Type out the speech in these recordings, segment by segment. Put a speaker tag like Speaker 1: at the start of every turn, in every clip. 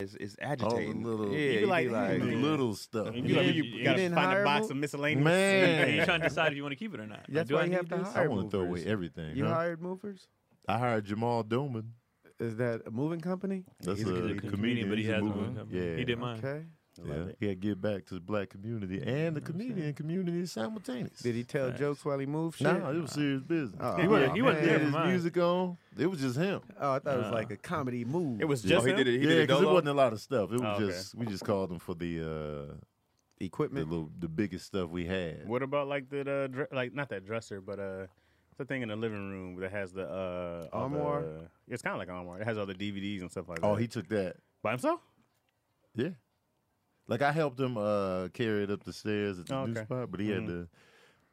Speaker 1: It's, it's
Speaker 2: All the
Speaker 1: agitating.
Speaker 2: little,
Speaker 1: yeah,
Speaker 2: you
Speaker 1: you
Speaker 3: like,
Speaker 1: be like,
Speaker 3: hmm.
Speaker 2: little stuff.
Speaker 3: You, like, you,
Speaker 4: you
Speaker 3: gotta
Speaker 2: didn't
Speaker 3: find
Speaker 2: hire
Speaker 3: a box
Speaker 2: Mo?
Speaker 3: of miscellaneous.
Speaker 2: Man.
Speaker 3: you're trying to decide if you want to keep it or not.
Speaker 2: That's
Speaker 3: Do
Speaker 2: why
Speaker 3: I
Speaker 2: you
Speaker 3: need
Speaker 2: have to
Speaker 3: this?
Speaker 2: hire
Speaker 4: Fire
Speaker 2: I want to throw away
Speaker 4: movers.
Speaker 2: everything. You huh? hired movers? I hired Jamal Doman.
Speaker 4: Is that a moving company?
Speaker 2: That's
Speaker 1: He's
Speaker 2: a,
Speaker 1: a good
Speaker 2: comedian, He's
Speaker 1: comedian, but
Speaker 2: a
Speaker 1: he has
Speaker 3: a
Speaker 2: mover.
Speaker 3: moving company.
Speaker 2: Yeah,
Speaker 3: He did mine.
Speaker 4: Okay.
Speaker 2: Yeah,
Speaker 1: love it.
Speaker 2: he had to give back to the black community and the comedian community simultaneous.
Speaker 4: Did he tell
Speaker 3: Facts.
Speaker 4: jokes while he moved? Shit?
Speaker 2: No, it was serious business.
Speaker 4: Oh,
Speaker 2: he
Speaker 4: He wasn't-
Speaker 2: wasn't, he
Speaker 4: he wasn't there
Speaker 2: had
Speaker 4: for
Speaker 2: his
Speaker 3: mine.
Speaker 2: music on. It was just him.
Speaker 4: Oh, I thought it was
Speaker 3: Nah.
Speaker 4: like a comedy move.
Speaker 3: It was
Speaker 2: Yeah.
Speaker 1: Oh,
Speaker 3: just
Speaker 1: he
Speaker 3: him?
Speaker 1: did it. He
Speaker 2: yeah,
Speaker 1: did it
Speaker 2: it
Speaker 1: dolo?
Speaker 2: wasn't a lot of stuff. It was
Speaker 3: Oh, okay.
Speaker 2: just we just called him for the uh, the
Speaker 4: equipment.
Speaker 2: little the biggest stuff we had.
Speaker 4: What-
Speaker 3: What about like the uh, dre- like not that dresser, but uh, it's the thing in the living room that has the uh, all
Speaker 4: Armoire?
Speaker 3: The, it's kind of like an armoire. It has all the DVDs and stuff like that.
Speaker 2: Oh, he took that.
Speaker 3: by himself.
Speaker 2: Yeah. Like I helped him uh, carry it up the stairs at the
Speaker 3: Oh,
Speaker 2: new
Speaker 3: okay.
Speaker 2: spot, but he had the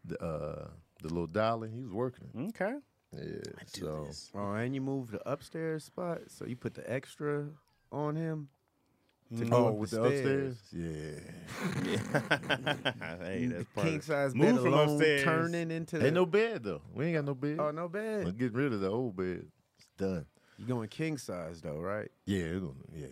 Speaker 2: the uh, the little dolly. He was working. it.
Speaker 3: Okay.
Speaker 2: Yeah. so
Speaker 4: Oh, and you moved the upstairs spot, so you put the extra on him. To
Speaker 3: Mm.
Speaker 4: go
Speaker 2: oh,
Speaker 4: up
Speaker 2: with the upstairs. Yeah.
Speaker 3: hey, that's part
Speaker 4: King
Speaker 3: of it.
Speaker 4: size Mm, bed
Speaker 3: Move from
Speaker 4: alone,
Speaker 3: upstairs.
Speaker 4: turning into the,
Speaker 2: Ain't no bed though. We ain't got no bed.
Speaker 4: oh no
Speaker 2: We're
Speaker 4: bed.
Speaker 2: getting rid of the old bed. It's done.
Speaker 4: You going king size though, right?
Speaker 2: Yeah. It gonna, yeah.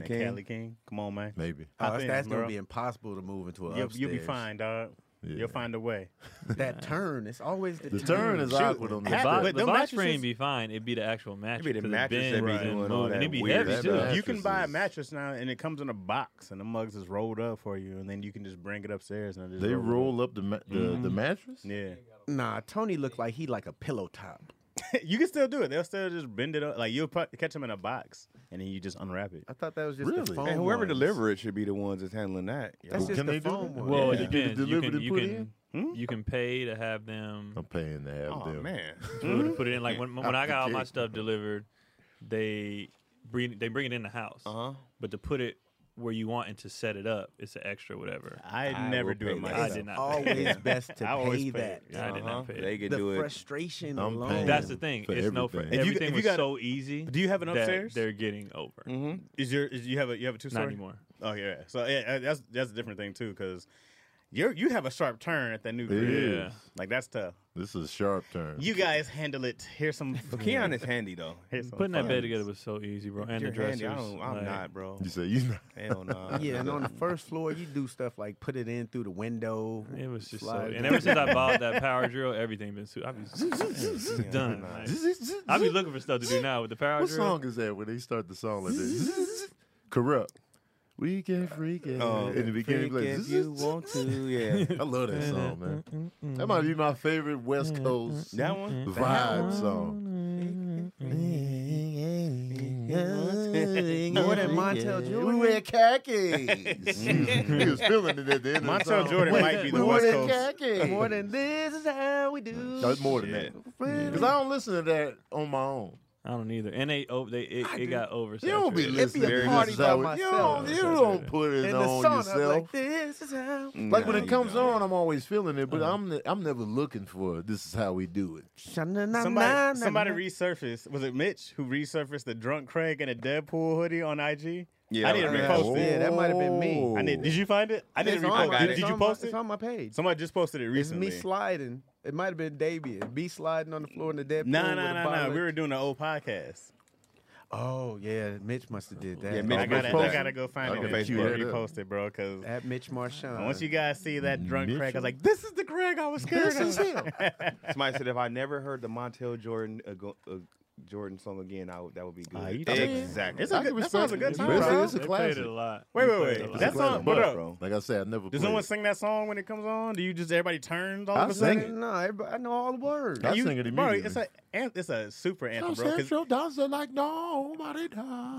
Speaker 3: Getting that
Speaker 1: King.
Speaker 3: Cali King. Come on, man.
Speaker 2: Maybe.
Speaker 4: Oh,
Speaker 3: Hop
Speaker 4: that's,
Speaker 3: in,
Speaker 4: that's gonna
Speaker 3: bro.
Speaker 4: be impossible to move into a
Speaker 3: You'll,
Speaker 4: upstairs.
Speaker 3: you'll be fine, dog.
Speaker 2: Yeah.
Speaker 3: You'll find a way.
Speaker 4: That turn, it's always the,
Speaker 2: The turn is
Speaker 4: Shoot.
Speaker 2: awkward on the
Speaker 1: Half-
Speaker 2: bed.
Speaker 5: But
Speaker 3: But
Speaker 5: the
Speaker 3: them
Speaker 5: box frame
Speaker 3: mattresses-
Speaker 5: be fine. It'd be the actual mattress.
Speaker 1: be the
Speaker 5: 'cause
Speaker 1: mattress
Speaker 5: bend
Speaker 1: that be
Speaker 5: and
Speaker 1: doing
Speaker 5: move,
Speaker 1: all
Speaker 5: and
Speaker 1: that
Speaker 5: it'd be
Speaker 1: weird
Speaker 5: heavy
Speaker 2: ass
Speaker 5: too.
Speaker 2: Yeah.
Speaker 3: you can buy a
Speaker 2: Mattresses.
Speaker 3: mattress now, and it comes in a box, and the mugs is rolled up for you, and then you can just bring it upstairs. And it just
Speaker 2: They
Speaker 3: rolls
Speaker 2: roll
Speaker 3: up.
Speaker 2: up the ma- the, the mattress.
Speaker 3: Yeah,
Speaker 4: Nah, Tony looked like he like a pillow top.
Speaker 3: you can still do it. They'll still just bend it up. Like you'll pro- catch them in a box, and then you just unwrap it.
Speaker 4: I thought that was just
Speaker 2: Really?
Speaker 4: the
Speaker 2: And
Speaker 4: phone.
Speaker 1: And whoever
Speaker 4: ones.
Speaker 1: deliver it should be the ones that's handling that. yo.
Speaker 4: That's
Speaker 2: Who-
Speaker 4: just
Speaker 2: can they
Speaker 4: the
Speaker 2: do
Speaker 4: phone
Speaker 2: that?
Speaker 4: one.
Speaker 5: Well,
Speaker 1: Yeah.
Speaker 5: it
Speaker 1: You
Speaker 5: depends. You
Speaker 2: delivered
Speaker 5: can
Speaker 2: and
Speaker 5: you
Speaker 2: put it
Speaker 5: can
Speaker 3: in? Hmm?
Speaker 5: you can pay to have them
Speaker 2: I'm paying to have
Speaker 1: Oh
Speaker 2: them.
Speaker 1: man,
Speaker 5: food to put it in. Like when when I got all my
Speaker 2: Okay.
Speaker 5: stuff delivered, they bring they bring it in the house.
Speaker 1: uh huh.
Speaker 5: But to put it where you want and to set it up, it's an extra whatever.
Speaker 3: I,
Speaker 1: I
Speaker 3: never
Speaker 1: will
Speaker 3: do
Speaker 1: pay
Speaker 3: it
Speaker 1: that.
Speaker 3: myself.
Speaker 5: I did not. pay.
Speaker 4: Always best to
Speaker 3: I always
Speaker 4: pay
Speaker 3: pay
Speaker 4: that.
Speaker 3: it.
Speaker 5: I did not pay.
Speaker 1: They
Speaker 5: it.
Speaker 1: can
Speaker 4: The
Speaker 1: do it.
Speaker 4: frustration
Speaker 2: I'm
Speaker 4: alone.
Speaker 2: paying.
Speaker 5: That's the thing.
Speaker 2: For
Speaker 5: it's no. Fr-
Speaker 2: everything. If you-
Speaker 3: if
Speaker 5: everything
Speaker 3: you
Speaker 5: was
Speaker 3: got a-
Speaker 5: so easy.
Speaker 3: Do you have an
Speaker 5: that
Speaker 3: upstairs?
Speaker 5: They're getting over.
Speaker 1: Mm-hmm.
Speaker 3: Is your is you have a you have a two
Speaker 5: Not
Speaker 3: story?
Speaker 5: anymore.
Speaker 3: Oh yeah. So yeah, uh, that's that's a different thing too, because you you have a sharp turn at that new
Speaker 2: It
Speaker 3: crib.
Speaker 2: is.
Speaker 3: Like that's tough.
Speaker 2: This is a sharp turn.
Speaker 3: You guys handle it. Here's some.
Speaker 1: But Keon is handy though.
Speaker 3: here's some
Speaker 5: Putting that bed
Speaker 3: funds.
Speaker 5: together was so easy, bro. And
Speaker 1: You're
Speaker 5: the dressers.
Speaker 1: handy. I don't, I'm
Speaker 5: like,
Speaker 1: not, bro.
Speaker 2: You say you know.
Speaker 1: Hell no.
Speaker 4: Yeah, and on the first floor, you do stuff like put it in through the window.
Speaker 5: It was just so.
Speaker 4: slide
Speaker 5: And
Speaker 4: it
Speaker 5: ever
Speaker 4: in.
Speaker 5: since I bought that power drill, everything been su- I be done. like, I be looking for stuff to do now with the power
Speaker 2: What
Speaker 5: drill.
Speaker 2: song is that when they start the song like this? Corrupt. We can freak it. out. in the beginning,
Speaker 1: Um, freak
Speaker 2: like,
Speaker 1: if you want to, yeah.
Speaker 2: I love that song, man. That might be my favorite West Coast
Speaker 1: That one.
Speaker 2: vibe song.
Speaker 4: More than Montel
Speaker 2: We
Speaker 4: Jordan.
Speaker 2: wear khakis. he was feeling it at the end of the
Speaker 3: Montel
Speaker 2: song.
Speaker 3: Jordan might be
Speaker 2: We
Speaker 3: the
Speaker 2: wore
Speaker 3: West
Speaker 2: the
Speaker 3: Coast.
Speaker 2: khakis.
Speaker 4: More than this is how we do.
Speaker 2: No, it's more than that. Because I don't listen to that on my own.
Speaker 5: I don't either. And they oh, they it, it got over.
Speaker 2: You don't be
Speaker 4: It be
Speaker 2: listening
Speaker 4: a
Speaker 2: to
Speaker 4: party
Speaker 2: this.
Speaker 4: by
Speaker 2: out. You
Speaker 4: myself.
Speaker 2: don't, you don't put it
Speaker 4: In the
Speaker 2: on
Speaker 4: sauna, I'm
Speaker 2: yourself.
Speaker 4: like this is how.
Speaker 1: Mm.
Speaker 2: Like when it comes on, I'm always feeling it, but I'm ne- I'm never looking for this is how we do it.
Speaker 3: Somebody, somebody resurfaced. Was it Mitch who resurfaced the drunk Craig in a Deadpool hoodie on IG?
Speaker 1: Yeah,
Speaker 3: I didn't
Speaker 1: I
Speaker 3: repost
Speaker 1: got
Speaker 3: it.
Speaker 4: Yeah, that might have been me.
Speaker 2: Oh.
Speaker 3: I need, did you find it? I
Speaker 4: It's
Speaker 3: didn't
Speaker 4: on
Speaker 3: repost
Speaker 4: my-
Speaker 1: I
Speaker 3: it.
Speaker 1: got
Speaker 3: Did,
Speaker 1: it.
Speaker 4: it's
Speaker 3: you
Speaker 4: on
Speaker 3: post
Speaker 4: my-
Speaker 3: it?
Speaker 4: It's on my page.
Speaker 3: Somebody just posted it
Speaker 4: It's
Speaker 3: recently.
Speaker 4: me sliding. It might have been Davey. Me sliding on the floor in the dead
Speaker 3: Nah,
Speaker 4: pool
Speaker 3: nah,
Speaker 4: with a
Speaker 3: nah,
Speaker 4: bottle
Speaker 3: nah.
Speaker 4: of-
Speaker 3: We were doing an old podcast.
Speaker 4: Oh yeah, Mitch must have did that.
Speaker 1: Yeah, Mitch
Speaker 3: I gotta,
Speaker 1: post
Speaker 3: I
Speaker 1: it.
Speaker 3: gotta go find
Speaker 2: I
Speaker 3: it
Speaker 2: can
Speaker 3: and
Speaker 2: queue that up.
Speaker 3: repost it, bro. Because
Speaker 4: At Mitch Marchand.
Speaker 3: once you guys see that drunk
Speaker 2: Mitch-
Speaker 3: Craig, I was like, "This is the Craig I was scared
Speaker 2: This is
Speaker 3: of."
Speaker 2: him.
Speaker 1: Somebody said if I never heard the Montel Jordan uh, go, uh, Jordan song again, I would, that would be good.
Speaker 3: Ah, you tripping.
Speaker 1: exactly.
Speaker 3: It's a
Speaker 2: I can
Speaker 3: good, that
Speaker 2: respect
Speaker 3: sounds
Speaker 2: it.
Speaker 3: a good
Speaker 2: It's
Speaker 3: time,
Speaker 2: really-
Speaker 3: bro.
Speaker 2: it's a
Speaker 5: They
Speaker 2: classic.
Speaker 5: played it a lot.
Speaker 3: Wait,
Speaker 5: They
Speaker 3: wait,
Speaker 5: played
Speaker 3: wait.
Speaker 5: it a lot.
Speaker 2: It's a
Speaker 3: That
Speaker 2: classic.
Speaker 3: song-
Speaker 2: But,
Speaker 3: what up?
Speaker 2: Like I said, I never.
Speaker 3: Does
Speaker 2: play
Speaker 3: someone
Speaker 2: it.
Speaker 3: sing that song when it comes on? Do you just everybody turn all
Speaker 2: I
Speaker 3: of a
Speaker 2: sing
Speaker 3: sudden?
Speaker 2: it.
Speaker 4: No, everybody, I know all the words.
Speaker 2: I
Speaker 5: Oh.
Speaker 3: You-
Speaker 2: sing it
Speaker 3: bro,
Speaker 2: immediately.
Speaker 3: it's a an- it's a super anthem,
Speaker 2: Los
Speaker 3: bro. 'cause-
Speaker 2: Central dancing like nobody does.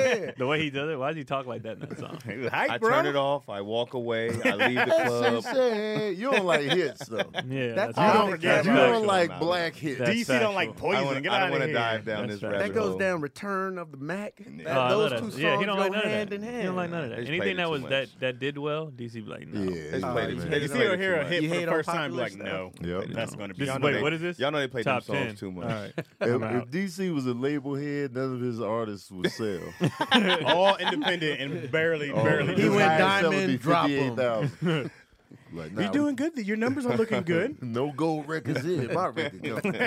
Speaker 4: Yeah.
Speaker 5: The way he does it. Why does he talk like that in that song?
Speaker 3: He was hype,
Speaker 1: I
Speaker 3: bro.
Speaker 1: turn it off. I walk away. I leave the
Speaker 2: She
Speaker 1: club.
Speaker 2: said, you don't like hits though.
Speaker 5: Yeah,
Speaker 4: That's
Speaker 5: that's,
Speaker 4: all
Speaker 5: factual.
Speaker 4: I forget
Speaker 5: That's
Speaker 2: You
Speaker 3: about.
Speaker 5: factual.
Speaker 2: don't like
Speaker 1: Nah,
Speaker 2: black hits.
Speaker 5: That's
Speaker 3: DC don't
Speaker 5: factual.
Speaker 3: like
Speaker 1: I
Speaker 3: poison.
Speaker 1: wanna-
Speaker 3: Get
Speaker 1: I
Speaker 3: out
Speaker 1: don't
Speaker 3: of
Speaker 1: want to
Speaker 3: here.
Speaker 1: dive down
Speaker 5: That's
Speaker 1: this
Speaker 5: right.
Speaker 1: rabbit
Speaker 5: That
Speaker 4: That goes
Speaker 1: hole.
Speaker 4: down Return of the Mac. That-
Speaker 5: Oh, I love
Speaker 4: those
Speaker 5: that.
Speaker 4: two songs
Speaker 5: yeah, he don't
Speaker 4: go
Speaker 5: like none
Speaker 4: hand
Speaker 5: of that.
Speaker 4: in hand.
Speaker 5: He don't like none of that.
Speaker 1: They just played
Speaker 5: Anything
Speaker 1: it
Speaker 5: that
Speaker 1: too
Speaker 5: was
Speaker 1: much.
Speaker 5: that that did well, DC be like, no.
Speaker 2: Yeah,
Speaker 1: They just played it.
Speaker 4: yeah.
Speaker 1: They
Speaker 3: You
Speaker 1: just
Speaker 3: see
Speaker 1: played
Speaker 3: or
Speaker 1: it
Speaker 3: hear
Speaker 1: too
Speaker 3: a
Speaker 1: much.
Speaker 3: hit
Speaker 4: You
Speaker 3: for
Speaker 4: hate
Speaker 3: the
Speaker 4: on
Speaker 3: first time,
Speaker 4: popular
Speaker 3: like no,
Speaker 4: stuff.
Speaker 2: Yep.
Speaker 3: that's gonna be.
Speaker 5: This
Speaker 1: Y'all
Speaker 5: is,
Speaker 1: know
Speaker 5: wait,
Speaker 1: they-
Speaker 5: what is this?
Speaker 1: Y'all know they played them
Speaker 5: Top
Speaker 1: songs
Speaker 5: 10.
Speaker 1: too much.
Speaker 5: All right.
Speaker 2: If,
Speaker 5: out.
Speaker 2: if DC was a label head, none of his artists would sell.
Speaker 3: all independent and barely, barely.
Speaker 4: He
Speaker 2: His
Speaker 3: doing
Speaker 4: went
Speaker 3: it.
Speaker 2: highest seller would be
Speaker 4: diamond, drop 'em.
Speaker 2: 58,000. Like, nah,
Speaker 3: You're doing good. Your numbers are looking good.
Speaker 2: No gold records in my record company.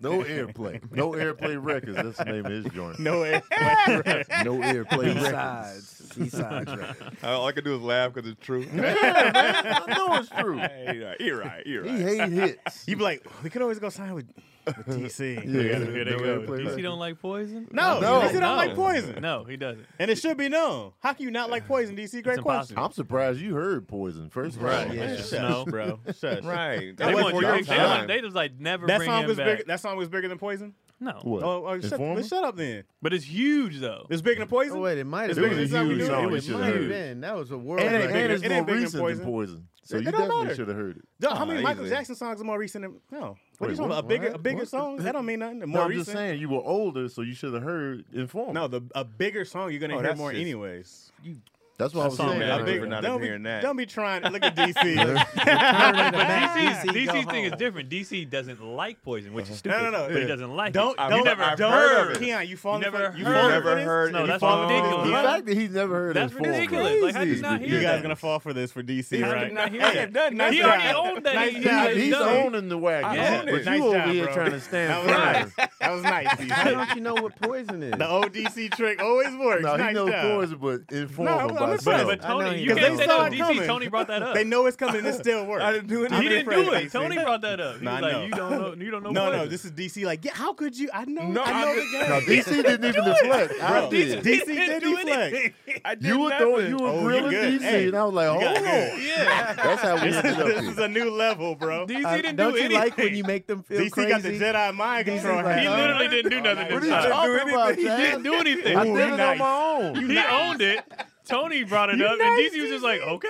Speaker 2: No airplay. No airplay records. That's the name of his joint. No,
Speaker 3: No, it-
Speaker 2: airplay records.
Speaker 4: Besides, besides, right.
Speaker 1: Uh, All I can do is laugh because it's true.
Speaker 2: I know it's true.
Speaker 3: you're right. You're right. You're
Speaker 2: He
Speaker 3: right.
Speaker 2: hate hits.
Speaker 3: You'd be like, we could always go sign with, with DC.
Speaker 2: Yeah,
Speaker 5: Here they
Speaker 2: no
Speaker 5: go.
Speaker 2: airplay
Speaker 5: DC
Speaker 2: records.
Speaker 5: don't like poison?
Speaker 3: No,
Speaker 2: No.
Speaker 3: DC don't
Speaker 5: No.
Speaker 3: like poison.
Speaker 5: No, he doesn't.
Speaker 3: And it should be known. How can you not like poison, DC? Great question.
Speaker 5: impossible.
Speaker 2: I'm surprised you heard Poison first of all.
Speaker 1: Right.
Speaker 3: Yeah,
Speaker 5: Just
Speaker 3: shut
Speaker 5: no.
Speaker 3: up, bro. Shut up.
Speaker 1: Right.
Speaker 5: They,
Speaker 1: That was
Speaker 5: want,
Speaker 1: for
Speaker 5: they,
Speaker 1: your
Speaker 5: they, want,
Speaker 1: time.
Speaker 5: they just like never
Speaker 3: That
Speaker 5: bring
Speaker 3: song
Speaker 5: him
Speaker 3: was
Speaker 5: back.
Speaker 3: bigger. That song was bigger than poison.
Speaker 5: no,
Speaker 2: What?
Speaker 3: Oh, oh shut,
Speaker 2: Informer?
Speaker 3: well, shut up then.
Speaker 5: but it's huge though.
Speaker 3: It's bigger than poison.
Speaker 4: Oh wait, it might have
Speaker 3: It's
Speaker 2: It
Speaker 4: been.
Speaker 2: was a
Speaker 3: Is that we
Speaker 2: huge
Speaker 3: do it?
Speaker 2: song.
Speaker 3: It
Speaker 2: You
Speaker 3: was
Speaker 2: should have
Speaker 4: might have
Speaker 2: heard it.
Speaker 4: been. That was a world
Speaker 3: And
Speaker 4: record.
Speaker 3: it
Speaker 2: And
Speaker 3: bigger-
Speaker 2: it's
Speaker 3: it
Speaker 2: more
Speaker 3: ain't bigger than
Speaker 2: recent than
Speaker 3: Poison.
Speaker 2: Poison. So
Speaker 3: It
Speaker 2: you
Speaker 3: don't
Speaker 2: definitely
Speaker 3: matter.
Speaker 2: should have heard it.
Speaker 3: Duh, how many
Speaker 1: Nah,
Speaker 3: Michael
Speaker 1: easily.
Speaker 3: Jackson songs are more recent than no? What are
Speaker 2: Wait,
Speaker 3: you talking
Speaker 2: what?
Speaker 3: about? A bigger, a
Speaker 2: What?
Speaker 3: bigger
Speaker 2: What?
Speaker 3: song? That don't mean nothing. The
Speaker 2: No,
Speaker 3: More
Speaker 2: I'm
Speaker 3: recent.
Speaker 2: just saying you were older, so you should have heard Informer.
Speaker 3: No, the a bigger song you're gonna
Speaker 1: Oh,
Speaker 3: hear
Speaker 1: that's
Speaker 3: more
Speaker 1: just-
Speaker 3: anyways. You
Speaker 2: that's what I was
Speaker 5: song
Speaker 2: saying.
Speaker 1: mad
Speaker 2: I
Speaker 1: at me for
Speaker 2: heard.
Speaker 1: not
Speaker 3: don't
Speaker 1: hearing
Speaker 3: be,
Speaker 1: that.
Speaker 3: Don't be trying. Look at DC.
Speaker 4: Return of the Mac.
Speaker 5: DC's,
Speaker 4: DC, go
Speaker 5: DC's thing is
Speaker 4: home.
Speaker 5: different. DC doesn't like poison, which is stupid.
Speaker 3: Uh-huh. no, no.
Speaker 5: But he doesn't like
Speaker 3: don't
Speaker 5: it.
Speaker 1: I've-
Speaker 3: don't
Speaker 5: you never
Speaker 1: I've
Speaker 3: don't,
Speaker 1: heard of it.
Speaker 3: Keon, you falling
Speaker 5: never
Speaker 3: for, you
Speaker 5: heard
Speaker 3: falling
Speaker 5: of
Speaker 3: for
Speaker 1: Never
Speaker 3: this?
Speaker 1: heard
Speaker 5: No,
Speaker 1: it.
Speaker 5: that's
Speaker 1: Falling for
Speaker 5: ridiculous.
Speaker 1: it.
Speaker 2: The
Speaker 5: What?
Speaker 2: fact that he's never heard
Speaker 5: That's
Speaker 2: Informer.
Speaker 5: ridiculous. Like, how did
Speaker 2: Crazy.
Speaker 5: not hear
Speaker 3: You guys
Speaker 5: that?
Speaker 3: gonna fall for this for DC,
Speaker 5: How
Speaker 3: right?
Speaker 5: did not hear
Speaker 3: Hey,
Speaker 5: that?
Speaker 3: nice
Speaker 5: He
Speaker 3: try.
Speaker 5: already owned that.
Speaker 3: Nice
Speaker 5: He-
Speaker 3: try.
Speaker 5: he-
Speaker 2: He's
Speaker 5: He's
Speaker 2: owning the wagon.
Speaker 5: I own it.
Speaker 2: But
Speaker 3: Nice
Speaker 2: you over
Speaker 3: job,
Speaker 2: here
Speaker 3: bro.
Speaker 2: trying to stand
Speaker 3: That
Speaker 2: firm.
Speaker 3: was nice. That was nice.
Speaker 4: Why
Speaker 3: DC.
Speaker 4: don't you know what poison is?
Speaker 3: The ODC trick always works.
Speaker 2: No, he
Speaker 3: nice
Speaker 2: knows
Speaker 3: job.
Speaker 2: Poison, but Informer
Speaker 3: No, I'm- I'm
Speaker 2: by
Speaker 3: impressed.
Speaker 5: But,
Speaker 2: itself.
Speaker 5: but
Speaker 4: I know
Speaker 5: Tony,
Speaker 4: he
Speaker 5: you
Speaker 4: does.
Speaker 5: can't say
Speaker 3: They saw
Speaker 5: that.
Speaker 3: it
Speaker 5: DC
Speaker 3: coming.
Speaker 5: Tony brought that up.
Speaker 3: They know it's coming. and It still works.
Speaker 1: I didn't do anything.
Speaker 5: he didn't
Speaker 3: impressed,
Speaker 5: do it.
Speaker 3: DC.
Speaker 5: Tony brought that up. He
Speaker 3: Nah, I
Speaker 5: was like,
Speaker 3: know.
Speaker 5: you don't know. You don't know.
Speaker 3: no, no,
Speaker 5: poison.
Speaker 3: this is DC. Like, yeah, how could you? I know.
Speaker 1: No,
Speaker 3: I
Speaker 1: I
Speaker 3: know
Speaker 1: didn't-
Speaker 2: Now,
Speaker 3: the game.
Speaker 2: DC didn't even deflect. I did.
Speaker 3: DC
Speaker 5: He didn't
Speaker 3: did
Speaker 5: do
Speaker 3: deflect.
Speaker 5: anything.
Speaker 1: I did
Speaker 2: You were
Speaker 1: nothing.
Speaker 2: throwing, you were
Speaker 3: Oh, you
Speaker 2: grilling
Speaker 3: good.
Speaker 2: DC,
Speaker 3: Hey,
Speaker 2: and I was like,
Speaker 3: You got
Speaker 2: hold
Speaker 3: good.
Speaker 2: on.
Speaker 5: Yeah,
Speaker 2: That's how we ended up
Speaker 3: this is
Speaker 2: here.
Speaker 3: a new level, bro.
Speaker 5: DC
Speaker 4: Uh,
Speaker 5: didn't do
Speaker 4: don't you
Speaker 5: anything.
Speaker 4: like when you make them feel
Speaker 3: DC
Speaker 4: crazy?
Speaker 3: got the Jedi mind control.
Speaker 4: like,
Speaker 3: hand.
Speaker 5: He
Speaker 4: uh,
Speaker 5: literally didn't do nothing.
Speaker 3: What
Speaker 2: What
Speaker 5: this
Speaker 2: are you
Speaker 5: time.
Speaker 3: Nah.
Speaker 2: talking about,
Speaker 5: He didn't
Speaker 2: Chad?
Speaker 5: do anything.
Speaker 2: I did it
Speaker 3: nice.
Speaker 2: on my own.
Speaker 5: he owned it. Tony brought it up, and DC was just like, "Okay."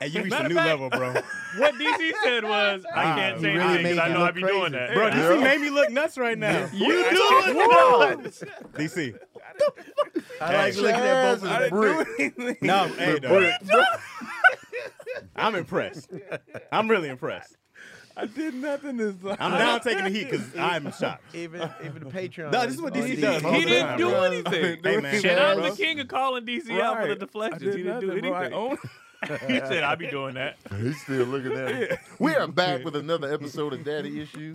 Speaker 3: Hey, you reached
Speaker 5: Matter
Speaker 3: a
Speaker 5: of
Speaker 3: new
Speaker 5: fact-
Speaker 3: level, bro.
Speaker 5: what DC said was, "I
Speaker 4: Wow.
Speaker 5: can't
Speaker 4: You
Speaker 5: say
Speaker 4: really
Speaker 5: anything
Speaker 4: made
Speaker 5: because I
Speaker 4: me
Speaker 5: know I
Speaker 4: look
Speaker 5: be
Speaker 4: crazy.
Speaker 5: doing that."
Speaker 3: Bro,
Speaker 5: Yeah.
Speaker 3: DC made me look nuts right now.
Speaker 5: you doing that?
Speaker 3: DC.
Speaker 4: I like looking at both of
Speaker 2: I
Speaker 4: them.
Speaker 2: didn't do
Speaker 3: No, hey, dog.
Speaker 2: anything.
Speaker 3: I'm impressed. I'm really impressed.
Speaker 1: I did nothing this time.
Speaker 3: I'm now taking the heat because I'm shocked.
Speaker 4: Even even the Patreon.
Speaker 3: No, this is what
Speaker 4: on
Speaker 3: DC does.
Speaker 4: DC.
Speaker 5: He didn't do
Speaker 2: Bro,
Speaker 5: anything.
Speaker 3: Hey, man.
Speaker 5: Shout out
Speaker 2: bro.
Speaker 5: the king of calling DC out for the
Speaker 1: Right.
Speaker 5: deflections.
Speaker 1: I did
Speaker 5: he didn't do
Speaker 1: nothing,
Speaker 5: anything.
Speaker 1: bro. I own-
Speaker 5: he said, "I be doing that."
Speaker 2: He's still looking at me. We are back with another episode of Daddy Issues.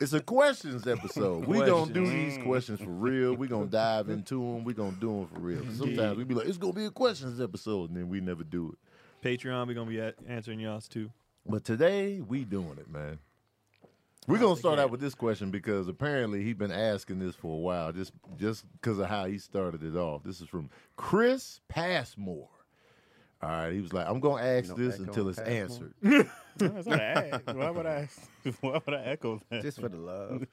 Speaker 2: It's a questions episode. We gonna do these
Speaker 3: Mm.
Speaker 2: questions for real. We gonna dive into them. We gonna do them for real. Sometimes we be like, it's gonna be a questions episode, and then we never do it.
Speaker 5: Patreon, we're gonna be at answering y'all's too.
Speaker 2: But today we doing it, man. We're gonna start out with this question because apparently he's been asking this for a while, just just because of how he started it off. This is from Chris Passmore. All right, he was like, "I'm gonna ask
Speaker 4: No
Speaker 2: this
Speaker 4: echo
Speaker 2: until
Speaker 4: on
Speaker 2: it's
Speaker 4: Passmore?
Speaker 2: answered."
Speaker 3: No, it's not an ad. Why would I? Why would I echo that?
Speaker 4: Just for the love.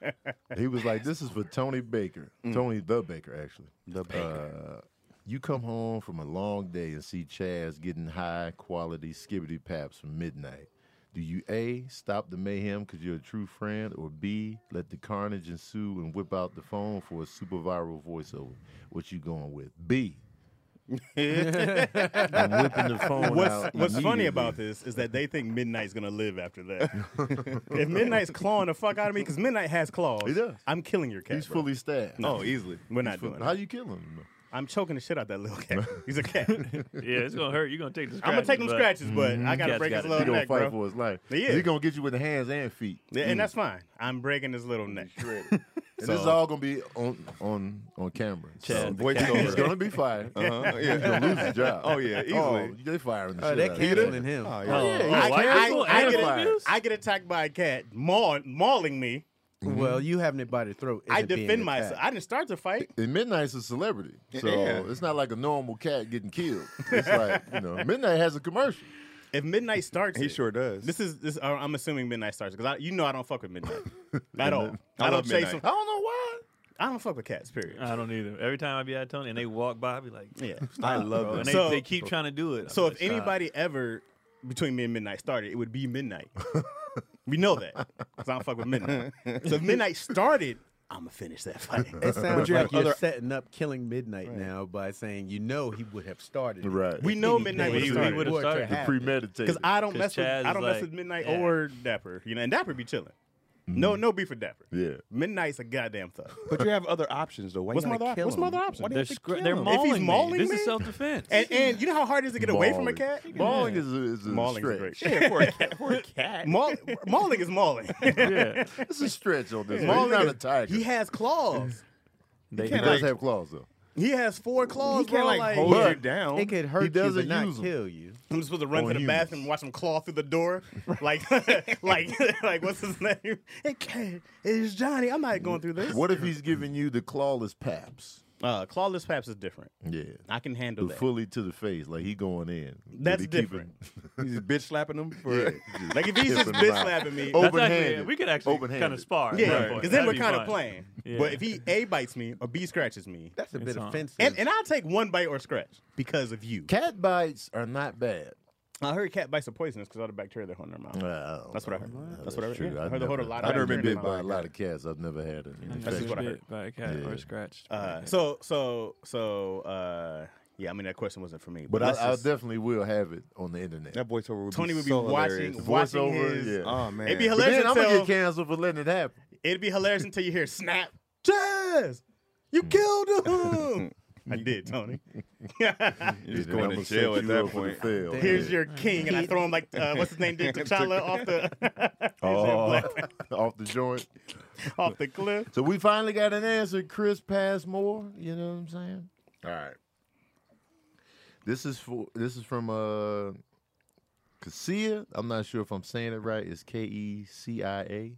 Speaker 2: He was like, "This is for Tony Baker, Tony the Baker, actually." Mm. The Baker. Uh, you come home from a long day and see Chaz getting high quality skibbity paps from midnight. Do you a stop the mayhem because you're a true friend, or b let the carnage ensue and whip out the phone for a super viral voiceover? What you going with? B. I'm whipping the phone
Speaker 3: What's
Speaker 2: out.
Speaker 3: What's funny about
Speaker 2: immediately.
Speaker 3: this is that they think Midnight's gonna live after that. if Midnight's clawing the fuck out of me, because Midnight has claws,
Speaker 2: He does.
Speaker 3: I'm killing your cat.
Speaker 2: He's
Speaker 3: bro.
Speaker 2: fully staffed.
Speaker 3: No,
Speaker 1: Oh, easily.
Speaker 3: we're not doing
Speaker 2: How
Speaker 3: that.
Speaker 2: you killing him?
Speaker 3: I'm choking the shit out that little cat. He's a cat. I'm
Speaker 5: Yeah, it's gonna hurt. You're gonna take the.
Speaker 3: gonna take them
Speaker 5: but-
Speaker 3: scratches, but I gotta
Speaker 5: Cat's
Speaker 3: break his
Speaker 5: gotta-
Speaker 3: little
Speaker 2: He gonna
Speaker 3: neck,
Speaker 2: fight
Speaker 3: bro.
Speaker 2: for his life.
Speaker 3: Yeah.
Speaker 2: He gonna get you with the hands and feet.
Speaker 3: Yeah, and that's fine. I'm breaking his little neck.
Speaker 2: And this is
Speaker 3: So-
Speaker 2: all gonna be on on on camera.
Speaker 5: Chad, the
Speaker 2: voice
Speaker 5: camera.
Speaker 2: he's gonna be fired.
Speaker 1: Uh-huh.
Speaker 2: He's gonna
Speaker 1: Yeah.
Speaker 2: lose his job.
Speaker 1: Oh, yeah, easily.
Speaker 2: Oh, they firing the
Speaker 4: Oh,
Speaker 2: shit
Speaker 4: they're
Speaker 2: out of him.
Speaker 4: canceling him.
Speaker 1: Oh,
Speaker 2: Oh,
Speaker 1: yeah.
Speaker 2: yeah,
Speaker 3: I,
Speaker 2: he's
Speaker 5: white
Speaker 3: I-
Speaker 5: people
Speaker 3: I
Speaker 5: and
Speaker 3: get,
Speaker 5: black.
Speaker 3: I get attacked by a cat maul, mauling me.
Speaker 4: Well, you having it by the throat.
Speaker 3: I
Speaker 4: isn't being
Speaker 3: defend myself.
Speaker 4: attacked.
Speaker 3: I didn't start the fight.
Speaker 2: And Midnight's a celebrity, so
Speaker 1: Yeah.
Speaker 2: it's not like a normal cat getting killed. It's like you know, Midnight has a commercial.
Speaker 3: If Midnight starts,
Speaker 1: He
Speaker 3: it,
Speaker 1: sure does.
Speaker 3: This is this. uh, I'm assuming Midnight starts because you know I don't fuck with Midnight at all. I,
Speaker 1: I
Speaker 3: don't
Speaker 1: love
Speaker 3: chase
Speaker 1: Midnight.
Speaker 3: them.
Speaker 2: I don't know why.
Speaker 3: I don't fuck with cats. Period.
Speaker 5: I don't either. Every time I be at Tony and they walk by, I be like,
Speaker 3: yeah.
Speaker 1: I love
Speaker 5: and
Speaker 1: it.
Speaker 5: they,
Speaker 3: So-
Speaker 5: they keep trying to do it. I'm
Speaker 3: So
Speaker 5: like,
Speaker 3: if
Speaker 5: "Stop."
Speaker 3: anybody ever between me and Midnight started, it would be Midnight. We know that because I don't fuck with midnight. so if midnight started, I'm gonna finish that fight.
Speaker 4: It sounds
Speaker 1: you have
Speaker 4: like you're
Speaker 1: other-
Speaker 4: setting up Killing Midnight now by saying you know he would have started. it.
Speaker 2: Right.
Speaker 3: We know Midnight
Speaker 4: Anything
Speaker 3: would've
Speaker 4: for
Speaker 3: started.
Speaker 4: it to
Speaker 5: Would've started.
Speaker 4: happen.
Speaker 2: premeditated.
Speaker 3: Because I don't
Speaker 5: 'Cause
Speaker 3: mess with
Speaker 5: Chaz
Speaker 3: I don't
Speaker 5: is
Speaker 3: mess
Speaker 5: like,
Speaker 3: with midnight
Speaker 5: yeah.
Speaker 3: or Dapper. You know, and Dapper be chilling.
Speaker 1: Mm.
Speaker 3: No, no beef with Dapper.
Speaker 2: Yeah.
Speaker 3: Midnight's a goddamn thug.
Speaker 1: But you have other options though. Why
Speaker 3: What's
Speaker 1: you
Speaker 3: my
Speaker 1: gotta
Speaker 3: other op-
Speaker 1: kill
Speaker 3: what's
Speaker 1: him?
Speaker 3: my other option?
Speaker 1: Why do you
Speaker 5: They're,
Speaker 1: have to
Speaker 5: scr-
Speaker 1: kill
Speaker 5: they're
Speaker 1: him?
Speaker 5: mauling me.
Speaker 3: mauling
Speaker 5: This
Speaker 3: me-
Speaker 5: is self defense.
Speaker 3: And, and you know how hard it is to get away from a cat?
Speaker 2: Mauling is a, is a
Speaker 3: Mauling is
Speaker 2: stretch.
Speaker 3: great.
Speaker 1: Yeah, for a cat. For a cat.
Speaker 3: Maul, mauling is mauling.
Speaker 5: yeah,
Speaker 2: It's a stretch on this. one.
Speaker 3: mauling
Speaker 2: He's not
Speaker 3: is-
Speaker 2: a tiger.
Speaker 3: He has claws.
Speaker 5: they,
Speaker 2: He does have claws though.
Speaker 3: He has four
Speaker 4: He
Speaker 3: claws,
Speaker 4: can't
Speaker 3: bro.
Speaker 4: like
Speaker 3: Like,
Speaker 4: hold
Speaker 1: Hold you down.
Speaker 4: It could hurt you, but
Speaker 2: doesn't
Speaker 4: not
Speaker 2: use 'em.
Speaker 4: kill you.
Speaker 3: I'm supposed to run
Speaker 2: on
Speaker 3: to the
Speaker 2: you.
Speaker 3: bathroom and watch him claw through the door. Like, like, like, what's his name? It can't. It's Johnny. I'm not going through this.
Speaker 2: What if he's giving you the clawless paps?
Speaker 3: Uh, clawless paps is different.
Speaker 2: Yeah.
Speaker 3: I can handle
Speaker 2: The
Speaker 3: that.
Speaker 2: fully to the face, like he going in. But
Speaker 3: That's
Speaker 2: he keep
Speaker 3: different.
Speaker 1: He's just bitch slapping him for
Speaker 2: it-
Speaker 3: Like if he's just
Speaker 2: Tipping
Speaker 3: bitch
Speaker 2: him out.
Speaker 3: slapping me,
Speaker 2: Oh,
Speaker 5: That's actually,
Speaker 2: Open-handed.
Speaker 5: we could actually kind
Speaker 2: Open-handed.
Speaker 5: of spar. at that
Speaker 3: yeah,
Speaker 5: point.
Speaker 3: because then
Speaker 5: That'd
Speaker 3: we're
Speaker 5: be
Speaker 3: kind of
Speaker 5: fun.
Speaker 3: playing.
Speaker 5: Yeah.
Speaker 3: But if he a bites me or b scratches me,
Speaker 4: That's a bit
Speaker 5: on.
Speaker 4: offensive.
Speaker 3: and, and I'll take one bite or scratch because of you.
Speaker 2: Cat bites are not bad.
Speaker 3: I heard cat bites are poisonous because all the bacteria that hold in their mouth.
Speaker 2: Uh,
Speaker 3: That's what I heard. That's what I heard.
Speaker 2: True.
Speaker 3: Yeah, I
Speaker 2: I've
Speaker 3: heard the
Speaker 2: never,
Speaker 3: whole lot of
Speaker 2: I've never
Speaker 3: bacteria
Speaker 2: been bit
Speaker 3: in my
Speaker 2: by a
Speaker 3: mouth.
Speaker 2: lot of cats. I've never had an
Speaker 5: That's
Speaker 2: infection.
Speaker 3: what I
Speaker 5: bit
Speaker 3: heard.
Speaker 5: By a cat
Speaker 2: Yeah.
Speaker 5: or scratched. by a
Speaker 3: Uh,
Speaker 5: cat.
Speaker 3: so so so uh, yeah. I mean that question wasn't for me,
Speaker 2: But
Speaker 3: but,
Speaker 2: I,
Speaker 3: let's
Speaker 2: I
Speaker 3: just-
Speaker 2: definitely will have it on the internet.
Speaker 1: That voiceover would
Speaker 3: Tony
Speaker 1: be
Speaker 3: would be
Speaker 1: so
Speaker 3: watching
Speaker 1: hilarious.
Speaker 3: watching
Speaker 2: Voiceover,
Speaker 3: his. uh,
Speaker 2: yeah.
Speaker 1: Oh man.
Speaker 3: It'd be
Speaker 2: But
Speaker 3: hilarious
Speaker 2: then I'm gonna
Speaker 3: until
Speaker 2: get canceled for letting it happen.
Speaker 3: it'd be hilarious until you hear snap. Jazz, you killed him. I did, Tony.
Speaker 1: You're just
Speaker 2: Then
Speaker 1: going
Speaker 2: I'ma
Speaker 1: to jail
Speaker 2: set
Speaker 1: at
Speaker 2: you
Speaker 1: that
Speaker 2: up for the
Speaker 1: point.
Speaker 2: fail.
Speaker 3: Here's
Speaker 2: Yeah.
Speaker 3: your king, and I throw him like uh, what's his name did T'Challa off the
Speaker 2: Oh, off the joint.
Speaker 3: off the cliff.
Speaker 2: So we finally got an answer, Chris Passmore. You know what I'm saying? All right. This is for this is from uh Cassia. I'm not sure if I'm saying it right. It's K E C I A.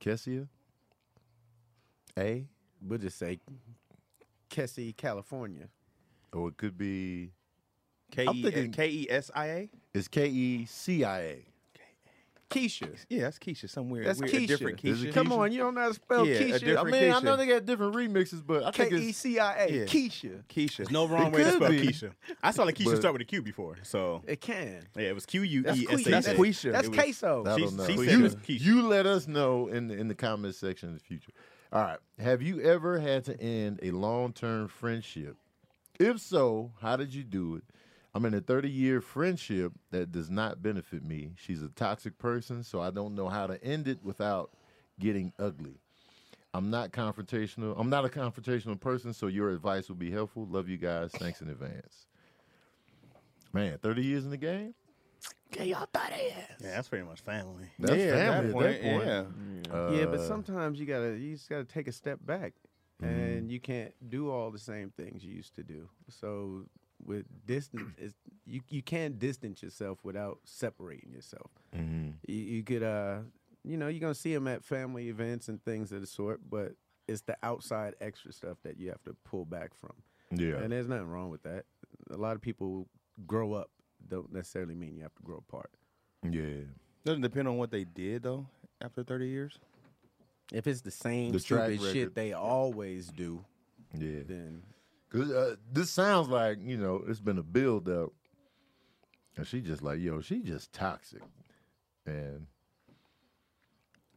Speaker 2: Kessia. A.
Speaker 4: We'll just say Kessie, California.
Speaker 2: Or it could be
Speaker 1: K
Speaker 2: I'm thinking-
Speaker 1: E K E S I A.
Speaker 2: it's K E C I A.
Speaker 4: Keisha.
Speaker 1: Yeah, that's Keisha. Somewhere
Speaker 4: That's
Speaker 1: weird,
Speaker 4: Keisha.
Speaker 1: A different
Speaker 2: Is it
Speaker 1: Keisha.
Speaker 4: Come on, you don't know how to spell
Speaker 1: Yeah, a
Speaker 4: Keisha.
Speaker 2: I
Speaker 1: different-
Speaker 2: mean, I know
Speaker 1: Keisha.
Speaker 2: they got different remixes, but I think
Speaker 4: K E
Speaker 2: it's
Speaker 4: C I A.
Speaker 1: Yeah.
Speaker 4: Keisha.
Speaker 1: Keisha.
Speaker 3: No wrong way to
Speaker 2: could
Speaker 3: spell
Speaker 2: be.
Speaker 3: Keisha. I saw like Keisha
Speaker 2: But-
Speaker 3: start with a Q before, so
Speaker 4: It can.
Speaker 3: yeah, it was Q U
Speaker 4: That's
Speaker 3: E
Speaker 4: Quisha.
Speaker 3: S H.
Speaker 1: That's
Speaker 4: That's,
Speaker 1: Quisha.
Speaker 4: that's
Speaker 3: It was-
Speaker 4: queso.
Speaker 2: I
Speaker 3: She-
Speaker 2: don't know.
Speaker 3: she said it
Speaker 2: you,
Speaker 3: was Keisha.
Speaker 2: you let us know in the, in the comment section in the future. All right. Have you ever had to end a long term friendship? If so, how did you do it? I'm in a 30 year friendship that does not benefit me. She's a toxic person, so I don't know how to end it without getting ugly. I'm not confrontational. I'm not a confrontational person, so your advice will be helpful. Love you guys. Thanks in advance. Man, 30 years in the game?
Speaker 3: Yeah, that's pretty much family.
Speaker 2: That's
Speaker 1: yeah, at
Speaker 2: family
Speaker 1: that point,
Speaker 2: at that point. Mm.
Speaker 1: Yeah.
Speaker 2: Uh,
Speaker 4: yeah, but sometimes you gotta you just gotta take a step back, and you can't do all the same things you used to do. So with distance, it's, you you can distance yourself without separating yourself. You, you could uh, you know, you're gonna see them at family events and things of the sort, but it's the outside extra stuff that you have to pull back from.
Speaker 2: Yeah.
Speaker 4: And there's nothing wrong with that. A lot of people grow up don't necessarily mean you have to grow apart.
Speaker 2: Yeah.
Speaker 1: Doesn't depend on what they did though. After thirty years,
Speaker 4: If it's the same
Speaker 2: The track
Speaker 4: stupid
Speaker 2: record.
Speaker 4: shit they always do,
Speaker 2: Yeah.
Speaker 4: then
Speaker 2: Cause uh, this sounds like, you know, it's been a build up. And she just like, yo, she just toxic. And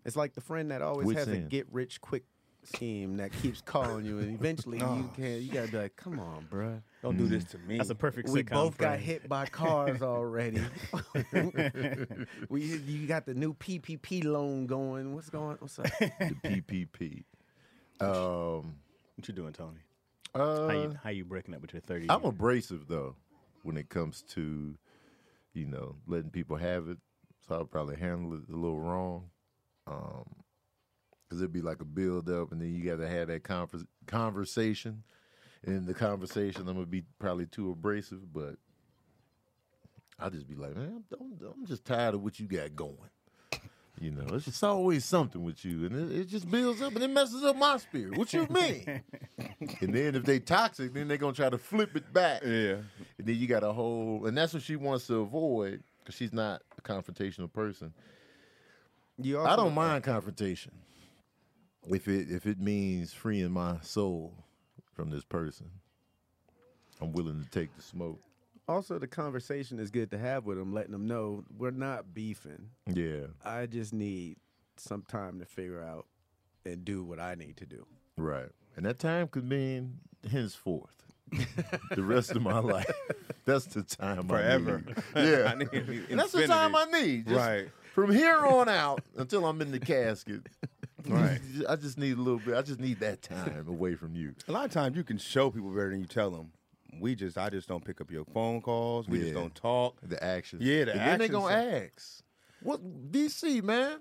Speaker 4: It's like the friend that always
Speaker 2: Which
Speaker 4: has a
Speaker 2: end?
Speaker 4: get rich quick scheme that keeps calling you, and eventually you can you gotta be like, "Come on, bruh.
Speaker 1: don't do this to me.
Speaker 3: That's a perfect.
Speaker 4: We
Speaker 3: sitcom
Speaker 4: both got
Speaker 3: friend.
Speaker 4: hit by cars already. we you got the new PPP loan going. What's going? What's up?
Speaker 2: the PPP. Um
Speaker 3: What you doing, Tony?
Speaker 2: uh,
Speaker 3: How you how you breaking up with your thirty?
Speaker 2: I'm abrasive though when it comes to, you know, letting people have it. So I'll probably handle it a little wrong. Um, cause it'd be like a build up and then you gotta have that conver- conversation. And in the conversation, I'm gonna be probably too abrasive, but I'll just be like, man, I'm, I'm, I'm just tired of what you got going. You know, it's just always something with you, and it, it just builds up and it messes up my spirit. What you mean? and then if they toxic, then they're gonna try to flip it back.
Speaker 1: yeah.
Speaker 2: And then you got a whole, and that's what she wants to avoid because she's not a confrontational person.
Speaker 4: You
Speaker 2: I don't mind confrontation if it if it means freeing my soul from this person. I'm willing to take the smoke.
Speaker 4: also the conversation is good to have with them, letting them know we're not beefing.
Speaker 2: Yeah.
Speaker 4: I just need some time to figure out and do what I need to do.
Speaker 2: Right. And that time could mean henceforth. the rest of my life. That's the time
Speaker 1: Forever.
Speaker 2: I need. Yeah.
Speaker 1: I need
Speaker 2: and that's the
Speaker 1: infinity.
Speaker 2: time I need. Just
Speaker 1: Right.
Speaker 2: From here on out until I'm in the casket.
Speaker 1: Right.
Speaker 2: I just need a little bit. I just need that time away from you.
Speaker 1: A lot of times you can show people better than you tell them. We just, I just don't pick up your phone calls. We
Speaker 2: Yeah.
Speaker 1: just don't talk.
Speaker 2: The action.
Speaker 1: Yeah, the
Speaker 2: and then they
Speaker 1: actions.
Speaker 2: gonna ask, "What DC man?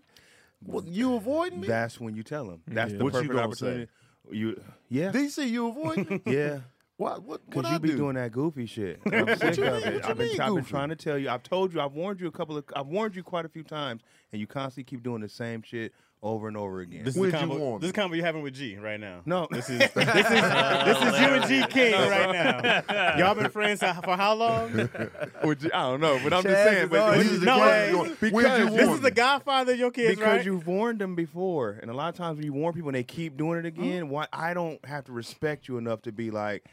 Speaker 2: What you avoiding me?
Speaker 1: That's when you tell them. That's the
Speaker 2: What you
Speaker 1: perfect
Speaker 2: gonna
Speaker 1: opportunity. You, yeah,
Speaker 2: DC, you avoiding me?
Speaker 1: yeah.
Speaker 2: What? What? What
Speaker 1: Because
Speaker 2: I
Speaker 1: you be
Speaker 2: do?
Speaker 1: doing that goofy shit. I'm sick
Speaker 2: you
Speaker 1: of
Speaker 2: mean- what
Speaker 1: it.
Speaker 2: you
Speaker 1: I've been,
Speaker 2: mean
Speaker 1: I've been
Speaker 2: goofy?
Speaker 1: trying to tell you. I've told you. I've warned you a couple of. I've warned you quite a few times, and you constantly keep doing the same shit over and over again.
Speaker 3: This
Speaker 2: When'd
Speaker 3: is
Speaker 2: you
Speaker 3: the combo,
Speaker 2: want
Speaker 3: This
Speaker 2: it?
Speaker 3: is the combo you're having with G right now.
Speaker 1: no,
Speaker 3: This is this is this is you and G King right now. Y'all been friends for how long?
Speaker 1: Or G- I don't know, but I'm
Speaker 4: Chaz
Speaker 1: just saying.
Speaker 4: is
Speaker 1: But
Speaker 4: always
Speaker 1: this is
Speaker 3: the
Speaker 1: the
Speaker 3: way.
Speaker 1: question.
Speaker 2: When'd you
Speaker 1: because
Speaker 3: This
Speaker 2: warn
Speaker 3: is the godfather of your kids,
Speaker 1: because
Speaker 3: right?
Speaker 1: you've warned them before, and a lot of times when you warn people and they keep doing it again, why I don't have to respect you enough to be like,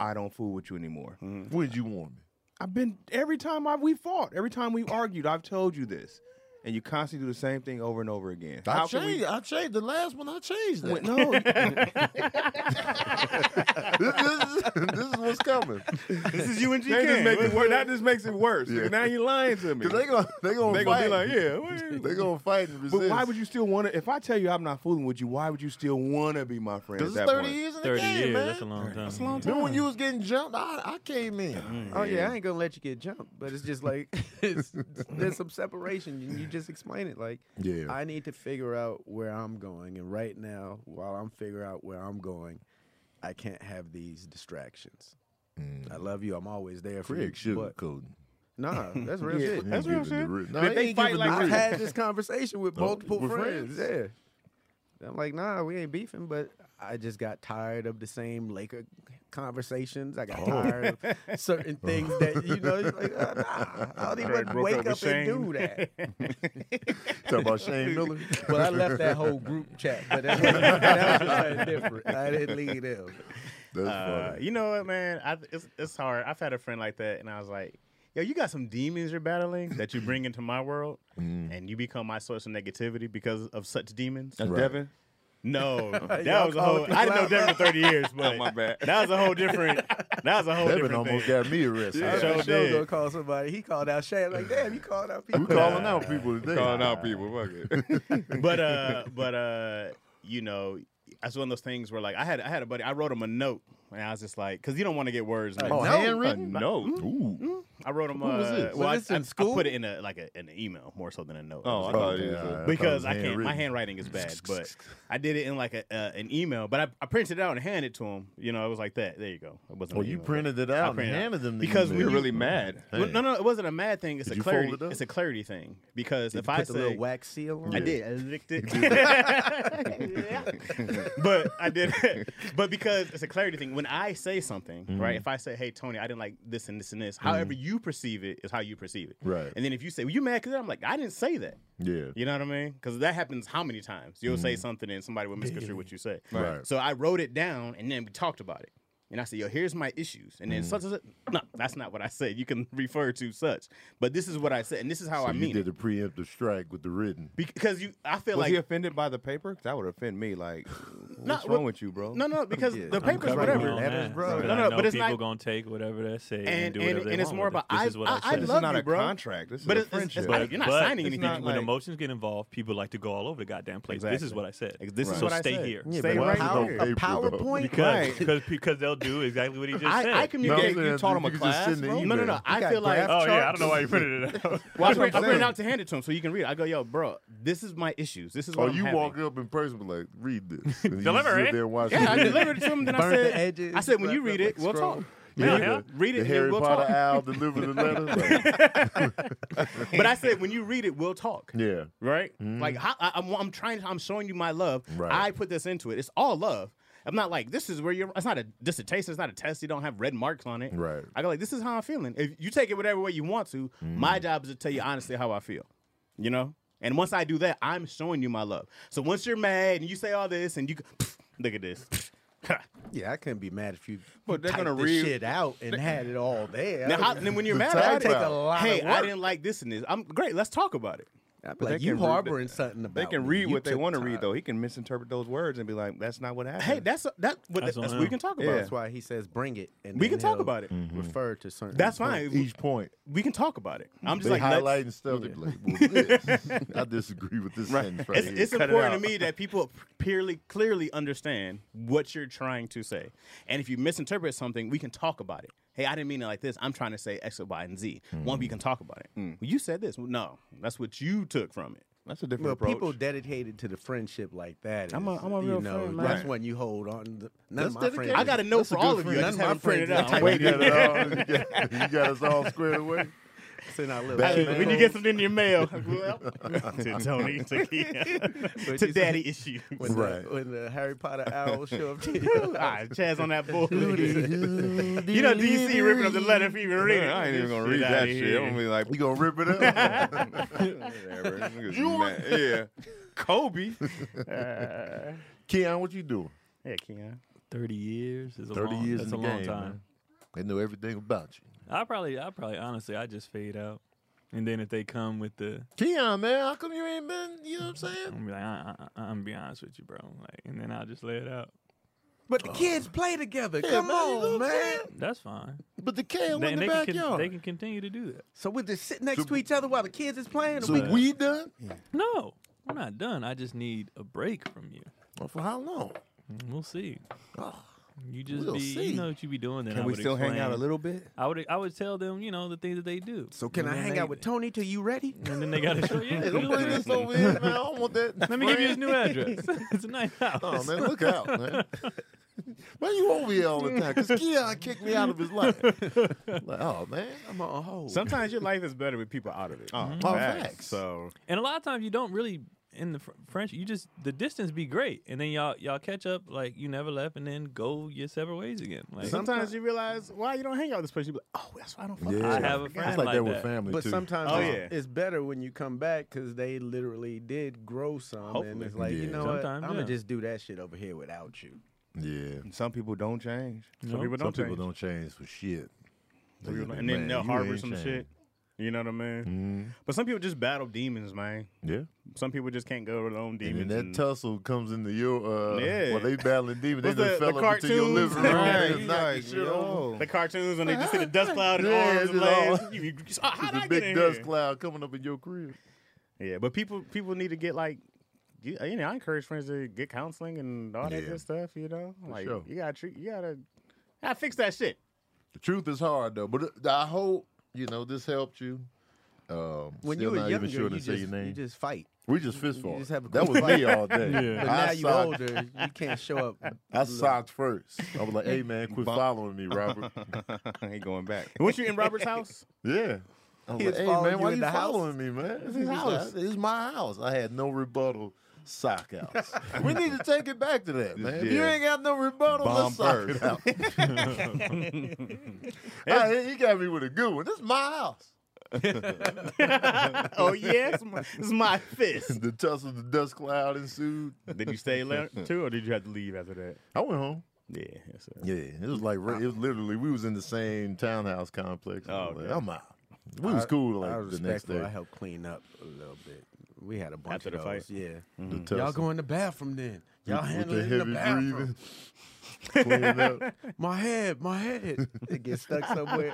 Speaker 1: I don't fool with you anymore.
Speaker 2: Would you want me?
Speaker 1: I've been every time I we fought, every time we've argued, I've told you this, and you constantly do the same thing over and over again.
Speaker 2: I
Speaker 1: How can
Speaker 2: changed.
Speaker 1: we?
Speaker 2: I changed the last one. I changed that.
Speaker 1: Wait, no,
Speaker 2: this, this, is- this is what's coming.
Speaker 3: this is you and G
Speaker 1: That just
Speaker 3: King.
Speaker 1: makes it worse. That just makes it worse.
Speaker 2: Yeah.
Speaker 1: Now you're lying to me.
Speaker 2: Cause they gonna they gonna
Speaker 1: They
Speaker 2: fight.
Speaker 1: gonna be like, yeah, what-
Speaker 2: They gonna fight and resist.
Speaker 1: But why would you still want to? If I tell you I'm not fooling with you, why would you still want to be my friend?
Speaker 2: Because
Speaker 1: At
Speaker 2: it's
Speaker 1: that
Speaker 2: thirty
Speaker 1: point?
Speaker 2: years in the
Speaker 5: 30
Speaker 2: game,
Speaker 5: years.
Speaker 2: man.
Speaker 5: That's a long time. That's
Speaker 3: long Mm.
Speaker 2: Remember when you was getting jumped, I, I came in.
Speaker 4: Oh yeah, I ain't gonna let you get jumped, but it's just like it's, there's some separation, and you just explain it like,
Speaker 2: Yeah.
Speaker 4: I need to figure out where I'm going, and right now, while I'm figuring out where I'm going, I can't have these distractions. I love you. I'm always there for
Speaker 2: Craig
Speaker 4: you.
Speaker 2: sugarcoating.
Speaker 4: But nah, that's real shit.
Speaker 3: That's real shit.
Speaker 2: No,
Speaker 3: Did
Speaker 2: he
Speaker 3: they
Speaker 2: ain't
Speaker 3: fight
Speaker 2: giving
Speaker 3: like Oh,
Speaker 2: the
Speaker 4: I've
Speaker 2: real.
Speaker 4: had this conversation with multiple
Speaker 2: with
Speaker 4: friends.
Speaker 2: friends.
Speaker 4: Yeah. I'm like, nah, we ain't beefing, but I just got tired of the same Laker conversations. I got
Speaker 3: Oh.
Speaker 4: tired of certain things that you know, it's like, uh, nah, I don't
Speaker 3: Craig
Speaker 4: even
Speaker 3: Oh. broke
Speaker 4: wake
Speaker 3: up
Speaker 4: up,
Speaker 3: with
Speaker 4: and
Speaker 3: Shane.
Speaker 4: do that.
Speaker 2: Talking about Shane Miller.
Speaker 4: Well, I left that whole group chat, but that was, that was something different. I didn't leave them.
Speaker 2: That's
Speaker 3: Uh,
Speaker 2: funny.
Speaker 3: you know what, man? I, it's, it's hard. I've had a friend like that, and I was like, yo, you got some demons you're battling that you bring into my world,
Speaker 2: Mm-hmm.
Speaker 3: and you become my source of negativity because of such demons.
Speaker 1: That's
Speaker 2: Right.
Speaker 1: Devin.
Speaker 3: No, that
Speaker 4: Y'all
Speaker 3: was a
Speaker 4: calling
Speaker 3: whole.
Speaker 4: people
Speaker 3: I didn't know
Speaker 4: out.
Speaker 3: Devin for thirty years, but
Speaker 1: my bad.
Speaker 3: that was a whole different. That was a whole
Speaker 2: Devin
Speaker 3: different
Speaker 2: almost
Speaker 3: thing.
Speaker 2: got me arrested.
Speaker 3: Yeah.
Speaker 4: Sure
Speaker 3: Sure did.
Speaker 4: gonna call somebody. He called out Shay. I'm like, damn, you called out people.
Speaker 2: We calling out people today.
Speaker 1: Calling out people. Fuck it.
Speaker 3: but uh, but uh, you know, that's one of those things where like I had I had a buddy. I wrote him a note, and I was just like, because you don't want to get words. mixed.
Speaker 2: Oh, handwritten?
Speaker 1: No.
Speaker 2: Ooh.
Speaker 3: I wrote him. uh,
Speaker 2: was this?
Speaker 3: Well, I,
Speaker 4: Was this in
Speaker 3: I- I
Speaker 4: school?
Speaker 3: put it in a like a, in an email more so than a note.
Speaker 1: Oh,
Speaker 3: It was
Speaker 1: I
Speaker 3: like-
Speaker 1: thought it was.
Speaker 2: Yeah, I thought
Speaker 1: a-
Speaker 2: it was
Speaker 3: because I can't. My
Speaker 2: handwritten.
Speaker 3: handwriting is bad, but I did it in like a, uh, an email. But I, I printed it out and handed it to him. You know, it was like that. There you go. It wasn't.
Speaker 2: Well,
Speaker 3: an
Speaker 2: Oh, you
Speaker 3: email, but
Speaker 2: printed it
Speaker 3: I
Speaker 2: out and
Speaker 3: printed it out.
Speaker 2: handed them the
Speaker 3: because
Speaker 2: email.
Speaker 3: when you-
Speaker 1: mad.
Speaker 3: Well, no, no, it wasn't a mad thing. It's
Speaker 2: Did
Speaker 3: a
Speaker 2: you fold
Speaker 3: clarity.
Speaker 2: it up?
Speaker 3: it's a clarity thing because if
Speaker 4: Put
Speaker 3: I
Speaker 4: the
Speaker 3: say
Speaker 4: little wax seal on
Speaker 3: I
Speaker 4: it.
Speaker 3: did. I licked it. Yeah. but I did. but because it's a clarity thing. When I say something,
Speaker 2: Mm-hmm.
Speaker 3: right? If I say, "Hey, Tony, I didn't like this and this and this," however you perceive it is how you perceive it.
Speaker 2: Right.
Speaker 3: And then if you say, "Well, you mad?" Because I'm like, "I didn't say that."
Speaker 2: Yeah. Mm-hmm.
Speaker 3: You know what I mean? Because that happens how many times? You'll say something and somebody will misconstrue what you say.
Speaker 2: Right.
Speaker 3: So I wrote it down and then we talked about it. And I said, yo, here's my issues. And then
Speaker 2: Mm-hmm.
Speaker 3: such and such. No, that's not what I said. You can refer to such. But this is what I said. And this is how
Speaker 2: So
Speaker 3: I
Speaker 2: you
Speaker 3: mean
Speaker 2: did
Speaker 3: it.
Speaker 2: a preemptive strike with the written.
Speaker 3: because you, I feel
Speaker 1: Was
Speaker 3: like.
Speaker 1: he offended by the paper? That would offend me. Like,
Speaker 3: Nah,
Speaker 1: what's
Speaker 3: well-
Speaker 1: wrong with you, bro?
Speaker 3: No, no, because
Speaker 4: Yeah.
Speaker 3: the papers,
Speaker 4: Uncover
Speaker 3: whatever.
Speaker 4: your
Speaker 5: That
Speaker 4: letters,
Speaker 5: is,
Speaker 4: bro.
Speaker 3: No, no,
Speaker 5: I know
Speaker 3: but it's
Speaker 5: people
Speaker 3: not-
Speaker 5: gonna take whatever they say and,
Speaker 3: And-
Speaker 5: do
Speaker 3: and-
Speaker 5: whatever they
Speaker 3: and it's
Speaker 5: want
Speaker 3: more
Speaker 5: with it.
Speaker 3: about I-
Speaker 5: this is what I,
Speaker 3: I- I
Speaker 5: said.
Speaker 1: this
Speaker 3: love
Speaker 1: is not
Speaker 3: you,
Speaker 1: a
Speaker 3: bro.
Speaker 1: contract. This is
Speaker 3: But
Speaker 1: a
Speaker 3: it's- it's-
Speaker 1: friendship.
Speaker 3: But- you're not
Speaker 5: but
Speaker 3: signing
Speaker 5: it's
Speaker 3: anything,
Speaker 5: not
Speaker 3: you-
Speaker 5: when
Speaker 3: like-
Speaker 5: emotions get involved, people like to go all over the goddamn place. This is
Speaker 3: Exactly.
Speaker 5: what I said.
Speaker 3: Like, this is
Speaker 5: so
Speaker 3: what I
Speaker 5: stay
Speaker 3: said.
Speaker 5: here.
Speaker 4: Yeah,
Speaker 3: Stay
Speaker 4: but
Speaker 3: right
Speaker 4: power,
Speaker 3: here.
Speaker 4: a PowerPoint.
Speaker 5: Because,
Speaker 1: Right.
Speaker 5: because, because they'll do exactly what he just said.
Speaker 3: I, I
Speaker 2: No,
Speaker 3: communicate.
Speaker 2: I'm
Speaker 3: you
Speaker 2: saying
Speaker 3: taught
Speaker 2: you
Speaker 3: him a
Speaker 2: could just
Speaker 3: class.
Speaker 2: send the
Speaker 3: bro?
Speaker 2: email.
Speaker 3: No, no, no. I
Speaker 4: got
Speaker 3: feel like
Speaker 4: graph
Speaker 5: oh, yeah, I don't know why you printed it out.
Speaker 3: Well, I
Speaker 1: That's what
Speaker 3: print, I
Speaker 1: I'm
Speaker 3: print it
Speaker 1: saying.
Speaker 3: out to hand it to him so you can read it. I go, yo, bro, this is my issues. This is
Speaker 2: Or
Speaker 3: what I'm
Speaker 2: you
Speaker 3: having.
Speaker 2: walk up in person and be like, read this. And you
Speaker 5: Deliver
Speaker 2: sit
Speaker 5: it.
Speaker 2: there and watch
Speaker 3: Yeah, I
Speaker 2: it.
Speaker 3: delivered it to him. Then I
Speaker 4: Burnt the
Speaker 3: said,
Speaker 4: edges,
Speaker 3: I said, when you
Speaker 4: wrapped up
Speaker 3: read it,
Speaker 4: like
Speaker 3: we'll
Speaker 4: scroll.
Speaker 3: talk.
Speaker 5: Yeah,
Speaker 3: Yeah,
Speaker 5: yeah.
Speaker 3: Read it,
Speaker 2: The
Speaker 3: and
Speaker 2: Harry
Speaker 3: then we'll
Speaker 2: Potter
Speaker 3: talk.
Speaker 2: owl deliver the letter. Like,
Speaker 3: But I said, when you read it, we'll talk.
Speaker 2: yeah.
Speaker 3: Right? Like, how, I, I'm, I'm trying. I'm showing you my love.
Speaker 2: Right.
Speaker 3: I put this into it. It's all love. I'm not like this is where you're. It's not a dissertation. It's not a test. You don't have red marks on it.
Speaker 2: Right.
Speaker 3: I go like this is how I'm feeling. If you take it whatever way you want to, my job is to tell you honestly how I feel. You know. And once I do that, I'm showing you my love. So once you're mad and you say all this and you go, look at this,
Speaker 4: Yeah, I couldn't be mad if you.
Speaker 1: But they're
Speaker 4: typed
Speaker 1: gonna
Speaker 4: this
Speaker 1: read-
Speaker 4: shit out and had it all there.
Speaker 3: Now, how, then when you're
Speaker 2: The
Speaker 3: mad
Speaker 2: tag
Speaker 3: about it,
Speaker 2: take a
Speaker 4: lot
Speaker 3: hey,
Speaker 4: of
Speaker 3: I
Speaker 4: work.
Speaker 3: didn't like this and this. I'm great. Let's talk about it.
Speaker 4: I'd be
Speaker 1: But
Speaker 4: like,
Speaker 1: they
Speaker 4: you
Speaker 1: can read-
Speaker 4: harboring something about
Speaker 1: They can
Speaker 4: me.
Speaker 1: read
Speaker 4: You
Speaker 1: what they
Speaker 4: took
Speaker 1: want to read,
Speaker 4: time.
Speaker 1: though. He can misinterpret those words and be like, "That's not what happened."
Speaker 3: Hey, that's that. What,
Speaker 5: That's
Speaker 3: that's
Speaker 5: on
Speaker 3: we
Speaker 5: him.
Speaker 3: can talk about.
Speaker 1: Yeah.
Speaker 4: That's why he says bring it, and
Speaker 3: We
Speaker 4: then
Speaker 3: can talk
Speaker 4: he'll
Speaker 3: about it. Mm-hmm.
Speaker 4: Refer to certain.
Speaker 3: That's fine. We,
Speaker 2: Each point.
Speaker 3: we can talk about it. I'm just
Speaker 2: they
Speaker 3: like let's-
Speaker 2: highlighting stuff. They be like, well, this, I disagree with this sentence right
Speaker 3: It's,
Speaker 2: here.
Speaker 3: it's
Speaker 2: Cut it
Speaker 3: important
Speaker 2: out.
Speaker 3: to me that people clearly clearly understand what you're trying to say, and if you misinterpret something, we can talk about it. Hey, I didn't mean it like this. I'm trying to say X, Y, and Z. One, we can talk about it. Well, you said this. Well, no, that's what you took from it.
Speaker 1: that's a different
Speaker 4: Well,
Speaker 1: approach.
Speaker 4: people dedicated to the friendship like that.
Speaker 3: I'm a-
Speaker 4: is,
Speaker 3: I'm a real
Speaker 4: you know,
Speaker 3: friend,
Speaker 4: That's
Speaker 3: man.
Speaker 4: when you hold on. To, none
Speaker 2: That's
Speaker 4: of my friends.
Speaker 2: dedication.
Speaker 3: I got to know
Speaker 2: That's a
Speaker 3: for
Speaker 2: good
Speaker 3: all of you.
Speaker 2: friend.
Speaker 3: I just
Speaker 4: None
Speaker 3: haven't
Speaker 4: of my
Speaker 3: printed
Speaker 4: friends
Speaker 3: out. I'm
Speaker 4: like
Speaker 2: You
Speaker 3: waiting.
Speaker 2: got, it all, you, got, you got us all squared away.
Speaker 4: in our little.
Speaker 2: Bad
Speaker 3: When you get something in your mail, well, to Tony, to,
Speaker 4: you
Speaker 3: to
Speaker 4: said-
Speaker 3: daddy issues.
Speaker 4: when,
Speaker 2: Right.
Speaker 4: the, when the Harry Potter owl show up. To
Speaker 3: All right, Chaz on that board. you know DC ripping up the letter if you even read it.
Speaker 1: I ain't even gonna
Speaker 3: Get
Speaker 1: read
Speaker 3: outta
Speaker 1: that shit.
Speaker 3: here.
Speaker 1: I'm gonna be like,
Speaker 2: You gonna rip it up?
Speaker 1: whatever. You yeah, Kobe.
Speaker 2: Keon, what you doing?
Speaker 3: Yeah, Keon.
Speaker 5: Thirty years is a
Speaker 2: 30
Speaker 5: long,
Speaker 2: years
Speaker 5: that's
Speaker 2: in
Speaker 5: a
Speaker 2: the
Speaker 5: long
Speaker 2: game,
Speaker 5: time.
Speaker 2: man. They know everything about you.
Speaker 5: I probably, I probably, honestly, I just fade out. And then if they come with the,
Speaker 2: Keon, man, how come you ain't been? You know what I'm
Speaker 5: I'm
Speaker 2: saying?
Speaker 5: gonna be like, I, I, I, I'm gonna be honest with you, bro. Like, and then I'll just let it out.
Speaker 4: but the kids play together.
Speaker 2: Come on, man.
Speaker 5: That's fine.
Speaker 2: But the Kale
Speaker 5: They,
Speaker 2: in the
Speaker 5: they, can, con-
Speaker 2: backyard.
Speaker 5: they can continue to do that.
Speaker 4: So we just sit next to each other while the kids is playing.
Speaker 2: so
Speaker 4: we,
Speaker 2: we done?
Speaker 5: No, I'm not done. I just need a break from you.
Speaker 2: Well, for how long?
Speaker 5: We'll see. Oh. You just
Speaker 2: We'll
Speaker 5: be,
Speaker 2: see.
Speaker 5: you know what you be doing. Then
Speaker 1: Can
Speaker 5: I
Speaker 1: we
Speaker 5: would
Speaker 1: still hang out a
Speaker 5: explain-
Speaker 1: little bit?
Speaker 5: I would, I would tell them, you know, the things that they do.
Speaker 4: so can I
Speaker 5: And then
Speaker 4: hang
Speaker 5: they-
Speaker 4: out with Tony till you ready?
Speaker 5: And then they got to show you.
Speaker 2: Hey, don't bring this over here, man. I don't want that.
Speaker 5: Let me give you his new address. it's a nice house.
Speaker 2: Oh man, look out, man. Why you over here all the time? Because Keon kicked me out of his life. like, oh man,
Speaker 4: I'm on hold.
Speaker 3: Sometimes your life is better with people out of it. Oh,
Speaker 2: oh, facts.
Speaker 3: So
Speaker 5: And a lot of times you don't really in the fr- French. You just the distance be great, and then y'all y'all catch up like you never left, and then go your separate ways again. Like
Speaker 3: sometimes you realize why you don't hang out with this person. You be like, oh, that's why I don't. Fuck
Speaker 5: I have a
Speaker 2: It's
Speaker 5: friend
Speaker 2: like
Speaker 5: like,
Speaker 2: that with
Speaker 5: that.
Speaker 2: family
Speaker 4: But
Speaker 2: too.
Speaker 4: sometimes
Speaker 3: Oh,
Speaker 4: it's,
Speaker 3: yeah.
Speaker 4: it's better when you come back because they literally did grow some, and
Speaker 3: Hopefully.
Speaker 4: it's like
Speaker 2: Yeah.
Speaker 4: you know
Speaker 5: Sometime,
Speaker 4: what, I'm
Speaker 5: yeah.
Speaker 4: gonna just do that shit over here without you.
Speaker 2: yeah,
Speaker 1: Some people don't change.
Speaker 5: You
Speaker 3: Some
Speaker 5: know?
Speaker 3: people
Speaker 2: some
Speaker 3: don't.
Speaker 2: people
Speaker 3: change.
Speaker 2: don't change for shit. They just like,
Speaker 3: And then
Speaker 2: man,
Speaker 3: they'll
Speaker 2: you
Speaker 3: harbor
Speaker 2: ain't
Speaker 3: some
Speaker 2: changed. Mm-hmm.
Speaker 3: shit. You know what I mean? But some people just battle demons, man.
Speaker 2: Yeah,
Speaker 3: Some people just can't go their own
Speaker 2: and
Speaker 3: demons.
Speaker 2: then that
Speaker 3: and-
Speaker 2: tussle comes into your. Uh,
Speaker 3: Yeah.
Speaker 2: While they battling demons, they
Speaker 3: What's
Speaker 2: just
Speaker 3: the-
Speaker 2: fell
Speaker 3: the
Speaker 2: up into your
Speaker 3: cartoons?
Speaker 2: living room
Speaker 3: Right.
Speaker 2: and knocked the shit over.
Speaker 3: the cartoons when they just see the dust cloud and
Speaker 2: Yeah,
Speaker 3: arms
Speaker 2: it's
Speaker 3: and
Speaker 2: just all-
Speaker 3: legs. You- you- you- How did
Speaker 2: The
Speaker 3: I get
Speaker 2: big
Speaker 3: in
Speaker 2: dust
Speaker 3: here?
Speaker 2: cloud coming up in your crib.
Speaker 3: Yeah, but people people need to get like you, you know, I encourage friends to get counseling and all that
Speaker 2: Yeah.
Speaker 3: good stuff, you know? Like
Speaker 2: sure.
Speaker 3: you gotta treat you gotta gotta fix that shit.
Speaker 2: The truth is hard though, but it- I hope you know this helped you. Um,
Speaker 4: When you
Speaker 2: still
Speaker 4: were
Speaker 2: not
Speaker 4: younger,
Speaker 2: even sure to
Speaker 4: you,
Speaker 2: say
Speaker 4: just,
Speaker 2: your name.
Speaker 4: you just fight.
Speaker 2: we just fist fought.
Speaker 4: just have a
Speaker 2: That
Speaker 4: quick
Speaker 2: was
Speaker 4: fight.
Speaker 2: me all day.
Speaker 4: But
Speaker 2: I
Speaker 4: now you
Speaker 2: socked-
Speaker 4: older, you can't show up.
Speaker 2: I socked first. I was like, "Hey man, quit following me, Robert."
Speaker 1: ain't going back.
Speaker 3: Weren't you in Robert's house?
Speaker 2: Yeah. I was
Speaker 4: He
Speaker 2: like,
Speaker 4: was
Speaker 2: Oh, "Hey
Speaker 4: following
Speaker 2: man,
Speaker 4: you
Speaker 2: why
Speaker 4: in
Speaker 2: you
Speaker 4: the house?
Speaker 2: following me, man? It's
Speaker 4: his house.
Speaker 2: It's my house." I had no rebuttal. Sock outs. we need to take it back to that, man. If you
Speaker 1: yeah.
Speaker 2: ain't got no rebuttal,
Speaker 1: Bomb
Speaker 2: let's sock it
Speaker 1: first.
Speaker 2: out. Hey, he got me with a good one. This is my house.
Speaker 3: oh yeah, it's my, it's my fist.
Speaker 2: The tussle, the dust cloud ensued.
Speaker 3: did you stay there too or did you have to leave after that?
Speaker 2: I went home.
Speaker 3: Yeah, yes, sir.
Speaker 2: Yeah, it was like re- it was literally we was in the same townhouse complex. I
Speaker 3: Oh,
Speaker 2: was like,
Speaker 3: okay.
Speaker 2: I'm out. We was cool
Speaker 4: I
Speaker 2: like
Speaker 4: was
Speaker 2: the next
Speaker 4: respectful.
Speaker 2: day.
Speaker 4: I helped clean up a little bit. We had a bunch
Speaker 3: After
Speaker 4: of
Speaker 3: the
Speaker 4: those.
Speaker 3: fight?
Speaker 4: Yeah.
Speaker 2: The
Speaker 4: Y'all
Speaker 2: tussle.
Speaker 4: go in the bathroom then. Y'all
Speaker 2: With
Speaker 4: handle it in the bathroom.
Speaker 2: breathing. Clean up.
Speaker 4: My head, my head. it gets stuck somewhere.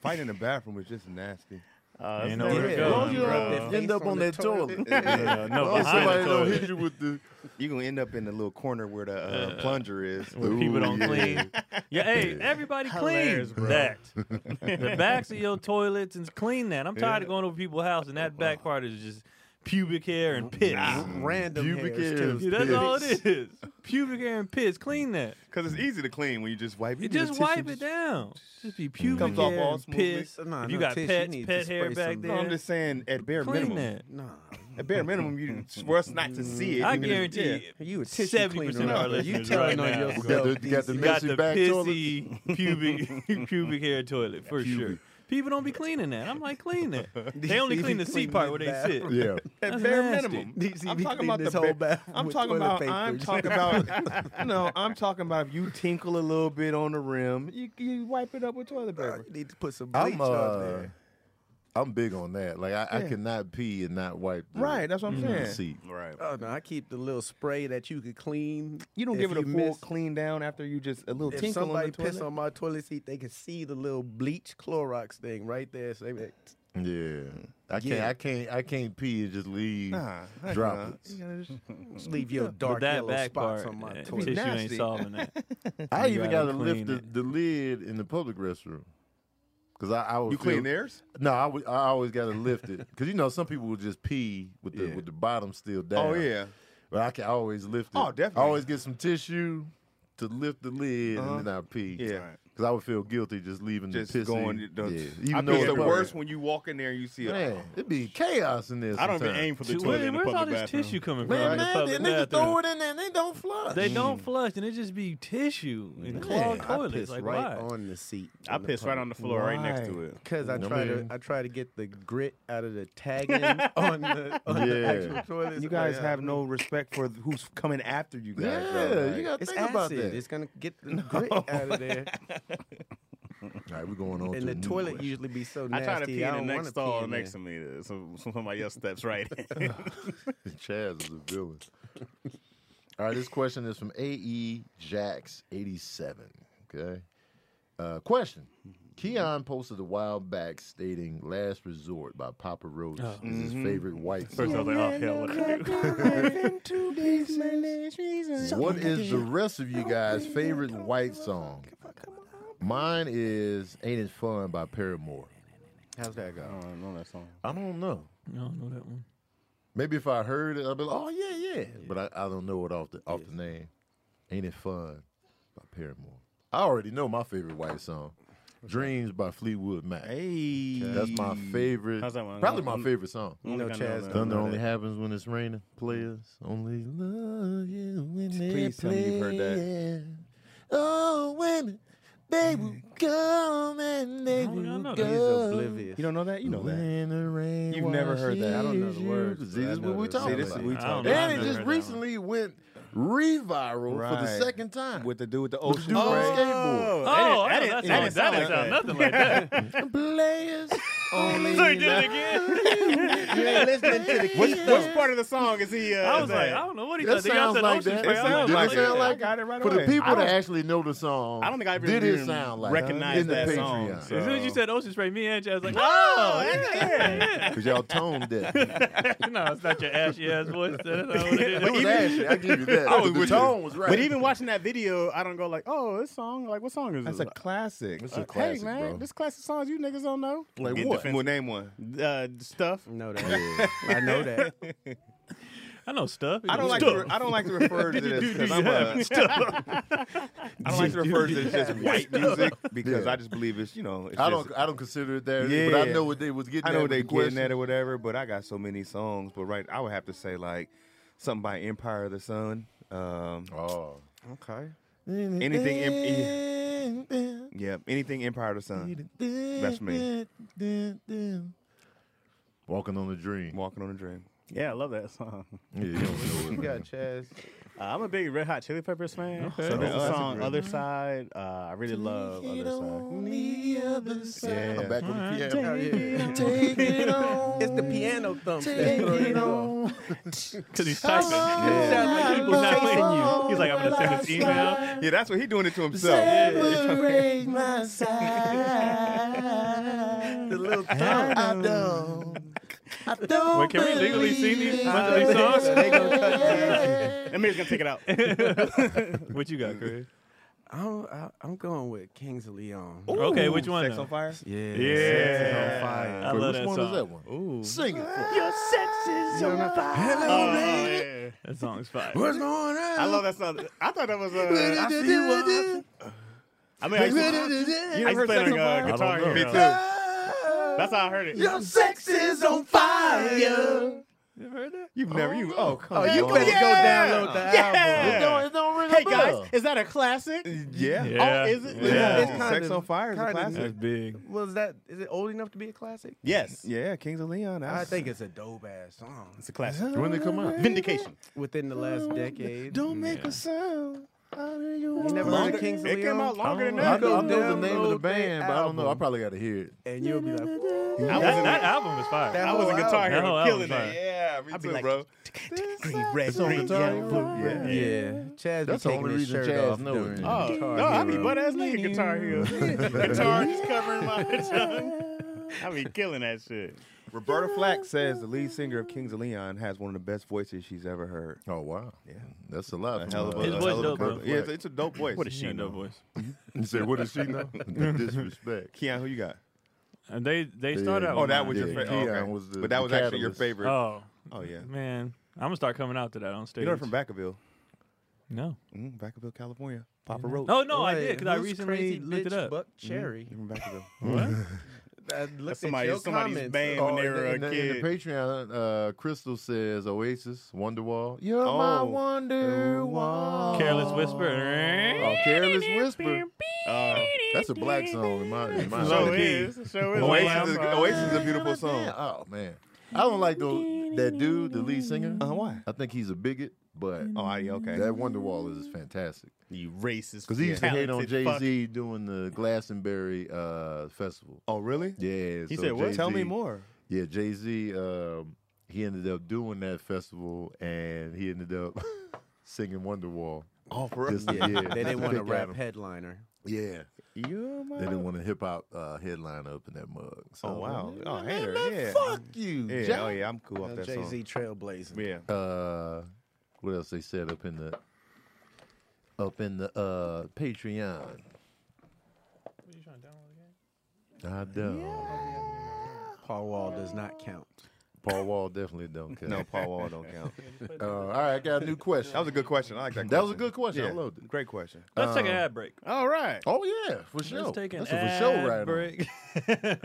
Speaker 1: Fighting in the bathroom was just nasty.
Speaker 3: Uh,
Speaker 5: Ain't
Speaker 3: it's
Speaker 5: no
Speaker 3: never
Speaker 5: way to
Speaker 3: good,
Speaker 5: go.
Speaker 2: Long as you
Speaker 3: bro.
Speaker 2: don't end
Speaker 4: Face
Speaker 2: up
Speaker 4: on
Speaker 2: on
Speaker 4: the
Speaker 2: that toilet.
Speaker 4: toilet.
Speaker 5: Yeah, no,
Speaker 2: Long as
Speaker 5: behind the
Speaker 2: somebody don't
Speaker 5: toilet.
Speaker 2: hit you with the
Speaker 1: You gonna end up in the little corner where the uh, plunger is.
Speaker 5: Where people don't
Speaker 2: yeah.
Speaker 5: clean. Yeah, hey, everybody clean
Speaker 3: Hilarious, bro.
Speaker 5: that. the backs of your toilets and clean that. I'm tired of going over people's house and that back part is just pubic hair and piss.
Speaker 4: Random
Speaker 2: pubic
Speaker 4: hairs,
Speaker 2: hairs.
Speaker 4: too.
Speaker 5: Yeah, that's all
Speaker 2: piss.
Speaker 5: it is. Pubic hair and piss. Clean that.
Speaker 1: Cause it's easy to clean when you just wipe.
Speaker 5: You
Speaker 1: get a
Speaker 5: just
Speaker 1: tissue,
Speaker 5: wipe it down. Just be pubic
Speaker 1: Comes off
Speaker 5: hair
Speaker 1: all
Speaker 5: and
Speaker 1: smoothly.
Speaker 5: piss.
Speaker 4: Nah,
Speaker 5: if you
Speaker 4: no
Speaker 5: got
Speaker 4: tissue, you
Speaker 5: pets,
Speaker 4: need to
Speaker 5: pet hair
Speaker 4: spray
Speaker 5: back
Speaker 4: some-
Speaker 5: there.
Speaker 1: No, I'm just saying, at bare
Speaker 5: clean
Speaker 1: minimum,
Speaker 5: that.
Speaker 4: Nah,
Speaker 1: at bare minimum, you for us not to see it.
Speaker 5: I
Speaker 1: you can-
Speaker 5: guarantee
Speaker 1: yeah.
Speaker 4: you a tissue
Speaker 5: 70%
Speaker 4: cleaner.
Speaker 5: of our
Speaker 4: right? you
Speaker 5: listeners
Speaker 4: telling
Speaker 5: right
Speaker 4: on
Speaker 5: now.
Speaker 4: yourself.
Speaker 2: Got the, got the
Speaker 5: You got
Speaker 2: messy
Speaker 5: the
Speaker 2: back toilet.
Speaker 5: pissy pubic pubic hair toilet for sure. People don't be cleaning that. I'm like, clean that. They only clean the seat part where they sit.
Speaker 2: Yeah.
Speaker 1: At
Speaker 5: That's
Speaker 1: bare
Speaker 5: nasty.
Speaker 1: minimum.
Speaker 4: These
Speaker 1: I'm
Speaker 4: be
Speaker 1: talking
Speaker 4: cleaning
Speaker 1: about the
Speaker 4: this whole
Speaker 1: ba-
Speaker 4: bathroom
Speaker 1: I'm
Speaker 4: with
Speaker 1: talking
Speaker 4: toilet
Speaker 1: about.
Speaker 4: paper.
Speaker 1: I'm talking about. no, I'm talking about. If you tinkle a little bit on the rim, you you wipe it up with toilet paper.
Speaker 4: need to put some bleach
Speaker 2: I'm
Speaker 4: on
Speaker 2: uh,
Speaker 4: there.
Speaker 2: I'm big on that. Like I, I
Speaker 1: Yeah.
Speaker 2: cannot pee and not wipe. The,
Speaker 1: Right, that's what I'm
Speaker 2: the
Speaker 1: saying.
Speaker 2: Seat.
Speaker 3: Right.
Speaker 4: Oh no, I keep the little spray that you could clean.
Speaker 1: You don't
Speaker 4: if
Speaker 1: give it a full
Speaker 4: miss-
Speaker 1: clean down after you just a little
Speaker 4: If
Speaker 1: tinkle on
Speaker 4: somebody
Speaker 1: the toilet.
Speaker 4: piss on my toilet seat, they can see the little bleach Clorox thing right there. So they be like,
Speaker 2: Yeah. I can't.
Speaker 4: Yeah.
Speaker 2: I can't. I can't pee and just leave
Speaker 1: nah, heck
Speaker 2: droplets.
Speaker 1: nah. You gotta just-
Speaker 4: just leave your dark
Speaker 5: but that
Speaker 4: yellow
Speaker 5: back
Speaker 4: spots
Speaker 5: part,
Speaker 4: on my
Speaker 5: uh,
Speaker 4: toilet.
Speaker 5: tissue ain't
Speaker 1: Nasty.
Speaker 5: solving that.
Speaker 2: I
Speaker 5: You
Speaker 2: even got
Speaker 5: gotta
Speaker 2: to lift
Speaker 5: clean
Speaker 2: the,
Speaker 5: it.
Speaker 2: the lid in the public restroom. Cause I, I would
Speaker 1: You clean
Speaker 2: feel-
Speaker 1: theirs?
Speaker 2: No, I, would, I always got to lift it. Cause you know some people will just pee with the
Speaker 4: Yeah.
Speaker 2: with the bottom still down.
Speaker 1: Oh yeah.
Speaker 2: But I can always lift it.
Speaker 1: Oh, definitely. Uh-huh.
Speaker 2: I always get some tissue to lift the lid and then I pee.
Speaker 1: Yeah.
Speaker 3: Right.
Speaker 2: Because I would feel guilty just leaving
Speaker 1: Just
Speaker 2: the pissy.
Speaker 1: going. The,
Speaker 2: yeah.
Speaker 1: I
Speaker 2: Even though
Speaker 1: think it's the
Speaker 2: public.
Speaker 1: worst when you walk in there and you see a.
Speaker 2: Man, it'd be chaos in there.
Speaker 3: I don't even
Speaker 2: sometimes.
Speaker 3: aim for the
Speaker 5: Dude,
Speaker 3: toilet
Speaker 5: where-
Speaker 3: in the
Speaker 5: where's all
Speaker 3: public
Speaker 5: this
Speaker 3: bathroom.
Speaker 5: tissue coming from?
Speaker 2: Man,
Speaker 5: in the
Speaker 2: man,
Speaker 5: public
Speaker 2: they niggas
Speaker 5: bathroom?
Speaker 2: throw it in there and they don't flush.
Speaker 5: They don't flush, and it just be tissue and clogged
Speaker 4: I
Speaker 5: toilets.
Speaker 4: piss
Speaker 5: Like
Speaker 4: right
Speaker 5: why?
Speaker 4: on the seat.
Speaker 3: I piss right on the floor right next to it.
Speaker 4: because I
Speaker 2: No,
Speaker 4: try to
Speaker 2: man.
Speaker 4: I try to get the grit out of the tagging on the on the
Speaker 2: Yeah.
Speaker 4: actual toilet.
Speaker 1: You guys have no respect for who's coming after you guys.
Speaker 2: Yeah,
Speaker 1: though, like-
Speaker 2: you gotta
Speaker 4: It's
Speaker 2: think
Speaker 4: acid.
Speaker 2: about that.
Speaker 4: It's gonna get the grit out of there,
Speaker 2: All right, we're going on. to
Speaker 4: and the
Speaker 2: a new
Speaker 4: toilet
Speaker 2: question.
Speaker 4: usually be so
Speaker 3: I
Speaker 4: nasty.
Speaker 3: try to pee in the
Speaker 4: don't wanna
Speaker 3: next stall
Speaker 4: pee in
Speaker 3: next
Speaker 4: there.
Speaker 3: to me, uh, so so somebody else steps right in.
Speaker 2: Chaz is a villain. All right, this question is from AE Jax 87. Okay. Uh, question. Keon posted a while back stating Last Resort by Papa Roach is his favorite white
Speaker 3: Oh. Mm-hmm. First, I
Speaker 2: song.
Speaker 3: was like, oh, hell, what I do?
Speaker 2: What is the rest of you guys' favorite white song? Mine is Ain't It Fun by Paramore.
Speaker 4: How's that go?
Speaker 3: I don't know that song.
Speaker 2: I don't know.
Speaker 5: No, no, that one.
Speaker 2: Maybe if I heard it, I'd be like, oh yeah, yeah. But I, I don't know it off the off the name. Ain't it fun by Paramore. I already know my favorite white song. Dreams by Fleetwood Mac.
Speaker 1: Hey,
Speaker 2: That's my favorite.
Speaker 3: How's that one?
Speaker 2: Probably
Speaker 3: I'm-
Speaker 2: my favorite song.
Speaker 3: I don't
Speaker 4: No,
Speaker 3: think I
Speaker 4: Chaz,
Speaker 3: that.
Speaker 4: don't
Speaker 2: Thunder
Speaker 4: know
Speaker 2: only
Speaker 4: that.
Speaker 2: happens when it's raining. Players only love you when
Speaker 1: Please
Speaker 2: they
Speaker 1: tell me you've heard that.
Speaker 2: play. Oh, women, they will come and they
Speaker 5: How would I
Speaker 2: will
Speaker 5: know that?
Speaker 2: go.
Speaker 4: He's oblivious.
Speaker 1: you don't know that? You know that?
Speaker 2: When the rain
Speaker 1: You've never heard that. I
Speaker 4: don't know
Speaker 2: washes
Speaker 4: the
Speaker 2: you.
Speaker 4: words, but
Speaker 2: See,
Speaker 4: I
Speaker 2: this is
Speaker 4: know
Speaker 2: what we
Speaker 4: the-
Speaker 2: talking
Speaker 1: See, this is
Speaker 2: about.
Speaker 1: we
Speaker 5: I
Speaker 1: talking
Speaker 5: don't know.
Speaker 1: about.
Speaker 5: I've
Speaker 2: And it
Speaker 5: never
Speaker 2: just
Speaker 5: heard that one.
Speaker 2: recently went reviral for the
Speaker 1: Right.
Speaker 2: second time.
Speaker 1: with the dude with the
Speaker 4: Oh,
Speaker 2: With the
Speaker 1: ocean
Speaker 2: dude on
Speaker 1: spray.
Speaker 2: skateboard.
Speaker 3: Oh,
Speaker 5: Oh,
Speaker 3: that
Speaker 5: I
Speaker 3: didn't-
Speaker 5: know,
Speaker 3: that
Speaker 5: that sound-
Speaker 3: didn't
Speaker 5: that didn't sound nothing like that.
Speaker 2: Players only.
Speaker 5: So he did it again.
Speaker 3: Which, which part of the song is he? Uh,
Speaker 5: I
Speaker 3: is
Speaker 5: was like, I
Speaker 3: that?
Speaker 5: don't know what he
Speaker 2: That
Speaker 5: thought. They got
Speaker 2: sounds
Speaker 5: that
Speaker 2: like
Speaker 5: ocean
Speaker 2: that.
Speaker 5: spray.
Speaker 2: It
Speaker 5: I was
Speaker 2: sounds like
Speaker 5: like,
Speaker 2: that.
Speaker 1: I got it right
Speaker 2: For
Speaker 1: away.
Speaker 2: the people
Speaker 3: I
Speaker 2: that
Speaker 3: don't-
Speaker 2: actually know the song,
Speaker 3: I don't think I ever
Speaker 2: did it
Speaker 3: even
Speaker 2: sound like
Speaker 3: recognized
Speaker 2: in the
Speaker 3: that song,
Speaker 2: Patreon.
Speaker 3: so-
Speaker 5: As soon as you said ocean spray, me and Chad was like,
Speaker 3: Oh,
Speaker 5: oh,
Speaker 3: yeah, yeah.
Speaker 2: Cause y'all tone deaf.
Speaker 5: no, it's not your ashy ass voice. That's not what it
Speaker 2: It
Speaker 5: is.
Speaker 2: was ashy. I give you that.
Speaker 3: I was
Speaker 2: the
Speaker 3: with
Speaker 2: tone
Speaker 3: you.
Speaker 2: was right.
Speaker 3: But even watching that video, I don't go like, oh, this song. Like, what song is
Speaker 1: That's a
Speaker 3: this?
Speaker 1: classic.
Speaker 2: It's a
Speaker 3: hey,
Speaker 2: classic,
Speaker 3: man,
Speaker 2: bro.
Speaker 3: this classic songs you niggas don't know.
Speaker 2: like
Speaker 3: In
Speaker 2: what?
Speaker 3: defense-
Speaker 1: Well, name one.
Speaker 3: Uh, stuff.
Speaker 4: No, that I know that.
Speaker 5: I know stuff.
Speaker 1: I don't like. To re- I don't like to refer to this because I'm a. I don't like to refer to this as just white music because
Speaker 2: Yeah.
Speaker 1: I just believe it's you know. It's
Speaker 2: I
Speaker 1: just-
Speaker 2: don't. I don't consider it that.
Speaker 1: Yeah.
Speaker 2: But I know what they was getting.
Speaker 1: I
Speaker 2: at
Speaker 1: know
Speaker 2: with
Speaker 1: they
Speaker 2: the
Speaker 1: getting
Speaker 2: question.
Speaker 1: at it or whatever, but I got so many songs. But right, I would have to say like something by Empire of the Sun. Um,
Speaker 2: Oh.
Speaker 4: okay.
Speaker 1: Anything yeah, anything Empire of the Sun.
Speaker 2: That's
Speaker 1: me.
Speaker 2: Walking on the dream.
Speaker 1: Walking on a Dream.
Speaker 3: Yeah, I love that song.
Speaker 2: Yeah, you don't know
Speaker 4: You got
Speaker 2: it, man.
Speaker 4: Chaz.
Speaker 3: Uh, I'm a big Red Hot Chili Peppers fan.
Speaker 5: Okay.
Speaker 3: So this
Speaker 1: Oh,
Speaker 3: is
Speaker 1: that's a
Speaker 3: the song
Speaker 1: great
Speaker 3: "Other Side." Uh, I really love "Other Side."
Speaker 1: Yeah.
Speaker 2: I'm back on the piano.
Speaker 4: Take it on. It's the piano thump. Take it on.
Speaker 5: Because he's typing.
Speaker 4: It sounds like
Speaker 5: He's
Speaker 4: people
Speaker 5: not
Speaker 4: chasing you.
Speaker 5: letting you. He's like, I'm going to send this email.
Speaker 1: Yeah, that's what he doing it to himself.
Speaker 4: The little thump.
Speaker 5: Wait, can we legally sing these bunch of these songs?
Speaker 4: They gonna cut that.
Speaker 3: Amir's gonna take it out.
Speaker 5: What you got, Chris?
Speaker 4: I'm, I- I'm going with Kings of Leon.
Speaker 5: Okay,
Speaker 1: Ooh,
Speaker 5: which one?
Speaker 1: Sex
Speaker 5: though?
Speaker 1: on Fire.
Speaker 4: Yeah.
Speaker 5: Yeah. I
Speaker 2: Wait,
Speaker 5: love
Speaker 2: which
Speaker 5: that
Speaker 2: one
Speaker 5: song.
Speaker 2: is that one?
Speaker 4: Ooh.
Speaker 2: Sing it. for me.
Speaker 3: Oh, yeah.
Speaker 5: That song's fire.
Speaker 4: What's going on?
Speaker 3: I love that song. I thought that was. Uh,
Speaker 4: I see you on-
Speaker 3: I mean, I used to,
Speaker 1: You
Speaker 3: I
Speaker 1: never
Speaker 3: used to
Speaker 1: heard
Speaker 3: play
Speaker 1: Sex
Speaker 3: it
Speaker 1: on
Speaker 3: on uh, guitar.
Speaker 1: Fire?
Speaker 2: know.
Speaker 3: Me too. That's how I heard it.
Speaker 4: Your sex is on fire.
Speaker 1: You've never. You oh come
Speaker 2: Oh,
Speaker 1: on.
Speaker 2: you better
Speaker 4: Oh, Go download the album.
Speaker 2: It don't, it don't ring
Speaker 3: hey guys, is that a classic?
Speaker 1: Yeah.
Speaker 5: Yeah.
Speaker 3: Oh, is it?
Speaker 5: Yeah.
Speaker 1: Yeah.
Speaker 4: It's kind
Speaker 1: Sex
Speaker 4: of-
Speaker 1: on Fire is a
Speaker 4: kind of-
Speaker 1: classic.
Speaker 5: That's big.
Speaker 4: Was that is it old enough to be a classic?
Speaker 3: Yes.
Speaker 1: Yeah, Kings of Leon.
Speaker 4: I
Speaker 1: that's-
Speaker 4: think it's a dope ass song.
Speaker 3: It's a classic.
Speaker 2: When they come out?
Speaker 3: Vindication.
Speaker 4: Within the last decade,
Speaker 1: Don't make
Speaker 5: Yeah.
Speaker 1: a sound. out of your
Speaker 4: You never heard
Speaker 1: mouth.
Speaker 4: of Kings of
Speaker 3: it came
Speaker 4: Leon?
Speaker 3: out longer than
Speaker 2: I
Speaker 3: that.
Speaker 2: know, I
Speaker 4: Go
Speaker 2: know the name of the
Speaker 4: download
Speaker 2: band,
Speaker 4: that
Speaker 2: but I don't know. I
Speaker 4: album.
Speaker 2: probably got to hear it.
Speaker 4: and you'll be like,
Speaker 3: I
Speaker 5: That,
Speaker 3: was in-
Speaker 5: that album is fire.
Speaker 4: That
Speaker 3: I was a
Speaker 4: whole
Speaker 3: guitar
Speaker 4: album.
Speaker 5: That
Speaker 3: hero
Speaker 5: whole
Speaker 3: killing
Speaker 5: album.
Speaker 3: it.
Speaker 1: Yeah, me
Speaker 3: I'd be
Speaker 1: too,
Speaker 3: like,
Speaker 1: bro.
Speaker 3: Green, red,
Speaker 2: It's on
Speaker 3: green,
Speaker 2: guitar
Speaker 3: yellow,
Speaker 2: hero?
Speaker 3: blue.
Speaker 1: Yeah.
Speaker 4: yeah, Chaz
Speaker 2: That's
Speaker 4: be
Speaker 2: the
Speaker 4: taking
Speaker 2: only
Speaker 4: his
Speaker 2: reason
Speaker 4: shirt
Speaker 2: Chaz
Speaker 4: off
Speaker 2: know
Speaker 4: doing
Speaker 2: it.
Speaker 3: Oh,
Speaker 4: Guitar
Speaker 3: no, I be
Speaker 4: Hero.
Speaker 3: butt ass naked guitar heel. guitar is covering my tongue. I be killing that shit.
Speaker 1: Roberta Flack says the lead singer of Kings of Leon has one of the best voices she's ever heard.
Speaker 2: Oh wow, yeah, that's a lot.
Speaker 1: A
Speaker 2: from,
Speaker 1: hell of a,
Speaker 2: uh,
Speaker 5: His
Speaker 1: a
Speaker 5: voice
Speaker 1: hell of a
Speaker 5: dope, bro.
Speaker 1: compliment. Yeah, it's, it's a dope voice.
Speaker 3: What is she
Speaker 5: Yeah, no
Speaker 3: know?
Speaker 5: voice.
Speaker 2: You said, what does she know? The disrespect.
Speaker 1: Keon, who you got?
Speaker 5: And they they started out.
Speaker 1: Oh,
Speaker 5: with
Speaker 1: that
Speaker 5: mine.
Speaker 1: was your
Speaker 2: Yeah,
Speaker 1: favorite.
Speaker 2: Keon
Speaker 1: Oh, okay.
Speaker 2: was the-
Speaker 1: but that
Speaker 2: the
Speaker 1: was actually your
Speaker 2: catalyst.
Speaker 1: favorite.
Speaker 5: Oh
Speaker 1: oh yeah.
Speaker 5: man, I'm gonna start coming out to that on stage.
Speaker 1: You know her from Vacaville.
Speaker 5: No.
Speaker 1: Mm, Vacaville, California. Papa Roach.
Speaker 5: Oh no, I
Speaker 4: Wait,
Speaker 5: did because I
Speaker 4: who's
Speaker 5: recently
Speaker 4: crazy
Speaker 5: looked it
Speaker 4: bitch
Speaker 5: up.
Speaker 4: Buck Cherry.
Speaker 1: You from Vacaville.
Speaker 4: I looked at
Speaker 3: somebody-
Speaker 4: your
Speaker 3: somebody's
Speaker 4: comments.
Speaker 3: band.
Speaker 2: Oh,
Speaker 3: when they were
Speaker 2: in,
Speaker 3: a
Speaker 2: the, in the
Speaker 3: kid.
Speaker 2: Patreon, uh, Crystal says Oasis, Wonderwall. You're my
Speaker 1: Oh.
Speaker 2: Wonderwall.
Speaker 5: Careless Whisper.
Speaker 2: Oh, Careless Whisper.
Speaker 3: Uh,
Speaker 2: That's a black song in my in my
Speaker 3: so
Speaker 2: opinion.
Speaker 3: is. So is.
Speaker 1: Oasis, is, Oasis is a beautiful song.
Speaker 2: Oh man, I don't like the, that dude, the lead singer.
Speaker 1: Uh, why?
Speaker 2: I think he's a bigot, but
Speaker 1: Oh, I, yeah, okay.
Speaker 2: that Wonderwall is fantastic.
Speaker 3: You racist.
Speaker 2: Because he used to hate on
Speaker 3: talented
Speaker 2: Jay
Speaker 3: fuck.
Speaker 2: Z doing the Glastonbury uh, festival.
Speaker 1: oh, really?
Speaker 2: Yeah.
Speaker 3: He
Speaker 2: so
Speaker 3: said, what?
Speaker 2: Jay-Z-
Speaker 1: Tell me more.
Speaker 2: Yeah, Jay Z. Um, he ended up doing that festival, and he ended up singing Wonderwall.
Speaker 1: Oh, for real?
Speaker 2: Just, yeah,
Speaker 4: They didn't want
Speaker 2: to
Speaker 4: a
Speaker 2: pick at
Speaker 4: rap
Speaker 2: him.
Speaker 4: headliner.
Speaker 2: Yeah,
Speaker 1: You're my-
Speaker 2: they didn't want a hip hop uh, headline up in that mug. So,
Speaker 1: Oh, wow. Oh,
Speaker 2: man,
Speaker 1: hater.
Speaker 2: man,
Speaker 1: Yeah.
Speaker 2: Fuck you.
Speaker 1: Yeah,
Speaker 2: Jack.
Speaker 1: oh yeah, I'm
Speaker 3: Uh,
Speaker 1: cool off that
Speaker 4: Jay Z
Speaker 1: song.
Speaker 4: trailblazing.
Speaker 1: Yeah.
Speaker 2: uh what else they said up in the up in the uh Patreon. I don't.
Speaker 4: Paul Wall does not count.
Speaker 2: Paul Wall definitely don't care.
Speaker 1: No, Paul Wall don't count.
Speaker 2: Uh, all right, I got a new question.
Speaker 1: That was a good question. I like that.
Speaker 2: That was a good question. I
Speaker 1: Yeah,
Speaker 2: loved it.
Speaker 1: Great question.
Speaker 5: Let's take an ad break.
Speaker 3: All right.
Speaker 2: oh yeah, for sure.
Speaker 5: Let's take an
Speaker 2: That's a
Speaker 5: ad
Speaker 2: for sure right
Speaker 5: break.
Speaker 4: You're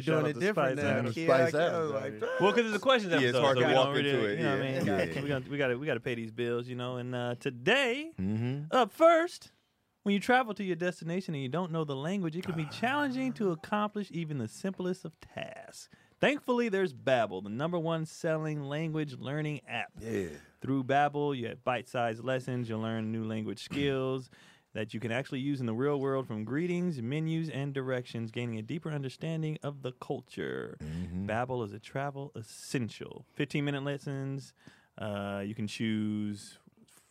Speaker 4: doing it different now.
Speaker 2: Adams.
Speaker 4: kid.
Speaker 2: Spice
Speaker 4: I- I
Speaker 2: Adams
Speaker 4: was
Speaker 2: out
Speaker 4: like,
Speaker 2: here.
Speaker 5: Well, because it's a questions
Speaker 1: Yeah,
Speaker 5: episode,
Speaker 1: it's hard
Speaker 5: so
Speaker 1: to
Speaker 5: we
Speaker 1: walk
Speaker 5: don't really,
Speaker 1: into it,
Speaker 5: you know
Speaker 1: yeah.
Speaker 5: what I mean? we got we got we got to pay these bills, you know. And uh, today, up first, when you travel to your destination and you don't know the language, it can be challenging to accomplish even the simplest of tasks. Thankfully, there's Babbel, the number one selling language learning app. Yeah. Through Babbel, you have bite-sized lessons, you learn new language skills that you can actually use in the real world from greetings, menus, and directions, gaining a deeper understanding of the culture. Babbel is a travel essential. 15-minute lessons. Uh, you can choose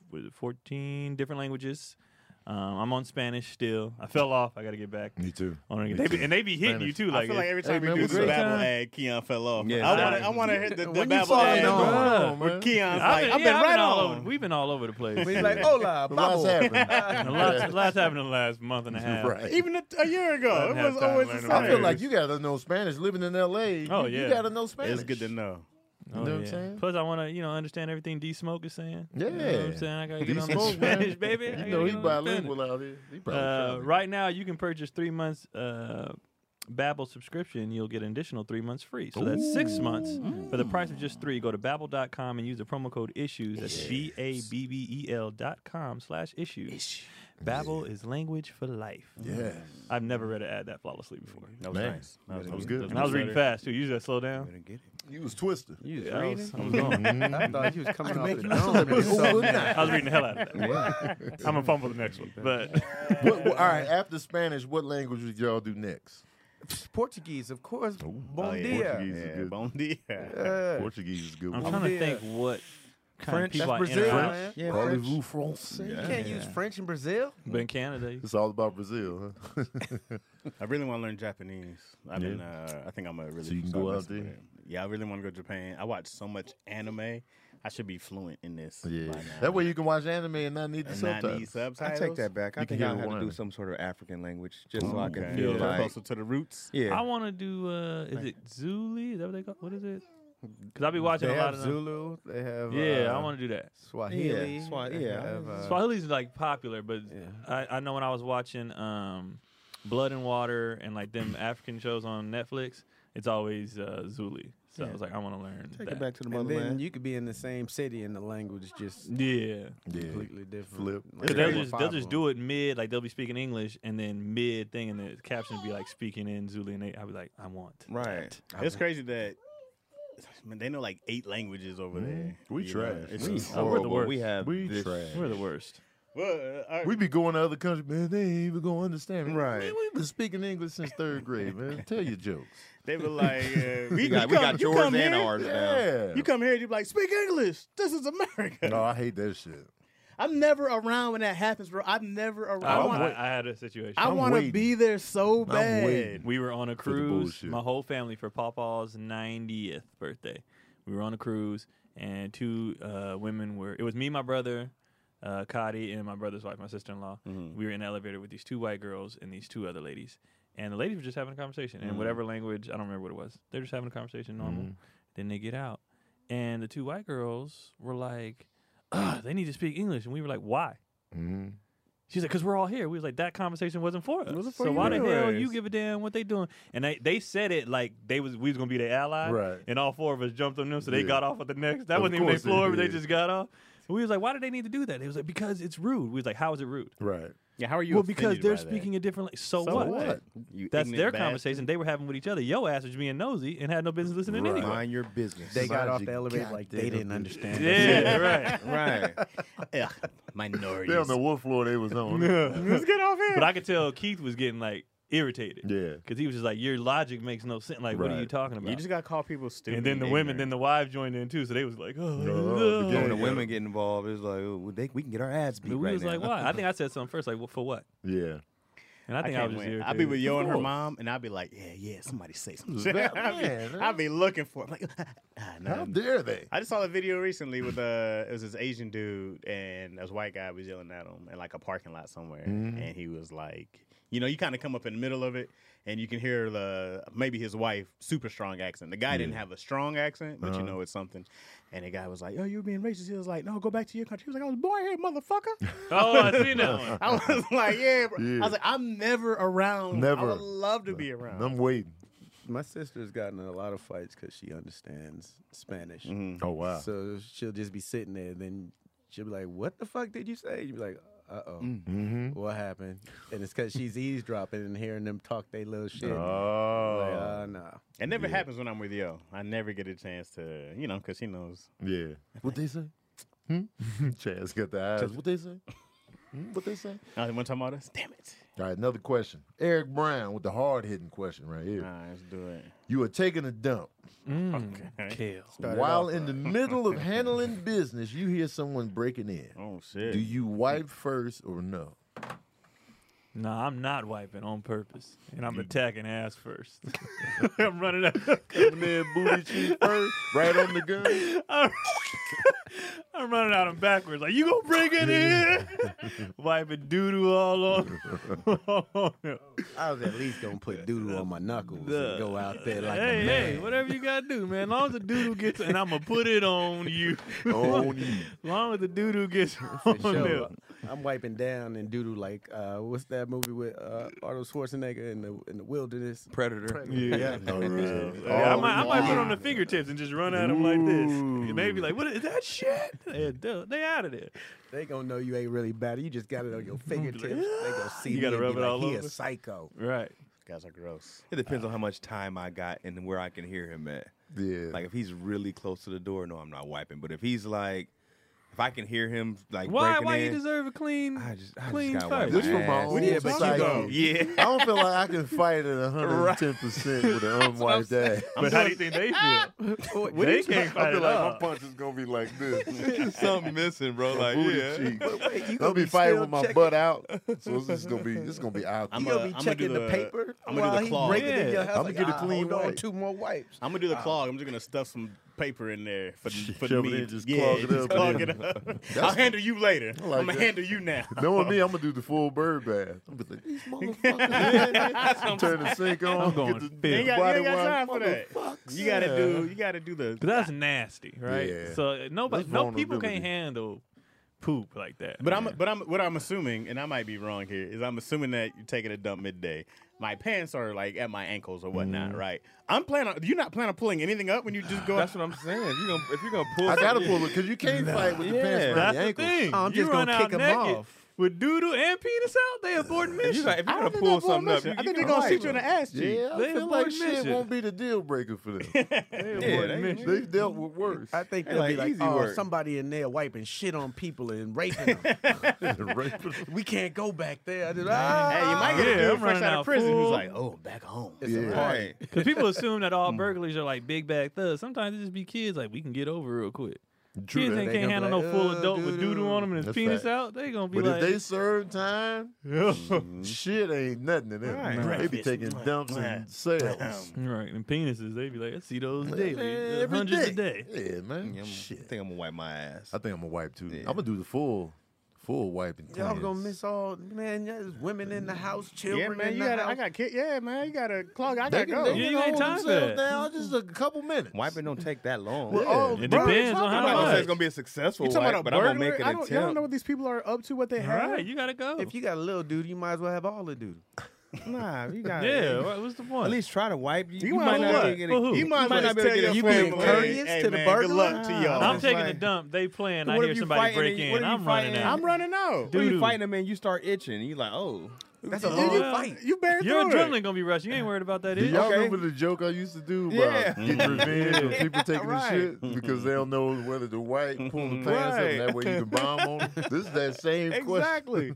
Speaker 5: was it 14 different languages. Um, I'm on Spanish still. I fell off. I got to get back.
Speaker 2: Me too.
Speaker 5: I wanna get- they be, and they be hitting
Speaker 2: Spanish.
Speaker 5: you too.
Speaker 3: I
Speaker 5: Like,
Speaker 3: feel like
Speaker 5: it-
Speaker 3: every time
Speaker 2: man, we
Speaker 3: we do the
Speaker 2: great
Speaker 3: Babel
Speaker 5: time.
Speaker 3: ad, Keon fell off.
Speaker 1: Yeah,
Speaker 3: I want
Speaker 5: I-
Speaker 3: to. I want to hit the, the
Speaker 4: When you
Speaker 3: Babel
Speaker 4: fall
Speaker 3: ad.
Speaker 4: in
Speaker 2: Come
Speaker 4: on-
Speaker 2: on, man.
Speaker 3: Keon's
Speaker 5: I've
Speaker 3: like,
Speaker 5: been,
Speaker 3: I've
Speaker 5: yeah,
Speaker 3: been
Speaker 5: I've
Speaker 3: right
Speaker 5: been all
Speaker 3: on.
Speaker 5: over. We've been all over the place.
Speaker 4: He's like, hola,
Speaker 2: The lot's
Speaker 4: bubble.
Speaker 2: happened.
Speaker 5: a lot, lot's happened in the last month and a half.
Speaker 2: oh. right.
Speaker 3: Even a, a year
Speaker 5: I
Speaker 3: ago,
Speaker 5: didn't
Speaker 3: it
Speaker 5: have
Speaker 3: was
Speaker 5: time
Speaker 3: always the
Speaker 5: to learn
Speaker 3: same.
Speaker 5: about
Speaker 2: I feel like you gotta know Spanish living in L.A.
Speaker 5: Oh,
Speaker 2: you,
Speaker 5: yeah.
Speaker 2: you gotta know Spanish.
Speaker 3: It's good to know.
Speaker 5: Oh,
Speaker 2: You know what I'm
Speaker 5: yeah.
Speaker 2: saying?
Speaker 5: Plus, I want to, you know, understand everything D Smoke is saying. You know what
Speaker 2: Yeah.
Speaker 5: I'm saying? I got to
Speaker 2: D.
Speaker 5: get on the
Speaker 2: Smoke, man.
Speaker 5: Spanish, baby. I
Speaker 2: You
Speaker 5: gotta
Speaker 2: know
Speaker 5: get
Speaker 2: he's
Speaker 5: on the Spanish.
Speaker 2: bilingual out here. He probably
Speaker 5: Uh,
Speaker 2: traveling.
Speaker 5: right now, you can purchase three months uh, Babbel subscription. You'll get an additional three months free. So that's six months for the price of just three. Go to babbel.com and use the promo code issues. That's B A B B E L dot com slash issues. Babbel is language for life.
Speaker 2: Yes.
Speaker 5: I've never read an ad that flawlessly before.
Speaker 3: That was
Speaker 2: Man,
Speaker 3: nice.
Speaker 2: that was good.
Speaker 5: And I was reading fast too. Usually I slow down.
Speaker 2: You was twisted.
Speaker 4: You was
Speaker 5: Yeah, I
Speaker 4: reading?
Speaker 5: was, I was going.
Speaker 4: I thought you was coming off the
Speaker 2: I was
Speaker 4: dome.
Speaker 2: like,
Speaker 4: and it's something
Speaker 2: "Overnight."
Speaker 4: else.
Speaker 5: I was reading the hell out of that. I'm gonna fumble the next one, but
Speaker 2: What- what- all right, after Spanish, what language would y'all do next?
Speaker 4: Portuguese, of course. Bon
Speaker 1: Oh,
Speaker 3: yeah.
Speaker 4: dia.
Speaker 2: Portuguese is
Speaker 3: Yeah,
Speaker 2: good.
Speaker 3: bon dia.
Speaker 4: Yeah.
Speaker 2: Portuguese is good.
Speaker 5: I'm
Speaker 2: one.
Speaker 5: trying to think what kind
Speaker 4: uh, French.
Speaker 5: of people
Speaker 4: That's
Speaker 5: I interact.
Speaker 4: Brazil.
Speaker 5: with.
Speaker 1: Yeah,
Speaker 2: Parlez-vous français?
Speaker 4: You can't use French in Brazil.
Speaker 5: But in Canada,
Speaker 2: It's all about Brazil, huh?
Speaker 3: I really want to learn Japanese. I mean, uh, I think I'm a really.
Speaker 2: So you can
Speaker 3: start
Speaker 2: go out
Speaker 3: messing with
Speaker 2: there?
Speaker 3: it. Yeah, I really want to go to Japan. I watch so much anime. I should be fluent in this.
Speaker 2: yeah.
Speaker 3: by now.
Speaker 2: That way you can watch anime and not need the
Speaker 3: and not need
Speaker 2: subtitles.
Speaker 1: I
Speaker 3: subtitles.
Speaker 1: take that back. I
Speaker 2: You can
Speaker 1: think
Speaker 2: hear
Speaker 1: I'll
Speaker 2: the
Speaker 1: have to do
Speaker 2: whining.
Speaker 1: some sort of African language just so I
Speaker 3: Okay.
Speaker 1: can
Speaker 3: Yeah,
Speaker 1: feel like.
Speaker 3: closer to the roots.
Speaker 1: Yeah.
Speaker 5: I want to do. Uh, is it Zulu? Is that what they call? What is it? Because I'll be watching
Speaker 4: They
Speaker 5: a lot
Speaker 4: have
Speaker 5: of them.
Speaker 4: Zulu. They have
Speaker 5: Yeah,
Speaker 4: uh,
Speaker 5: I want to do that.
Speaker 4: Swahili.
Speaker 1: Yeah, Swa-
Speaker 4: they
Speaker 1: yeah.
Speaker 4: have, uh,
Speaker 5: Swahili's like popular, but
Speaker 4: Yeah.
Speaker 5: I, I know when I was watching um, Blood and Water and like them African shows on Netflix, it's always uh, Zulu. So I was like, I want to learn that.
Speaker 1: Take it back to the
Speaker 4: And then
Speaker 1: motherland.
Speaker 4: you could be in the same city and the language just
Speaker 2: Yeah.
Speaker 5: Yeah,
Speaker 4: completely different.
Speaker 2: Flip.
Speaker 4: Like,
Speaker 5: because
Speaker 4: there
Speaker 5: they'll
Speaker 4: were
Speaker 5: just they'll
Speaker 4: five
Speaker 5: just
Speaker 4: of
Speaker 5: do it mid, like they'll be speaking English, and then mid thing, and the caption will be like speaking in Zulu, and they, I'll be like, I want.
Speaker 1: right.
Speaker 3: It's crazy that man, they know like eight languages over there.
Speaker 2: Mm-hmm. We
Speaker 3: You know,
Speaker 2: trash.
Speaker 3: it's
Speaker 2: We
Speaker 3: just-
Speaker 5: Oh, we're the worst.
Speaker 1: We have
Speaker 2: We
Speaker 1: this.
Speaker 2: trash.
Speaker 5: We're the worst.
Speaker 3: Well, uh, all right.
Speaker 2: We be going to other countries, man. They ain't even gonna understand me.
Speaker 1: Right.
Speaker 2: Man, we've been speaking English since third grade, man. Tell your jokes.
Speaker 3: they were like, uh, we,
Speaker 1: We
Speaker 3: you
Speaker 1: got, we
Speaker 3: come,
Speaker 1: got
Speaker 3: you
Speaker 1: yours
Speaker 3: come
Speaker 1: and
Speaker 3: here,
Speaker 1: ours now.
Speaker 2: Yeah.
Speaker 3: You come here, you be like, speak English. This is America.
Speaker 2: no, I hate that shit.
Speaker 3: I'm never around when that happens, bro. I'm never around.
Speaker 5: I,
Speaker 3: I
Speaker 5: I,
Speaker 3: wanna-
Speaker 5: had a situation.
Speaker 3: I
Speaker 2: I'm
Speaker 3: want to
Speaker 2: waiting.
Speaker 3: be there so
Speaker 2: waiting.
Speaker 3: bad.
Speaker 5: we were on a
Speaker 2: the
Speaker 5: cruise.
Speaker 2: bullshit.
Speaker 5: My whole family for Papa's 90th birthday. We were on a cruise, and two uh, women were. It was me, my brother, uh, Cody, and my brother's wife, my sister-in-law.
Speaker 2: Mm-hmm.
Speaker 5: We were in the elevator with these two white girls and these two other ladies, and the ladies were just having a conversation
Speaker 2: Mm-hmm.
Speaker 5: in whatever language. I don't remember what it was. They're just having a conversation, normal. Then they get out, and the two white girls were like, "Ugh, "They need to speak English," and we were like, "Why?" Mm-hmm.
Speaker 2: Mhm.
Speaker 5: She's like, because we're all here. We was like, that conversation wasn't for us.
Speaker 3: wasn't for
Speaker 5: so
Speaker 3: you
Speaker 5: why the hell
Speaker 3: anyways."
Speaker 5: you give a damn what they doing? And they, they said it like they was we was gonna be their ally,
Speaker 2: Right.
Speaker 5: And all four of us jumped on them, so they
Speaker 2: Yeah.
Speaker 5: got off at the next. That
Speaker 2: Of
Speaker 5: wasn't even their
Speaker 2: course they
Speaker 5: floor, but they
Speaker 2: did.
Speaker 5: just got off. And we was like, why did they need to do that? They was like, because it's rude. We was like, how is it rude?
Speaker 2: Right.
Speaker 3: yeah, how are you?
Speaker 5: well, because
Speaker 3: offended
Speaker 5: they're
Speaker 3: by that?
Speaker 5: speaking a different. la- So,
Speaker 3: So
Speaker 5: what?
Speaker 3: what? You
Speaker 5: That's
Speaker 3: ignorant
Speaker 5: their
Speaker 3: bastard.
Speaker 5: conversation they were having with each other. Yo ass was being nosy and had no business listening
Speaker 2: Right.
Speaker 5: anyway.
Speaker 1: Mind your business.
Speaker 4: They got
Speaker 2: Mind
Speaker 4: off
Speaker 2: your
Speaker 4: the elevator like they
Speaker 2: goddamn
Speaker 4: didn't
Speaker 2: business.
Speaker 4: understand. us.
Speaker 5: Yeah, right.
Speaker 1: right.
Speaker 3: Ugh,
Speaker 2: They don't
Speaker 3: minorities.
Speaker 2: know what floor they was on. yeah.
Speaker 3: Let's get off here.
Speaker 5: But I could tell Keith was getting like irritated
Speaker 2: Yeah.
Speaker 5: because he was just like, your logic makes no sense. Like, what are
Speaker 2: Right.
Speaker 5: you talking about?
Speaker 3: you just gotta call people stupid.
Speaker 5: and then the women, then
Speaker 3: ignorant.
Speaker 5: the wives joined in too. So they was like, oh,
Speaker 2: No,
Speaker 5: no.
Speaker 2: Uh, the
Speaker 1: When
Speaker 2: Yeah,
Speaker 1: the
Speaker 2: yeah.
Speaker 1: women get involved, it's like oh, they, we can get our ass beat
Speaker 5: we
Speaker 1: right
Speaker 5: was
Speaker 1: now.
Speaker 5: like, why? I think I said something first, like, well, for what?
Speaker 2: Yeah.
Speaker 5: And I
Speaker 3: I
Speaker 5: think I,
Speaker 3: can't
Speaker 5: was just
Speaker 3: win.
Speaker 5: irritated.
Speaker 3: I'll be with yo and her
Speaker 5: Cool.
Speaker 3: mom, and I'll be like, yeah, yeah, somebody say something.
Speaker 2: that-
Speaker 3: I'll, be,
Speaker 2: man,
Speaker 3: I'll be looking for it. I'm like, ah,
Speaker 2: How
Speaker 3: nothing.
Speaker 2: dare they?
Speaker 3: I just saw a video recently with uh it was this Asian dude and this white guy was yelling at him in like a parking lot somewhere,
Speaker 2: Mm-hmm.
Speaker 3: and he was like, you know, you kind of come up in the middle of it, and you can hear the maybe his wife super strong accent. The guy didn't have a strong accent, but
Speaker 2: Uh-huh.
Speaker 3: you know it's something. And the guy was like, "Oh, you're being racist." He was like, "No, go back to your country." He was like, "I was born here, motherfucker."
Speaker 5: Oh, I see that one.
Speaker 3: I was like, "Yeah, bro."
Speaker 2: Yeah.
Speaker 3: I was like, "I'm never around. I
Speaker 2: Never.
Speaker 3: would love to be around."
Speaker 2: I'm waiting.
Speaker 4: My sister's gotten in a lot of fights because she understands Spanish.
Speaker 2: Oh wow.
Speaker 4: Mm-hmm. So she'll just be sitting there, then she'll be like, "What the fuck did you say?" You'll be like, "Uh oh,
Speaker 2: Mm-hmm.
Speaker 4: what happened?" And it's because she's eavesdropping and hearing them talk they little shit.
Speaker 2: oh.
Speaker 4: Like, uh, nah.
Speaker 3: it never happens when I'm with yo. I never get a chance to, you know, because she knows.
Speaker 2: Yeah. What they say? Hmm? Chaz got the eyes. What they say? Hmm? What they say?
Speaker 3: I was one time all this. Damn it.
Speaker 2: All right, another question. Eric Brown with the hard hitting question right here.
Speaker 3: All right, let's do it.
Speaker 2: You are taking a dump.
Speaker 3: Okay.
Speaker 5: Kale.
Speaker 2: While in the middle of handling business, you hear someone breaking in.
Speaker 3: Oh shit.
Speaker 2: Do you wipe first or no?
Speaker 5: No, I'm not wiping on purpose. And I'm attacking ass first. I'm running up.
Speaker 2: Coming in booty cheek first, right on the gun.
Speaker 5: I'm running out of backwards. Like, you gonna bring it in? wiping doodoo all on.
Speaker 4: I was at least gonna put doodle on my knuckles
Speaker 5: Duh.
Speaker 4: and go out there like
Speaker 5: hey,
Speaker 4: a man.
Speaker 5: hey, whatever you gotta do, man. As long as the doodoo gets, and I'm gonna put it on you.
Speaker 2: on you.
Speaker 5: As long as the doodoo gets
Speaker 4: For
Speaker 5: on
Speaker 4: sure.
Speaker 5: them.
Speaker 4: I'm wiping down and doodle like uh, what's that movie with uh, Arnold Schwarzenegger in the in the wilderness?
Speaker 1: Predator.
Speaker 2: Yeah. Oh, yeah.
Speaker 5: Yeah, I,
Speaker 2: All
Speaker 5: might, I might put
Speaker 2: in
Speaker 5: it on the fingertips and just run at them like this. And they be like, "What is that shit?" They, they out of there.
Speaker 4: They gonna know you ain't really bad. You just got it on your fingertips. they gonna see
Speaker 5: You
Speaker 4: me
Speaker 5: gotta
Speaker 4: and
Speaker 5: rub
Speaker 4: be
Speaker 5: it
Speaker 4: like,
Speaker 5: all
Speaker 4: he
Speaker 5: over."
Speaker 4: a psycho.
Speaker 5: Right.
Speaker 3: guys are gross.
Speaker 1: It depends on how much time I got and where I can hear him at.
Speaker 2: Yeah.
Speaker 1: Like if he's really close to the door, no, I'm not wiping. But if he's like, if I can hear him like
Speaker 5: Why?
Speaker 1: breaking
Speaker 5: Why
Speaker 1: in,
Speaker 5: you deserve a clean,
Speaker 1: I just, I
Speaker 5: clean
Speaker 1: just gotta wipe
Speaker 5: first?
Speaker 2: This
Speaker 1: my
Speaker 2: from my
Speaker 1: ass.
Speaker 2: own
Speaker 3: are you
Speaker 2: psyche.
Speaker 3: talking about?
Speaker 1: Yeah.
Speaker 2: I don't feel like I can fight at 110 percent with an unwiped ass.
Speaker 5: But how do you think they feel? they can't
Speaker 2: I
Speaker 5: fight
Speaker 2: feel
Speaker 5: at
Speaker 2: like
Speaker 5: all.
Speaker 2: my punch is gonna be like this.
Speaker 1: Something missing, bro. Like
Speaker 2: booty
Speaker 1: yeah.
Speaker 2: cheeks.
Speaker 4: you
Speaker 2: I'll
Speaker 4: gonna
Speaker 2: be
Speaker 4: be
Speaker 2: fighting
Speaker 4: still
Speaker 2: with my
Speaker 4: checking-
Speaker 2: butt out, so it's just gonna be it's gonna be out.
Speaker 3: I'm
Speaker 4: You
Speaker 3: a-
Speaker 4: gonna be
Speaker 3: I'ma do
Speaker 4: checking
Speaker 3: the-
Speaker 4: the paper
Speaker 3: I'ma do the
Speaker 4: while he
Speaker 3: claw.
Speaker 4: breaking in
Speaker 5: Yeah.
Speaker 4: your house.
Speaker 2: I'ma
Speaker 4: like,
Speaker 2: get a
Speaker 4: "Ah,
Speaker 2: clean
Speaker 4: hold on,
Speaker 2: wipe."
Speaker 4: two more wipes.
Speaker 3: I'm gonna do the clog. I'm just gonna stuff some paper in there for, for
Speaker 2: Shove it
Speaker 3: me.
Speaker 2: in, just
Speaker 3: yeah,
Speaker 2: clog it
Speaker 3: just
Speaker 2: up,
Speaker 3: clog
Speaker 2: yeah.
Speaker 3: it up. I'll handle you later.
Speaker 2: like
Speaker 3: I'm gonna
Speaker 2: that.
Speaker 3: handle you now.
Speaker 2: Knowing me, I'm gonna do the full bird bath. I'm gonna be like, these motherfuckers. Turn the sink on.
Speaker 5: I'm going
Speaker 2: get the
Speaker 5: fifth. You ain't
Speaker 3: got- you
Speaker 2: body
Speaker 3: ain't got
Speaker 2: wash.
Speaker 3: time for that.
Speaker 2: Motherfucks.
Speaker 3: You gotta
Speaker 2: Yeah.
Speaker 3: do. You gotta do the.
Speaker 5: 'Cause that's nasty, right?
Speaker 2: Yeah.
Speaker 5: So uh, nobody,
Speaker 2: That's
Speaker 5: no people can't
Speaker 2: vulnerability.
Speaker 5: handle poop like that.
Speaker 3: But I'm but I'm what I'm assuming, and I might be wrong here, is I'm assuming that you're taking a dump midday. My pants are like at my ankles or
Speaker 2: Mm.
Speaker 3: whatnot, right? I'm planning. on you not plan on pulling anything up when you just go.
Speaker 1: That's what I'm saying. If you're gonna, if you're gonna pull,
Speaker 2: I gotta
Speaker 1: something-
Speaker 2: pull it because you can't fight with the pants
Speaker 1: Yeah.
Speaker 2: around
Speaker 5: That's
Speaker 2: your
Speaker 5: the
Speaker 2: ankles.
Speaker 5: thing.
Speaker 4: I'm
Speaker 5: you
Speaker 4: just
Speaker 5: run
Speaker 4: gonna
Speaker 5: out
Speaker 4: kick 'em
Speaker 5: naked
Speaker 4: off.
Speaker 5: with doodle and penis out. They abort
Speaker 1: If
Speaker 5: mission.
Speaker 1: you're, gonna- if you're
Speaker 2: I
Speaker 1: gonna
Speaker 2: think
Speaker 1: pull
Speaker 2: that's what
Speaker 1: something
Speaker 2: I'm
Speaker 1: up, you,
Speaker 2: saying.
Speaker 3: I think
Speaker 1: you
Speaker 3: they're gonna
Speaker 1: right.
Speaker 3: shoot you in the ass cheek.
Speaker 2: Yeah, I
Speaker 5: They
Speaker 2: feel
Speaker 5: avoid
Speaker 2: like shit
Speaker 5: mission.
Speaker 2: won't be the deal breaker for them.
Speaker 5: They abort
Speaker 1: Yeah, they-
Speaker 5: mission.
Speaker 2: They've dealt with worse.
Speaker 4: I think
Speaker 1: Hey,
Speaker 4: they'll be
Speaker 1: like,
Speaker 4: like,
Speaker 1: easy
Speaker 4: oh,
Speaker 1: work."
Speaker 4: somebody in there wiping shit on people and raping them.
Speaker 2: Right.
Speaker 4: we can't go back there. I just, ah.
Speaker 3: Hey, you might get
Speaker 5: Yeah,
Speaker 3: a dude
Speaker 5: I'm
Speaker 3: fresh
Speaker 5: running
Speaker 3: out
Speaker 5: out
Speaker 3: of prison who's
Speaker 5: full.
Speaker 3: like, "Oh, back home."
Speaker 2: Yeah.
Speaker 1: Right.
Speaker 5: Because people assume that all burglaries are like big bag thugs. Sometimes it just be kids like we can get over real quick.
Speaker 2: True
Speaker 5: kids
Speaker 2: that.
Speaker 5: ain't
Speaker 4: They
Speaker 5: can't
Speaker 4: gonna be
Speaker 5: handle no
Speaker 4: like,
Speaker 5: full
Speaker 4: "Uh,
Speaker 5: adult with
Speaker 4: doo-doo."
Speaker 5: doodoo on him and his
Speaker 2: That's
Speaker 5: penis
Speaker 2: fact.
Speaker 5: out. They gonna be
Speaker 2: But
Speaker 5: like,
Speaker 2: if they serve time, shit ain't nothing to them.
Speaker 1: Right.
Speaker 2: They be
Speaker 3: Breakfast.
Speaker 2: taking dumps and sales.
Speaker 5: right, and penises, they be like, I see those daily,
Speaker 2: Man,
Speaker 5: uh,
Speaker 2: every
Speaker 5: hundreds a
Speaker 2: day.
Speaker 5: day.
Speaker 2: Yeah, man.
Speaker 1: Yeah, I'm-
Speaker 2: Shit.
Speaker 1: I think I'm gonna wipe my ass.
Speaker 2: I think I'm gonna wipe too.
Speaker 1: Yeah.
Speaker 2: I'm gonna do the full, full wiping.
Speaker 4: Y'all gonna miss all man. There's women in the house,
Speaker 3: Yeah,
Speaker 4: children
Speaker 3: man,
Speaker 4: in
Speaker 3: you
Speaker 4: the
Speaker 3: gotta.
Speaker 4: house.
Speaker 3: I got kid. Yeah, man, you gotta clog. I
Speaker 2: They
Speaker 3: gotta
Speaker 2: can,
Speaker 3: go.
Speaker 2: they can
Speaker 5: You ain't
Speaker 2: hold
Speaker 5: time for
Speaker 2: themselves
Speaker 5: that.
Speaker 2: down just a couple minutes.
Speaker 1: Wiping don't take that long.
Speaker 2: Well, all-
Speaker 5: It
Speaker 2: Bro,
Speaker 5: depends
Speaker 2: talk
Speaker 5: on
Speaker 1: I'm
Speaker 5: how
Speaker 1: not gonna say
Speaker 5: much.
Speaker 1: it's gonna be a successful
Speaker 3: You
Speaker 1: wipe,
Speaker 3: talking about a
Speaker 1: but I'm gonna make
Speaker 3: burglar?
Speaker 1: an
Speaker 3: I don't,
Speaker 1: attempt.
Speaker 3: y'all don't know what these people are up to, what they have.
Speaker 5: Right, you gotta go.
Speaker 4: If you got a little dude, you might as well have all the dude.
Speaker 1: Nah, you got
Speaker 5: yeah, what- what's the point?
Speaker 1: At least try to wipe. You,
Speaker 3: might
Speaker 1: might
Speaker 3: not
Speaker 1: not
Speaker 5: be able to
Speaker 1: get
Speaker 5: get
Speaker 1: it.
Speaker 5: a- you might
Speaker 1: not
Speaker 3: not
Speaker 1: be
Speaker 3: be
Speaker 1: able
Speaker 3: able
Speaker 1: to
Speaker 3: to get
Speaker 1: get a
Speaker 3: a
Speaker 1: family.
Speaker 4: being courteous
Speaker 3: Hey,
Speaker 4: to the
Speaker 3: man,
Speaker 4: burglar.
Speaker 3: Good luck to y'all.
Speaker 5: I'm
Speaker 1: it's
Speaker 5: taking
Speaker 1: like-
Speaker 5: a dump. They playing. I
Speaker 1: What if
Speaker 5: hear
Speaker 1: you
Speaker 5: somebody
Speaker 1: fighting
Speaker 5: break
Speaker 1: and-
Speaker 5: in.
Speaker 1: what if you
Speaker 5: I'm running
Speaker 1: fighting-
Speaker 5: out.
Speaker 3: I'm running out.
Speaker 1: When you
Speaker 5: Doo-doo.
Speaker 1: fighting them and you start itching, you like, oh,
Speaker 4: That's a
Speaker 3: You-
Speaker 4: long
Speaker 3: you-
Speaker 4: fight.
Speaker 3: You bear
Speaker 5: Your
Speaker 3: through it.
Speaker 5: adrenaline gonna be rushing. You ain't worried about that.
Speaker 2: Do
Speaker 5: Is
Speaker 2: y'all
Speaker 1: Okay.
Speaker 2: remember the joke I used to do about
Speaker 1: Yeah.
Speaker 2: getting revenge on people taking
Speaker 1: Right.
Speaker 2: the shit because they don't know whether the white pull the pants up
Speaker 1: Right.
Speaker 2: and that way you can bomb on them? This is that same question.
Speaker 1: exactly.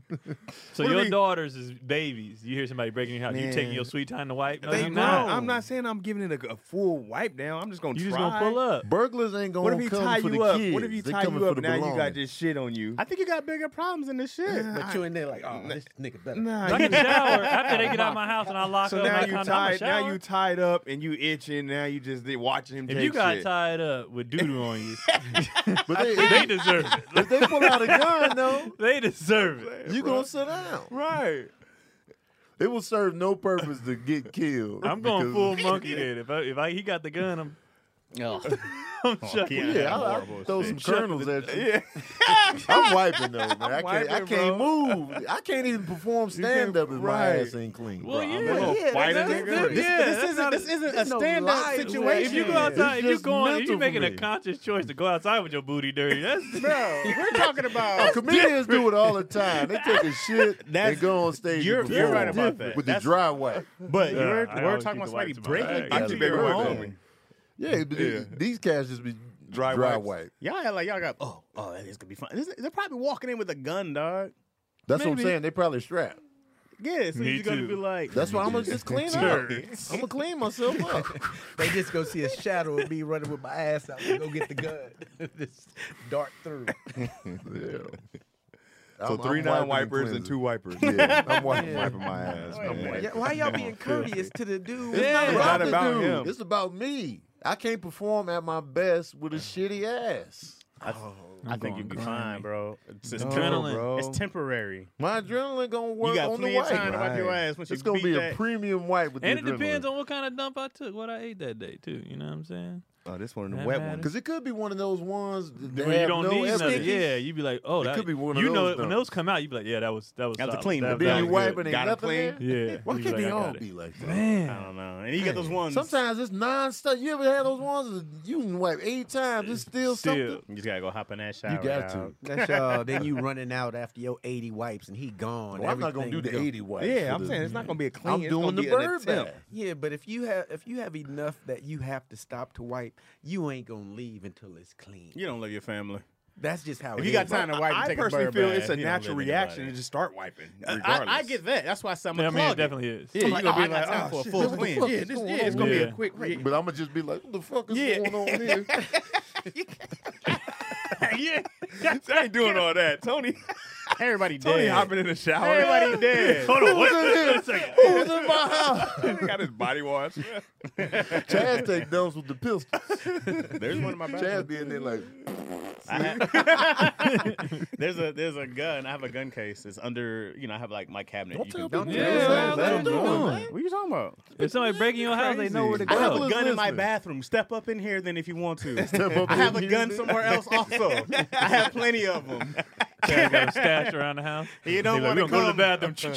Speaker 5: so
Speaker 1: what do
Speaker 5: your
Speaker 1: we-
Speaker 5: daughters is babies. You hear somebody breaking your house. You taking
Speaker 1: Man.
Speaker 5: your sweet time to wipe. No,
Speaker 1: They
Speaker 5: you're
Speaker 1: grown.
Speaker 5: not.
Speaker 1: I'm not saying I'm giving it a, a full wipe down. I'm just gonna
Speaker 5: You
Speaker 1: try.
Speaker 5: just gonna pull up.
Speaker 2: Burglars ain't
Speaker 1: What
Speaker 2: gonna
Speaker 1: if he
Speaker 2: come
Speaker 1: tie
Speaker 2: for
Speaker 1: you
Speaker 2: the
Speaker 1: up?
Speaker 2: kids.
Speaker 1: What if he
Speaker 2: They
Speaker 1: tie
Speaker 2: coming
Speaker 1: you
Speaker 2: for
Speaker 1: up?
Speaker 2: the
Speaker 1: Now you got
Speaker 2: belongings.
Speaker 1: this shit on you.
Speaker 3: I think you got bigger problems than this shit.
Speaker 4: But you in there like, oh, this nigga better.
Speaker 1: Nah,
Speaker 5: I
Speaker 1: you-
Speaker 5: can shower after they get out of my house and I lock
Speaker 1: so
Speaker 5: up.
Speaker 1: now
Speaker 5: my
Speaker 1: you
Speaker 5: condo-
Speaker 1: tied.
Speaker 5: I'ma
Speaker 1: Now you
Speaker 5: shower.
Speaker 1: tied up and you itching. Now you just did watching him.
Speaker 5: If
Speaker 1: take
Speaker 5: you got
Speaker 1: shit.
Speaker 5: tied up with doo on you,
Speaker 2: But they,
Speaker 5: they deserve it.
Speaker 2: if they pull out a gun, though,
Speaker 5: They deserve it.
Speaker 2: you gonna sit down.
Speaker 1: right?
Speaker 2: It will serve no purpose to get killed.
Speaker 5: I'm going
Speaker 2: because-
Speaker 5: full monkey then. If I, if I, he got the gun, I'm I'm chucking.
Speaker 3: yeah.
Speaker 2: Yeah, I, I
Speaker 3: Horrible
Speaker 2: throw some
Speaker 3: shit.
Speaker 2: kernels at you. I'm wiping though, man. I can't, I
Speaker 1: wiping,
Speaker 2: can't move. I can't even perform stand up if my
Speaker 1: right.
Speaker 2: ass ain't clean.
Speaker 5: Well,
Speaker 2: bro.
Speaker 5: yeah,
Speaker 2: I'm
Speaker 4: Well,
Speaker 2: like,
Speaker 4: yeah,
Speaker 1: fight a
Speaker 4: that's-
Speaker 1: nigga?
Speaker 4: that's-
Speaker 5: This-
Speaker 4: yeah,
Speaker 5: this
Speaker 4: that's
Speaker 3: isn't-
Speaker 4: not a-
Speaker 3: this isn't a
Speaker 4: there's no
Speaker 3: stand-up
Speaker 4: lie to it.
Speaker 3: situation.
Speaker 5: If you go
Speaker 3: Yeah.
Speaker 5: outside, if
Speaker 2: It's
Speaker 5: you
Speaker 2: just
Speaker 5: going, if
Speaker 2: mental
Speaker 5: you
Speaker 2: for
Speaker 5: making a
Speaker 2: me.
Speaker 5: conscious choice to go outside with your booty dirty, that's
Speaker 3: Bro, we're talking
Speaker 2: oh,
Speaker 3: about.
Speaker 2: comedians do it all the time. They take a shit and
Speaker 3: That's-
Speaker 2: go on stage.
Speaker 3: you're-
Speaker 2: and
Speaker 3: you're
Speaker 2: perform
Speaker 3: right about that.
Speaker 2: With
Speaker 3: That's-
Speaker 2: the dry wipe.
Speaker 3: But
Speaker 5: Yeah,
Speaker 3: you're,
Speaker 5: I
Speaker 3: we're
Speaker 5: always
Speaker 3: talking
Speaker 5: keep
Speaker 3: about somebody
Speaker 5: the lights in my
Speaker 3: breaking
Speaker 5: bag. I
Speaker 1: keep
Speaker 3: into
Speaker 1: the
Speaker 3: your
Speaker 1: big white
Speaker 3: home.
Speaker 1: bag.
Speaker 2: Yeah, but
Speaker 1: Yeah.
Speaker 2: these cats just be
Speaker 1: Dry
Speaker 2: dry,
Speaker 1: wipes.
Speaker 2: wipe.
Speaker 3: Y'all act like y'all got. Oh, oh, this could be fun. This- they're probably walking in with a gun, dog.
Speaker 2: That's what I'm
Speaker 5: Maybe.
Speaker 2: saying. They probably strapped.
Speaker 3: Yeah, so
Speaker 5: Me
Speaker 3: you're gonna
Speaker 5: too.
Speaker 3: be like,
Speaker 2: That's why I'm gonna just clean up. I'm gonna clean myself up.
Speaker 4: They just go see a shadow of me running with my ass out. Go get the gun. just dart through.
Speaker 2: Yeah.
Speaker 1: So three nine wipers and two wipers. Yeah, I'm wiping, wiping my ass.
Speaker 3: Wait a
Speaker 1: man.
Speaker 3: minute.
Speaker 4: Yeah, why y'all being courteous to the dude?
Speaker 2: It's
Speaker 1: It's
Speaker 2: not
Speaker 1: not
Speaker 2: about,
Speaker 1: about
Speaker 2: the dude.
Speaker 1: him.
Speaker 2: It's about me. I can't perform at my best with a shitty ass.
Speaker 3: I think you'd be fine, bro. It's, it's,
Speaker 1: No,
Speaker 5: Adrenaline.
Speaker 1: bro.
Speaker 3: it's temporary.
Speaker 2: My adrenaline gonna work
Speaker 3: you got
Speaker 2: on the
Speaker 3: plenty of
Speaker 2: wipe.
Speaker 3: time to wipe your
Speaker 1: Right.
Speaker 3: ass once you
Speaker 2: It's gonna
Speaker 3: beat
Speaker 2: be
Speaker 3: that.
Speaker 2: a premium wipe with
Speaker 5: And
Speaker 2: the
Speaker 5: it depends on what kind of dump I took, what I ate that day too. You know what I'm saying?
Speaker 1: Oh, this one, the
Speaker 5: That
Speaker 1: wet
Speaker 5: matters.
Speaker 1: one.
Speaker 2: because it could be one of those ones that
Speaker 5: Where you
Speaker 2: have
Speaker 5: don't
Speaker 2: no
Speaker 5: need nothing.
Speaker 2: stickies.
Speaker 5: Yeah, you'd be like, oh,
Speaker 2: It
Speaker 5: that
Speaker 2: could be one of
Speaker 5: You know,
Speaker 2: those
Speaker 5: it- when
Speaker 2: dumps.
Speaker 5: those come out, you'd be like, yeah, that was that was.
Speaker 3: That was a
Speaker 5: solid.
Speaker 3: clean
Speaker 5: That,
Speaker 3: one.
Speaker 5: that
Speaker 2: Then you
Speaker 5: was
Speaker 2: wipe
Speaker 5: good.
Speaker 2: and ain't
Speaker 1: Gotta
Speaker 2: nothing
Speaker 1: clean.
Speaker 2: there.
Speaker 5: Yeah.
Speaker 2: Why
Speaker 5: You'd
Speaker 2: can't
Speaker 5: like,
Speaker 2: they
Speaker 5: I got
Speaker 2: all
Speaker 5: it.
Speaker 2: be like that?
Speaker 3: I
Speaker 5: Man,
Speaker 3: don't know. And you got those ones.
Speaker 2: Sometimes it's non-stop. You ever had those ones that you can wipe eight times? It's still,
Speaker 5: still.
Speaker 2: something.
Speaker 3: you just gotta go hop in that shower.
Speaker 2: You got to.
Speaker 3: dog.
Speaker 4: That's y'all. Then you running out after your 80 wipes and he gone.
Speaker 2: Well, I'm not gonna do
Speaker 4: Everything
Speaker 2: the
Speaker 4: gone.
Speaker 2: eighty wipes. for
Speaker 1: Yeah, I'm
Speaker 2: the-
Speaker 1: saying it's not gonna be a clean.
Speaker 2: I'm
Speaker 1: it's
Speaker 2: doing
Speaker 1: gonna
Speaker 2: the
Speaker 1: be an
Speaker 2: bird
Speaker 1: attempt.
Speaker 2: bath.
Speaker 4: Yeah, but if you have if you have enough that you have to stop to wipe, you ain't gonna leave until it's clean.
Speaker 3: You don't love your family.
Speaker 4: That's just how
Speaker 2: Oh,
Speaker 3: If
Speaker 4: it
Speaker 3: you got
Speaker 4: is.
Speaker 3: time to wipe, and
Speaker 1: I
Speaker 3: take
Speaker 1: personally
Speaker 3: a bird
Speaker 1: feel
Speaker 3: bath,
Speaker 1: it's a
Speaker 3: you don't
Speaker 1: natural
Speaker 3: live
Speaker 1: reaction to
Speaker 3: anybody.
Speaker 1: just start wiping.
Speaker 3: I-
Speaker 1: Regardless.
Speaker 3: I, I get that. That's why I said I'm
Speaker 5: I
Speaker 3: gonna
Speaker 5: mean, it
Speaker 3: clog it.
Speaker 5: definitely is.
Speaker 1: Yeah,
Speaker 3: I'm
Speaker 1: you
Speaker 3: like,
Speaker 1: gonna
Speaker 3: oh,
Speaker 1: be
Speaker 3: I
Speaker 1: like,
Speaker 3: got time
Speaker 1: oh,
Speaker 3: for a
Speaker 1: shit,
Speaker 3: full
Speaker 1: what the
Speaker 3: cleanse.
Speaker 2: fuck
Speaker 3: Yeah,
Speaker 2: is
Speaker 3: this,
Speaker 2: going
Speaker 3: yeah, it's
Speaker 2: on?
Speaker 3: gonna be
Speaker 5: Yeah.
Speaker 3: a quick. re-
Speaker 2: But I'm gonna just be like, what the fuck is
Speaker 3: Yeah.
Speaker 2: going on here?
Speaker 5: yeah.
Speaker 1: I ain't doing all that, Tony.
Speaker 3: Everybody
Speaker 1: Tony
Speaker 3: dead.
Speaker 1: hopping in the shower.
Speaker 3: Everybody dead.
Speaker 5: Hold on, wait a second.
Speaker 2: Who's in my house?
Speaker 1: He got his body wash.
Speaker 2: Chaz take dumps with the pistol.
Speaker 3: There's one in my bathroom.
Speaker 2: Chaz be in there like,
Speaker 3: I have- there's a there's a gun. I have a gun case. It's under you know I have like my cabinet.
Speaker 2: don't
Speaker 3: You
Speaker 2: tell people
Speaker 3: can-
Speaker 4: don't
Speaker 2: that.
Speaker 4: do
Speaker 2: That's
Speaker 4: that.
Speaker 2: what I'm
Speaker 4: Don't
Speaker 2: doing.
Speaker 4: do
Speaker 3: What are you talking about?
Speaker 5: If somebody breaking your house, they know where to
Speaker 2: Crazy.
Speaker 3: I have a
Speaker 5: go.
Speaker 2: Public
Speaker 3: gun in my
Speaker 2: listening.
Speaker 3: bathroom. Step up in here then if you want to.
Speaker 2: Step up
Speaker 3: I have
Speaker 2: in
Speaker 3: a
Speaker 2: here
Speaker 3: gun
Speaker 2: then.
Speaker 3: somewhere else also. I have plenty of them.
Speaker 5: Carry a stash around the house.
Speaker 3: You don't
Speaker 5: They like,
Speaker 3: wanna
Speaker 5: "We gonna go to
Speaker 3: come."
Speaker 5: the bathroom.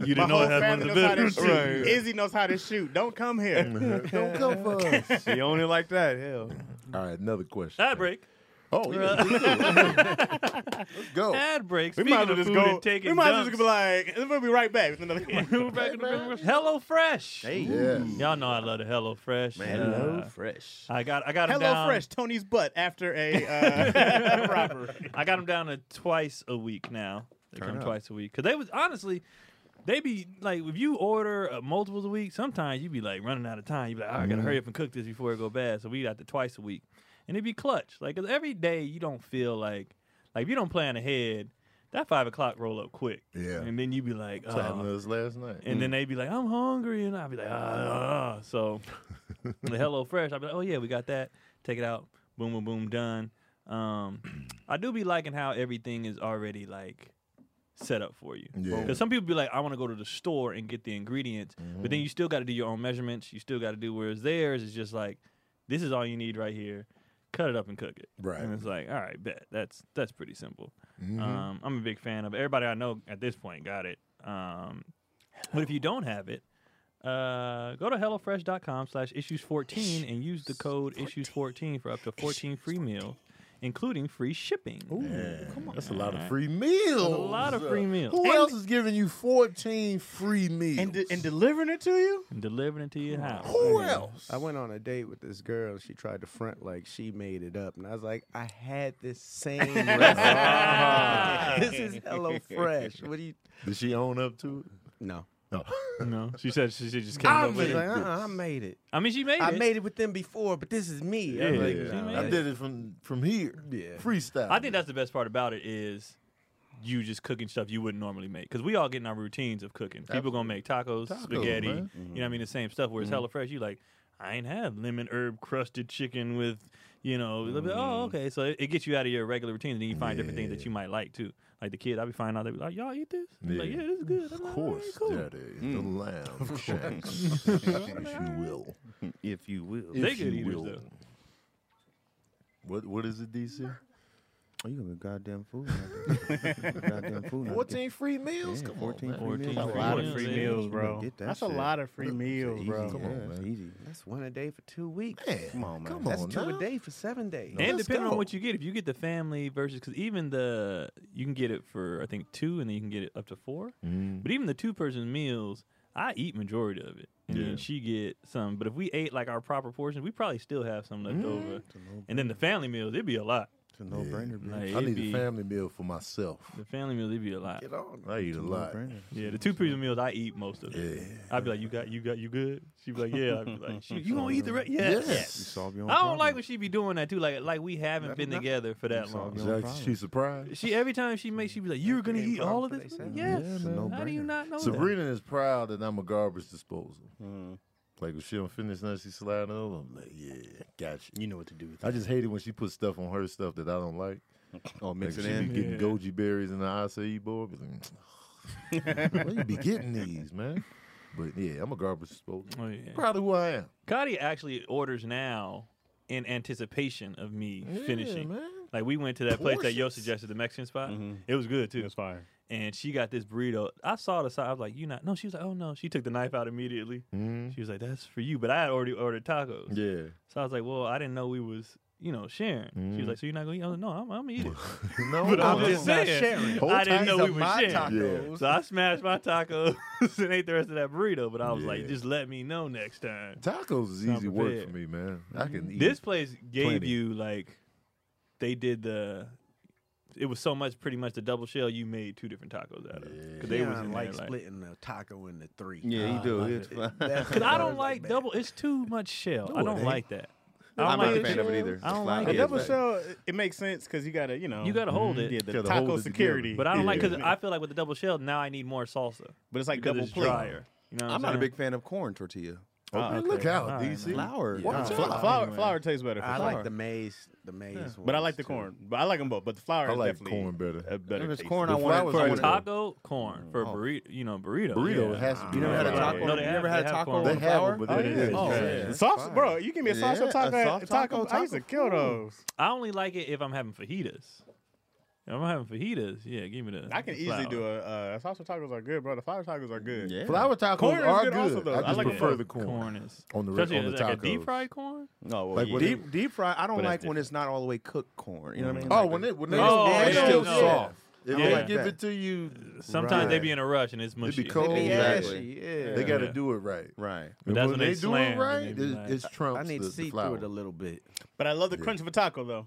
Speaker 5: you
Speaker 3: My
Speaker 5: didn't know
Speaker 3: whole
Speaker 5: I had one
Speaker 3: family
Speaker 5: in the
Speaker 3: knows how to
Speaker 5: bedroom.
Speaker 3: shoot. Izzy knows how to shoot. Don't come here.
Speaker 2: Don't come for us.
Speaker 1: She owned it like that. Hell.
Speaker 2: All right, another question.
Speaker 5: Ad break.
Speaker 2: Oh, yeah. we do. Let's go.
Speaker 5: Ad break.
Speaker 3: we
Speaker 5: Speaking
Speaker 3: might as well
Speaker 5: of
Speaker 3: just
Speaker 5: food
Speaker 3: go.
Speaker 5: and taking
Speaker 3: we might as well
Speaker 5: dumps,
Speaker 3: just be like, we'll be right back with another one.
Speaker 5: Hello Fresh.
Speaker 2: Yeah.
Speaker 5: Y'all know I love the Hello Fresh. Hello Fresh. I got I got 'em
Speaker 3: Hello
Speaker 5: down.
Speaker 3: Fresh, Tony's butt after a uh, robbery.
Speaker 5: I got them down to twice a week now. They come
Speaker 1: up.
Speaker 5: twice a week because they was honestly, they be like if you order uh, multiples a week, sometimes you be like running out of time. You be like, "Oh, I gotta hurry up and cook this before it go bad. So we got to twice a week, and it be clutch. Like 'cause every day you don't feel like like if you don't plan ahead, that five o'clock roll up quick.
Speaker 2: Yeah.
Speaker 5: and then you be like,
Speaker 2: That's what happened
Speaker 5: "Oh."
Speaker 2: to us last night.
Speaker 5: and then they be like, I'm hungry, and I be like, ah. ah." So the Hello Fresh, I be like, oh yeah, we got that. Take it out. Boom, boom, boom, done. Um, I do be liking how everything is already like set up for you.
Speaker 2: Yeah.
Speaker 5: Because some people be like, I want to go to the store and get the ingredients, but
Speaker 2: Mm-hmm.
Speaker 5: then you still got to do your own measurements. You still got to do whereas theirs is just like, this is all you need right here. Cut it up and cook it.
Speaker 2: Right. Mm-hmm.
Speaker 5: And it's like, all right, bet that's that's pretty simple. Um, I'm a big fan of it. everybody I know at this point got it. Um, but if you don't have it, uh, go to HelloFresh.com slash issues14 and use the code issues14 for up to 14 free meals, including free shipping.
Speaker 2: Yeah. That's a lot of free meals.
Speaker 5: a lot of free meals.
Speaker 2: Who else is giving you 14 free meals?
Speaker 3: and, de- and delivering it to you?
Speaker 5: And delivering it to your house.
Speaker 2: Who else?
Speaker 4: I went on a date with this girl. She tried to front like she made it up, and I was like, I had this same recipe. this is Hello Fresh. What do you?
Speaker 2: Did she own up to it?
Speaker 4: No.
Speaker 2: No.
Speaker 5: No, she said she, she just came
Speaker 4: I
Speaker 5: up
Speaker 4: was
Speaker 5: with
Speaker 4: like,
Speaker 5: it.
Speaker 4: uh-uh, I made it.
Speaker 5: I mean, she made
Speaker 4: I
Speaker 5: it.
Speaker 4: made it with them before, but this is me. I
Speaker 5: Yeah.
Speaker 4: was like,
Speaker 5: She
Speaker 2: Yeah.
Speaker 5: made
Speaker 2: I
Speaker 5: it.
Speaker 2: did it from from here.
Speaker 4: Yeah.
Speaker 2: Freestyle.
Speaker 5: I think that's the best part about it is you just cooking stuff you wouldn't normally make because we all get in our routines of cooking. People gonna make tacos,
Speaker 2: Tacos,
Speaker 5: spaghetti,
Speaker 2: man. Mm-hmm.
Speaker 5: you know what I mean, the same stuff. Whereas HelloFresh, you like, I ain't have lemon herb crusted chicken with, you know, a little bit- oh
Speaker 2: Mm-hmm.
Speaker 5: okay, so it, it gets you out of your regular routine, and then you find different things that you might like too. Like the kid, I be finding out they be like, y'all eat this? I'm Like
Speaker 2: Yeah.
Speaker 5: yeah, this is good. I'm
Speaker 2: Of
Speaker 5: like,
Speaker 2: course,
Speaker 5: "Alright, cool.
Speaker 2: Daddy. The lamb shanks, Mm. if you will.
Speaker 1: If you will.
Speaker 5: They
Speaker 2: If
Speaker 5: good
Speaker 2: you
Speaker 5: eaters
Speaker 2: will.
Speaker 5: though.
Speaker 2: What what is it, DC?
Speaker 1: Oh, you gonna be a goddamn fool. not to- goddamn fool. not to
Speaker 2: 14
Speaker 1: get-
Speaker 2: free meals?
Speaker 1: Yeah,
Speaker 2: Come
Speaker 1: 14
Speaker 2: on, man.
Speaker 1: free
Speaker 3: That's a lot of free meals,
Speaker 5: 14 free meals, yeah.
Speaker 1: meals. You
Speaker 3: bro.
Speaker 1: gonna get that
Speaker 3: That's a
Speaker 1: shit.
Speaker 3: lot of free meals,
Speaker 1: Easy,
Speaker 3: bro.
Speaker 1: Come
Speaker 2: Come on,
Speaker 1: on,
Speaker 2: man.
Speaker 1: Easy.
Speaker 4: That's one a day for two weeks.
Speaker 2: Man,
Speaker 1: Come on, man.
Speaker 2: Come
Speaker 4: That's
Speaker 2: on
Speaker 4: two
Speaker 2: now.
Speaker 4: a day for seven days.
Speaker 5: And
Speaker 2: Let's
Speaker 5: depending
Speaker 2: go.
Speaker 5: on what you get, if you get the family versus, because even the you can get it for I think two, and then you can get it up to four.
Speaker 2: Mm.
Speaker 5: But even the two person meals, I eat majority of it, and
Speaker 2: Yeah.
Speaker 5: then she get some. But if we ate like our proper portions, we probably still have
Speaker 2: Mm.
Speaker 5: some left over. And then the family meals, it'd be a lot.
Speaker 1: It's a no-brainer, bro.
Speaker 5: Like,
Speaker 2: Mm. I
Speaker 5: it'd
Speaker 2: need
Speaker 5: be-
Speaker 2: a family meal for myself.
Speaker 5: The family meals, it'd be a lot.
Speaker 2: I eat a lot.
Speaker 1: No-brainer.
Speaker 5: Yeah, the two person meals, I eat most of it.
Speaker 2: Yeah.
Speaker 5: I'd be like, you got, you got, you good. She'd be like, yeah. I'd be like, "Shoot, you gonna eat the rest?
Speaker 2: Yes.
Speaker 5: Yes.
Speaker 1: You solve your own
Speaker 5: I don't
Speaker 1: problem.
Speaker 5: like when she be doing that too. Like, like we haven't been together for that long.
Speaker 1: solve
Speaker 2: Is
Speaker 1: No
Speaker 2: that-
Speaker 1: problem.
Speaker 2: she surprised?
Speaker 5: She every time she makes, she be like, "You're gonna eat all of this?
Speaker 4: Impromptu, they
Speaker 5: Yes.
Speaker 2: Yeah,
Speaker 1: man.
Speaker 5: How do you not know
Speaker 2: Sabrina is proud that I'm a garbage disposal.
Speaker 1: Mm-hmm.
Speaker 2: Like if she don't finish nothing, she sliding over. I'm like, yeah, gotcha.
Speaker 3: You know what to do with
Speaker 2: I just hate it when she puts stuff on her stuff that I don't like.
Speaker 1: Oh,
Speaker 2: Like
Speaker 1: mix
Speaker 2: she
Speaker 1: it
Speaker 2: be
Speaker 1: in.
Speaker 2: getting goji berries in the acai bowl. Be like, Where you be getting these, man? But yeah, I'm a garbage disposal.
Speaker 5: Oh, yeah.
Speaker 2: Proud of who I am.
Speaker 5: Gotti actually orders now in anticipation of me finishing.
Speaker 2: man.
Speaker 5: Like we went to that place that Yo
Speaker 2: Portions.
Speaker 5: suggested, the Mexican spot. It was good too.
Speaker 3: It's fire.
Speaker 5: And she got this burrito. I saw the side. I was like, "You not?" No, she was like, "Oh no." She took the knife out immediately. She was like, "That's for you." But I had already ordered tacos.
Speaker 2: Yeah.
Speaker 5: So I was like, "Well, I didn't know we was." You know, sharing. She was like, "So you're not gonna eat?" I was like, "No, I'm, I'm gonna eat it."
Speaker 2: No,
Speaker 5: But I'm
Speaker 2: no.
Speaker 5: just
Speaker 4: not
Speaker 5: saying,
Speaker 4: sharing.
Speaker 2: Whole
Speaker 5: I didn't
Speaker 2: times
Speaker 5: know we
Speaker 2: of
Speaker 5: were
Speaker 2: my
Speaker 5: sharing.
Speaker 2: tacos.
Speaker 5: So I smashed my tacos and ate the rest of that burrito. But I was like,
Speaker 2: Yeah.
Speaker 5: "Just let me know next time."
Speaker 2: Tacos is easy work
Speaker 5: prepared. Mm-hmm.
Speaker 2: for me, man. I can eat
Speaker 5: This place gave
Speaker 2: Plenty.
Speaker 5: you like they did the. It was so much, pretty much the double shell. You made two different tacos out of because they
Speaker 4: They
Speaker 5: was in
Speaker 4: like
Speaker 5: like split.
Speaker 4: splitting the taco into three.
Speaker 1: Yeah, he do. It's
Speaker 5: Because I don't like double. It's too much shell. I don't like that. I
Speaker 1: I'm
Speaker 5: don't
Speaker 1: not a
Speaker 5: like
Speaker 1: fan of
Speaker 5: that.
Speaker 1: it either.
Speaker 5: I don't like
Speaker 1: Just slide
Speaker 3: The
Speaker 5: it.
Speaker 1: in.
Speaker 3: double shell, it- it makes sense because you gotta, you know,
Speaker 5: You gotta hold
Speaker 1: Mm-hmm.
Speaker 5: it.
Speaker 3: yeah, the
Speaker 2: Gotta
Speaker 3: taco
Speaker 2: hold it
Speaker 3: security.
Speaker 2: together.
Speaker 5: But I don't like
Speaker 2: Yeah.
Speaker 5: because I feel like with the double shell now I need more salsa
Speaker 3: but it's like
Speaker 5: because
Speaker 3: double
Speaker 5: it's
Speaker 3: plate.
Speaker 5: drier. You know what
Speaker 1: I'm not a
Speaker 5: saying?
Speaker 1: big fan of corn tortilla.
Speaker 2: Oh, man, Look out,
Speaker 5: All right,
Speaker 2: DC.
Speaker 1: Flour.
Speaker 2: Watch
Speaker 1: God.
Speaker 2: out.
Speaker 3: Flour, flour, flour tastes better. For
Speaker 4: I
Speaker 3: sure.
Speaker 4: like the maize, the maize.
Speaker 3: but I
Speaker 4: ones,
Speaker 3: like the
Speaker 4: too.
Speaker 3: corn. But I like them both. But the flour
Speaker 2: I
Speaker 3: is
Speaker 2: like
Speaker 3: definitely
Speaker 2: corn better.
Speaker 3: a better.
Speaker 1: If it's
Speaker 3: taste.
Speaker 1: corn,
Speaker 2: The
Speaker 1: I want
Speaker 2: flowers
Speaker 1: it.
Speaker 2: I
Speaker 5: for a
Speaker 2: wanna-
Speaker 5: taco corn for a burrito. You know burrito.
Speaker 2: Burrito
Speaker 5: yeah.
Speaker 2: has to be.
Speaker 1: You never Oh. had a
Speaker 2: better.
Speaker 5: No,
Speaker 1: taco?
Speaker 5: they
Speaker 1: You
Speaker 5: have-
Speaker 1: never had
Speaker 5: they
Speaker 1: a
Speaker 5: have
Speaker 1: taco
Speaker 5: corn.
Speaker 2: They
Speaker 1: with
Speaker 2: have
Speaker 1: flour?
Speaker 2: them, but
Speaker 3: Oh,
Speaker 2: they
Speaker 3: yeah.
Speaker 2: didn't.
Speaker 1: Oh,
Speaker 2: try
Speaker 1: yeah.
Speaker 2: it.
Speaker 1: It's
Speaker 3: Salsa,
Speaker 1: fire.
Speaker 3: bro. You give me a salsa
Speaker 1: Yeah, a
Speaker 3: taco.
Speaker 1: soft
Speaker 3: taco. I used to
Speaker 1: taco
Speaker 3: kill those.
Speaker 5: I only like it if I'm having fajitas. I'm having fajitas. Yeah, give me the.
Speaker 3: I can
Speaker 5: the
Speaker 3: easily
Speaker 5: flour.
Speaker 3: do a uh, salsa tacos are good, bro. The flour tacos are good.
Speaker 6: Yeah.
Speaker 2: Flour tacos
Speaker 3: Corn is
Speaker 2: are
Speaker 3: good
Speaker 2: good.
Speaker 3: also, though.
Speaker 2: I
Speaker 3: I
Speaker 2: just
Speaker 3: like it.
Speaker 2: prefer the corn.
Speaker 5: is
Speaker 2: on the re-
Speaker 5: Especially
Speaker 2: on the
Speaker 5: like a deep
Speaker 2: tacos.
Speaker 5: fried corn.
Speaker 6: No, well,
Speaker 2: Like,
Speaker 6: yeah.
Speaker 2: what
Speaker 6: deep.
Speaker 1: Deep deep fry. I don't
Speaker 6: But
Speaker 1: like
Speaker 6: that's
Speaker 1: when it's not all the way cooked corn. You know what
Speaker 4: Mm-hmm.
Speaker 1: I mean?
Speaker 2: Oh,
Speaker 1: Like
Speaker 2: when
Speaker 1: the-
Speaker 2: it when
Speaker 5: No,
Speaker 2: it's
Speaker 5: yeah,
Speaker 2: still
Speaker 5: no.
Speaker 2: soft. If
Speaker 5: Yeah.
Speaker 2: they
Speaker 5: Like
Speaker 2: give
Speaker 1: that.
Speaker 2: it to you,
Speaker 5: Sometimes they be in a rush and it's mushy.
Speaker 2: it be cold.
Speaker 4: Maybe
Speaker 1: Exactly.
Speaker 4: ashy, Oh, yeah.
Speaker 2: They got to
Speaker 5: Yeah.
Speaker 2: do it right.
Speaker 1: right.
Speaker 5: But that's
Speaker 2: when
Speaker 5: when
Speaker 2: they,
Speaker 5: they
Speaker 2: do it
Speaker 5: slam,
Speaker 2: right,
Speaker 5: and they be
Speaker 2: it's,
Speaker 5: like-
Speaker 2: it's trumps
Speaker 4: I need to
Speaker 2: the, the
Speaker 4: see
Speaker 2: flour.
Speaker 4: through it a little bit.
Speaker 3: But I love the crunch of a taco though.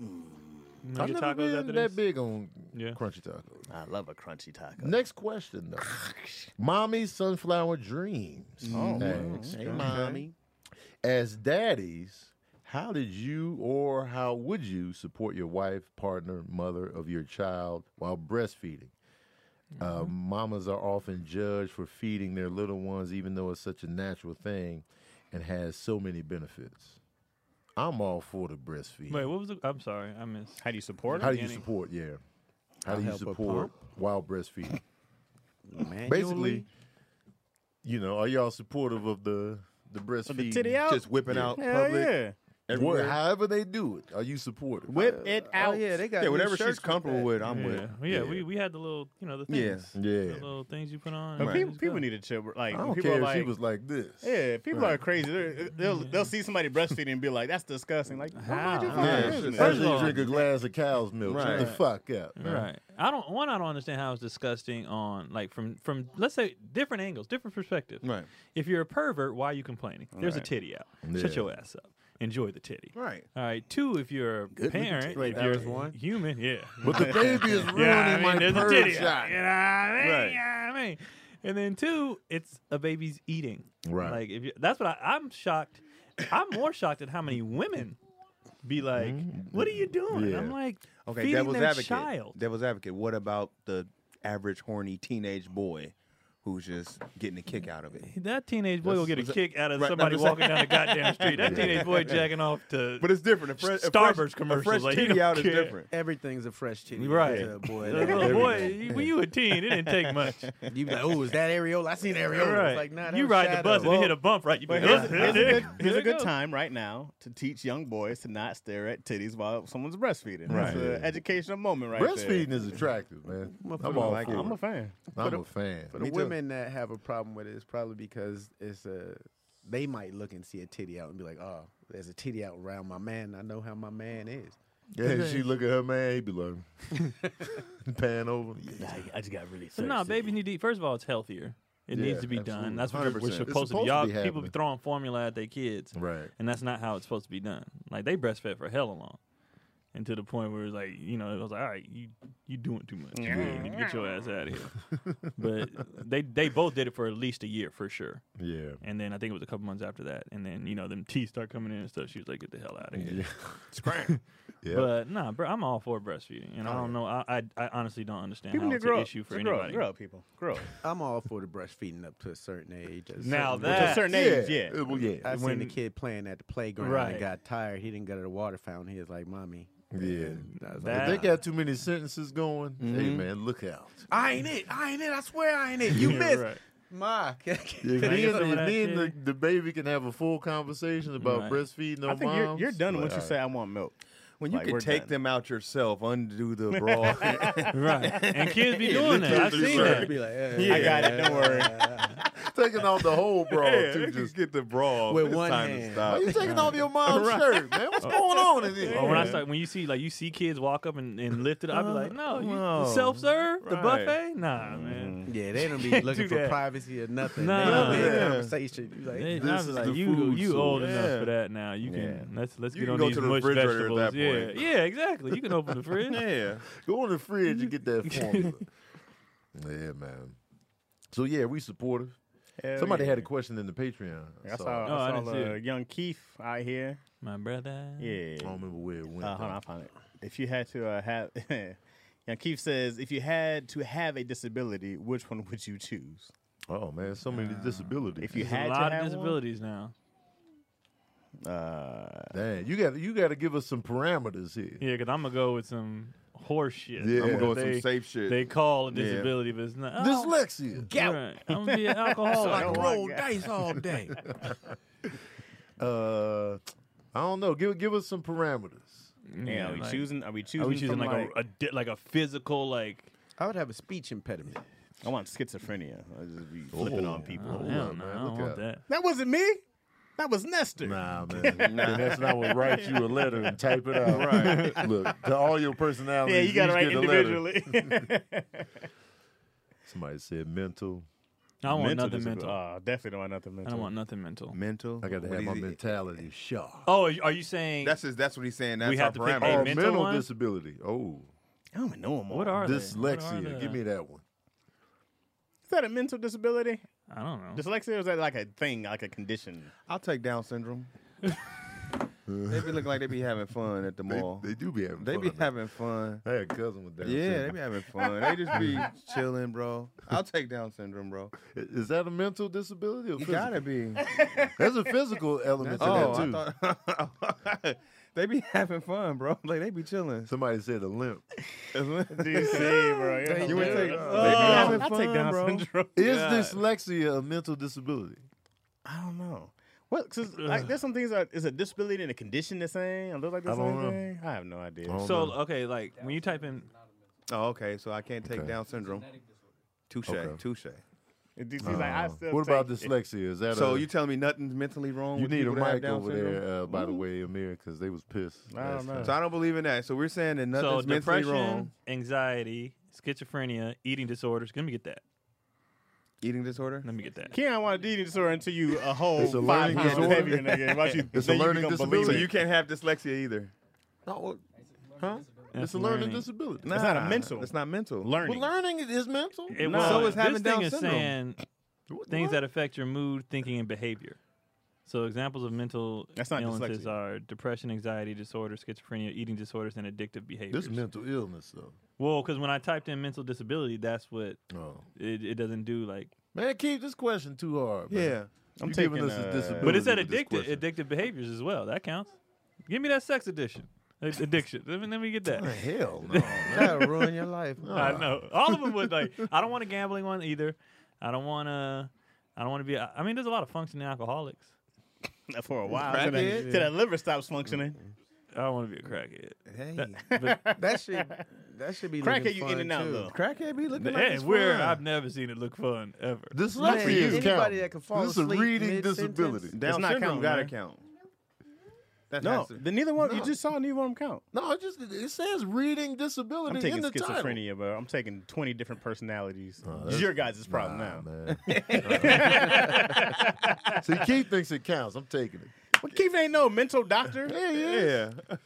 Speaker 5: You
Speaker 2: I've
Speaker 5: get
Speaker 2: never
Speaker 5: tacos
Speaker 2: been that
Speaker 5: after this?
Speaker 2: big on
Speaker 5: Yeah.
Speaker 2: crunchy tacos.
Speaker 3: I love a crunchy taco.
Speaker 2: Next question though. mommy sunflower dreams. Oh,
Speaker 6: Hey, mommy.
Speaker 2: As daddies, how did you or how would you support your wife, partner, mother of your child while breastfeeding? Uh, mamas are often judged for feeding their little ones, even though it's such a natural thing and has so many benefits. I'm all for the breastfeeding.
Speaker 5: Wait, what was the? I'm sorry, I missed.
Speaker 3: How do you support
Speaker 2: how
Speaker 3: it?
Speaker 2: do you
Speaker 5: Danny?
Speaker 2: support? Yeah. How
Speaker 4: I'll
Speaker 2: do you
Speaker 4: help her
Speaker 2: support while breastfeeding?
Speaker 4: Manually?
Speaker 2: Basically, you know, are y'all supportive of the the breastfeeding?
Speaker 3: the titty out?
Speaker 1: Just whipping out
Speaker 3: Hell
Speaker 1: public.
Speaker 3: yeah.
Speaker 2: What,
Speaker 1: everywhere.
Speaker 2: however they do it, are you supportive?
Speaker 3: Whip it
Speaker 4: Oh
Speaker 3: out.
Speaker 4: yeah, they got
Speaker 1: Yeah,
Speaker 4: new
Speaker 1: whatever
Speaker 4: shirts
Speaker 1: she's
Speaker 4: with
Speaker 1: comfortable
Speaker 4: that.
Speaker 1: with, I'm
Speaker 5: Yeah,
Speaker 1: with.
Speaker 5: yeah, We we had the little, you know, the
Speaker 1: Yeah.
Speaker 5: things, the
Speaker 2: Yeah.
Speaker 5: little things you put on.
Speaker 3: But
Speaker 5: and
Speaker 3: people,
Speaker 5: just
Speaker 3: people
Speaker 5: go.
Speaker 3: need to chill. bro. Like
Speaker 2: I don't
Speaker 3: people
Speaker 2: care if
Speaker 3: are like,
Speaker 2: she was like this.
Speaker 3: yeah, people are crazy. They're, they'll they'll see somebody breastfeeding and be like, that's disgusting. Like,
Speaker 5: How?
Speaker 3: why would you
Speaker 5: Yeah,
Speaker 3: find
Speaker 2: Yeah,
Speaker 3: this in
Speaker 2: she-
Speaker 3: it?
Speaker 5: First of
Speaker 2: after you
Speaker 5: all-
Speaker 2: drink a glass of cow's milk, shut the fuck up. man.
Speaker 5: Right. I don't. One, I don't understand how it's disgusting on like from from let's say different angles, different perspectives.
Speaker 1: Right.
Speaker 5: If you're a pervert, why are you complaining? There's a titty out.
Speaker 2: Yeah.
Speaker 5: Shut your ass up. Enjoy the titty.
Speaker 1: Right.
Speaker 5: All right. Two, if you're a parent,
Speaker 4: Wait,
Speaker 5: if
Speaker 4: that
Speaker 5: you're
Speaker 4: was one?
Speaker 5: human, yeah.
Speaker 2: But the baby is ruining
Speaker 5: yeah, I mean,
Speaker 2: my
Speaker 5: there's a
Speaker 2: purse
Speaker 5: titty out.
Speaker 2: shot.
Speaker 5: You know what I mean?
Speaker 1: Right.
Speaker 5: You know what I mean? And then two, it's a baby's eating.
Speaker 2: Right.
Speaker 5: Like if you, that's what I, I'm shocked. I'm more shocked at how many women be like, "What are you doing?"
Speaker 2: Yeah.
Speaker 5: I'm like,
Speaker 1: Okay,
Speaker 5: feeding
Speaker 1: devil's
Speaker 5: their
Speaker 1: advocate.
Speaker 5: child.
Speaker 1: Devil's advocate. What about the average horny teenage boy who's just getting a kick out of it?
Speaker 5: That teenage boy will get a
Speaker 1: that's-
Speaker 5: kick out of
Speaker 1: right,
Speaker 5: somebody
Speaker 1: that's what
Speaker 5: walking
Speaker 1: I'm
Speaker 5: down the goddamn street. That teenage boy jacking off to.
Speaker 1: But it's different. A fre- a fresh,
Speaker 5: Starburst
Speaker 1: a
Speaker 5: commercials,
Speaker 1: fresh
Speaker 5: like, he
Speaker 1: titty
Speaker 5: don't
Speaker 1: out is
Speaker 5: care.
Speaker 1: different.
Speaker 4: Everything's a fresh titty.
Speaker 5: Right.
Speaker 4: to a boy.
Speaker 5: That little boy, you- when you were a teen, it didn't take much.
Speaker 4: You be like, oh, is that areola? I seen areola.
Speaker 5: Right.
Speaker 4: It's like, nah, that
Speaker 5: you
Speaker 4: was
Speaker 5: ride the
Speaker 4: shadow.
Speaker 5: bus and it hit a bump, right? You be
Speaker 3: But
Speaker 5: like,
Speaker 3: here's,
Speaker 5: "Oh,
Speaker 3: here's
Speaker 5: there-
Speaker 3: a good, here's
Speaker 5: there
Speaker 3: a
Speaker 5: it
Speaker 3: good
Speaker 5: goes."
Speaker 3: time right now to teach young boys to not stare at titties while someone's breastfeeding. That's
Speaker 2: Right.
Speaker 3: an educational moment right
Speaker 2: Breastfeeding is attractive, man. I'm all
Speaker 3: there.
Speaker 2: for it.
Speaker 3: I'm a fan.
Speaker 2: I'm a fan.
Speaker 4: For the women that have a problem with it, it's probably because it's a they might look and see a titty out and be like, oh, there's a titty out around my man. I know how my man is.
Speaker 2: Yeah, and she look at her man, he be like, pan over.
Speaker 3: I just got really
Speaker 5: So no, babies need to eat. First of all, it's healthier. It
Speaker 2: Yeah,
Speaker 5: needs to be
Speaker 2: absolutely.
Speaker 5: done. That's what we're
Speaker 2: 100%. It's
Speaker 5: supposed, to
Speaker 2: supposed
Speaker 5: be.
Speaker 2: to
Speaker 5: Y'all
Speaker 2: be
Speaker 5: people be
Speaker 2: happening.
Speaker 5: throwing formula at their kids,
Speaker 2: Right.
Speaker 5: and that's not how it's supposed to be done. Like they breastfed for hell along, and to the point where it's like, you know, it was like, all right, you you doing too much. You need to get your ass out of here. but they they both did it for at least a year for sure.
Speaker 2: Yeah.
Speaker 5: And then I think it was a couple months after that. And then, you know, them teeth start coming in and stuff. She was like, get the hell out of here.
Speaker 2: Yeah.
Speaker 5: But nah, bro, I'm all for breastfeeding. And I don't know. I, I I honestly don't understand
Speaker 3: Oh, People
Speaker 5: how
Speaker 3: need to
Speaker 5: it's an
Speaker 3: grow up.
Speaker 5: issue for
Speaker 3: Just grow up.
Speaker 5: anybody.
Speaker 3: Grow up, people. Grow up.
Speaker 4: I'm all for the breastfeeding up to a certain age. A
Speaker 5: Now
Speaker 4: certain-
Speaker 3: To a
Speaker 5: that
Speaker 3: certain age, yeah.
Speaker 2: Uh, Well, yeah.
Speaker 4: I seen
Speaker 5: when-
Speaker 4: the kid playing at the playground
Speaker 5: Right.
Speaker 4: and got tired. He didn't go to the water fountain. He was like, mommy.
Speaker 2: Yeah.
Speaker 4: I was
Speaker 5: That-
Speaker 2: If they got too many sentences going,
Speaker 1: Mm-hmm.
Speaker 2: hey, man, look out.
Speaker 4: I ain't it. I ain't it. I swear I ain't it. You
Speaker 5: Yeah,
Speaker 4: missed.
Speaker 5: right.
Speaker 4: Ma.
Speaker 2: Yeah,
Speaker 5: I get
Speaker 2: then
Speaker 5: some of that
Speaker 2: then the,
Speaker 5: too?
Speaker 2: the baby can have a full conversation about
Speaker 5: Right.
Speaker 2: breastfeeding on
Speaker 3: I think you're,
Speaker 2: moms.
Speaker 3: you're done
Speaker 2: Like,
Speaker 3: once you
Speaker 2: all
Speaker 3: say, I want milk.
Speaker 1: When you
Speaker 3: Like,
Speaker 1: can
Speaker 3: we're
Speaker 1: take
Speaker 3: done.
Speaker 1: them out yourself, undo the bra.
Speaker 5: Right. And kids be doing that. I've seen that.
Speaker 4: Be like, eh,
Speaker 3: I got it. Don't worry.
Speaker 2: right. taking off the whole bra
Speaker 1: you
Speaker 2: too.
Speaker 1: just
Speaker 2: Just
Speaker 1: get the bra.
Speaker 4: With
Speaker 1: It's
Speaker 4: one
Speaker 1: time
Speaker 4: hand.
Speaker 2: why
Speaker 1: To
Speaker 2: you
Speaker 1: stop.
Speaker 2: taking off your mom's shirt, man? What's going on in here?
Speaker 5: Or when I start, when you see like you see kids walk up and, and lift it, up, I be like, no, you self serve the
Speaker 1: Right.
Speaker 5: buffet, nah, man.
Speaker 4: Yeah, they don't be
Speaker 5: Can't
Speaker 4: looking
Speaker 5: do
Speaker 4: for
Speaker 5: that.
Speaker 4: privacy or nothing.
Speaker 5: Nah.
Speaker 4: they do
Speaker 1: Yeah.
Speaker 4: conversation. You like,
Speaker 5: They- I
Speaker 2: This
Speaker 5: was
Speaker 2: is
Speaker 5: like,
Speaker 2: the
Speaker 5: you
Speaker 2: food
Speaker 5: you old
Speaker 1: source.
Speaker 5: enough
Speaker 1: Yeah.
Speaker 5: for that now. You can let's let's
Speaker 1: You
Speaker 5: get
Speaker 1: can
Speaker 5: on
Speaker 1: go
Speaker 5: these
Speaker 1: to the
Speaker 5: mushed
Speaker 1: refrigerator at
Speaker 5: vegetables.
Speaker 1: that
Speaker 5: yeah,
Speaker 1: point.
Speaker 5: yeah, exactly. You can open the fridge.
Speaker 1: Yeah.
Speaker 2: Go in the fridge and get that formula. yeah, man. So yeah, we supportive.
Speaker 3: Hell
Speaker 2: Somebody
Speaker 3: yeah.
Speaker 2: had a question in the Patreon.
Speaker 3: I
Speaker 2: So,
Speaker 3: saw,
Speaker 2: I
Speaker 5: Oh, I
Speaker 3: I saw
Speaker 5: didn't see
Speaker 3: uh,
Speaker 5: it. Oh,
Speaker 3: young Keith out here.
Speaker 5: My brother.
Speaker 3: Yeah.
Speaker 2: don't remember where it went.
Speaker 3: Uh, hold on,
Speaker 2: though.
Speaker 3: I found it. If you had to uh, have, yeah, Keith says, if you had to have a disability, which one would you choose?
Speaker 2: oh man, so many disabilities.
Speaker 3: Uh, If you
Speaker 5: There's
Speaker 3: had to
Speaker 5: a lot
Speaker 3: have
Speaker 5: of
Speaker 3: one?
Speaker 5: disabilities now.
Speaker 3: Uh,
Speaker 2: Damn, you got you got to give us some parameters here.
Speaker 5: Yeah, because I'm gonna go with some horse shit.
Speaker 2: Yeah.
Speaker 1: I'm gonna go with
Speaker 5: They-
Speaker 1: some safe shit.
Speaker 5: They call a disability, but it's not. Oh,
Speaker 2: Dyslexia.
Speaker 5: right. I'm gonna be an alcoholic.
Speaker 3: Like roll dice
Speaker 4: all day.
Speaker 2: Uh, I don't know. Give give us some parameters.
Speaker 3: Yeah, are we
Speaker 5: like-
Speaker 3: choosing? Are we choosing?
Speaker 5: Are we choosing
Speaker 3: from,
Speaker 5: like,
Speaker 3: like,
Speaker 5: a, a di- like a physical like?
Speaker 4: I would have a speech impediment.
Speaker 3: I want schizophrenia. I just be flipping on people.
Speaker 5: Oh,
Speaker 2: up,
Speaker 5: hell no,
Speaker 2: man,
Speaker 5: I don't
Speaker 2: look
Speaker 5: want
Speaker 2: out.
Speaker 5: that.
Speaker 3: That wasn't me. That was Nestor.
Speaker 2: Nah, man. That's not what write you a letter and type it out. Right. Look, to all your personalities.
Speaker 3: Yeah, you got to
Speaker 2: each
Speaker 3: write
Speaker 2: get a letter.
Speaker 3: individually.
Speaker 2: Somebody said mental.
Speaker 5: I don't want
Speaker 3: Mental
Speaker 5: nothing
Speaker 3: disabil-
Speaker 5: mental.
Speaker 3: Oh, definitely don't want nothing
Speaker 5: I
Speaker 3: mental.
Speaker 5: don't want nothing mental.
Speaker 1: Mental.
Speaker 2: I got to
Speaker 1: What
Speaker 2: have
Speaker 1: is
Speaker 2: my
Speaker 1: it?
Speaker 2: mentality sharp.
Speaker 5: Oh, are you- are you saying
Speaker 1: That's his, that's what he's saying. That's
Speaker 5: We
Speaker 1: our
Speaker 5: have to pick
Speaker 1: parameter.
Speaker 5: a
Speaker 2: oh,
Speaker 5: mental
Speaker 2: mental
Speaker 5: one?
Speaker 2: disability. Oh,
Speaker 3: I don't even know them all.
Speaker 5: what are they? What are
Speaker 2: dyslexia.
Speaker 5: they?
Speaker 2: Give me that one.
Speaker 3: Is that a mental disability?
Speaker 5: I don't know.
Speaker 3: Dyslexia or is that like a thing, like a condition?
Speaker 1: I'll take Down syndrome. they be looking like they be having fun at the
Speaker 2: They,
Speaker 1: mall.
Speaker 2: they do be having.
Speaker 1: They
Speaker 2: fun,
Speaker 1: be
Speaker 2: man.
Speaker 1: having fun.
Speaker 2: I had a cousin with Down
Speaker 1: Yeah, they
Speaker 2: syndrome.
Speaker 1: be having fun. They just be chilling, bro. I'll take Down syndrome, bro.
Speaker 2: Is that a mental disability? Or
Speaker 1: You
Speaker 2: physical?
Speaker 1: gotta be.
Speaker 2: There's a physical element to
Speaker 1: Oh,
Speaker 2: that too.
Speaker 1: I thought they be having fun, bro. Like they be chilling.
Speaker 2: Somebody said a limp.
Speaker 3: You see, bro.
Speaker 1: You would take.
Speaker 3: Oh,
Speaker 1: they be having
Speaker 3: I'll take
Speaker 1: fun,
Speaker 3: Down
Speaker 1: bro.
Speaker 3: syndrome.
Speaker 2: Is dyslexia a mental disability?
Speaker 3: I don't know. What? Cause like, there's some things that is a disability and a condition the same. I look like the
Speaker 2: I
Speaker 3: same
Speaker 2: don't know.
Speaker 3: thing. I have no idea.
Speaker 2: I don't
Speaker 5: So
Speaker 2: know.
Speaker 5: okay, like when you type in,
Speaker 1: Oh, okay. So I can't take
Speaker 2: Okay.
Speaker 1: Down syndrome. Touche.
Speaker 2: Okay.
Speaker 1: Touche.
Speaker 3: It- it's like, I
Speaker 2: Uh,
Speaker 3: still
Speaker 2: what about
Speaker 3: take it.
Speaker 2: dyslexia? Is that
Speaker 1: So
Speaker 2: a,
Speaker 1: you telling me nothing's mentally wrong?
Speaker 2: You
Speaker 1: with
Speaker 2: need a
Speaker 1: people that have
Speaker 2: mic
Speaker 1: Down
Speaker 2: over
Speaker 1: syndrome?
Speaker 2: there, uh, by the way, Amir, because they was pissed.
Speaker 3: I don't
Speaker 2: last
Speaker 3: know.
Speaker 1: So
Speaker 2: time.
Speaker 1: I don't believe in that. So we're saying that
Speaker 5: so
Speaker 1: nothing's mentally
Speaker 5: depression,
Speaker 1: wrong.
Speaker 5: anxiety, schizophrenia, eating disorders. Let me get that.
Speaker 1: Eating disorder.
Speaker 5: Let me get that.
Speaker 3: Can't want to eating disorder until you a whole
Speaker 2: It's a
Speaker 3: five
Speaker 2: learning
Speaker 3: pounds
Speaker 2: disorder.
Speaker 3: heavier, nigga. Why you,
Speaker 2: It's a
Speaker 3: then you
Speaker 2: learning
Speaker 3: become
Speaker 2: disability.
Speaker 1: So
Speaker 3: bulimic.
Speaker 1: you can't have dyslexia either.
Speaker 5: That's
Speaker 2: it's a learning, disability.
Speaker 3: not a mental.
Speaker 1: It's not mental.
Speaker 3: learning.
Speaker 2: Well, learning is mental.
Speaker 5: It
Speaker 3: No,
Speaker 5: was-
Speaker 3: so
Speaker 1: it's having
Speaker 5: this
Speaker 1: Down
Speaker 5: thing is
Speaker 1: syndrome.
Speaker 5: saying
Speaker 2: What-
Speaker 5: things
Speaker 2: what?
Speaker 5: that affect your mood, thinking, and behavior. So examples of mental
Speaker 3: That's not
Speaker 5: illnesses
Speaker 3: dyslexia.
Speaker 5: are depression, anxiety disorder, schizophrenia, eating disorders, and addictive
Speaker 2: This
Speaker 5: behaviors.
Speaker 2: is mental illness though.
Speaker 5: well, because when I typed in mental disability, that's what
Speaker 2: Oh.
Speaker 5: it, it doesn't do. Like,
Speaker 2: Man, keep this question too hard. Man.
Speaker 1: Yeah.
Speaker 3: I'm
Speaker 2: you
Speaker 3: taking,
Speaker 2: giving us
Speaker 3: uh,
Speaker 2: a disability.
Speaker 5: but it said
Speaker 2: with this
Speaker 5: addictive,
Speaker 2: question.
Speaker 5: addictive behaviors as well. That counts. Give me that sex addiction, Ad- addiction. let, me, let me get that.
Speaker 2: What the hell, no. man?
Speaker 4: That'll ruin your life.
Speaker 5: I know. All of them would like. I don't want a gambling one either. I don't want to. I don't want to be. I mean, there's a lot of functioning alcoholics.
Speaker 3: for a while till the,
Speaker 1: Crackhead?
Speaker 3: till the liver stops functioning.
Speaker 5: I don't want to be a crackhead.
Speaker 1: Hey.
Speaker 4: That should that should be
Speaker 3: Crackhead,
Speaker 4: looking
Speaker 3: you
Speaker 4: fun,
Speaker 3: in and out
Speaker 4: too.
Speaker 3: though.
Speaker 1: Crackhead be looking like
Speaker 5: Hey,
Speaker 1: it's
Speaker 5: we're.
Speaker 1: fun.
Speaker 5: I've never seen it look fun ever.
Speaker 2: Dyslexia
Speaker 4: Man,
Speaker 2: is
Speaker 4: anybody
Speaker 2: counting.
Speaker 4: that can fall
Speaker 2: This is a
Speaker 4: asleep
Speaker 2: reading
Speaker 4: mid-sentence?
Speaker 2: disability.
Speaker 1: Down
Speaker 3: It's not counting,
Speaker 1: syndrome gotta
Speaker 3: man.
Speaker 1: count. That
Speaker 3: No,
Speaker 1: has to-
Speaker 3: the neither one. You
Speaker 2: No.
Speaker 3: just saw neither one of 'em count.
Speaker 2: No, it just it says reading disability
Speaker 3: I'm taking
Speaker 2: in the
Speaker 3: schizophrenia, bro. I'm taking 20 different personalities. It's
Speaker 2: that's-
Speaker 3: your guys'
Speaker 2: title.
Speaker 3: problem now.
Speaker 2: man. See, Keith thinks it counts. I'm taking it.
Speaker 3: Well, Keith ain't no mental doctor. yeah, uh,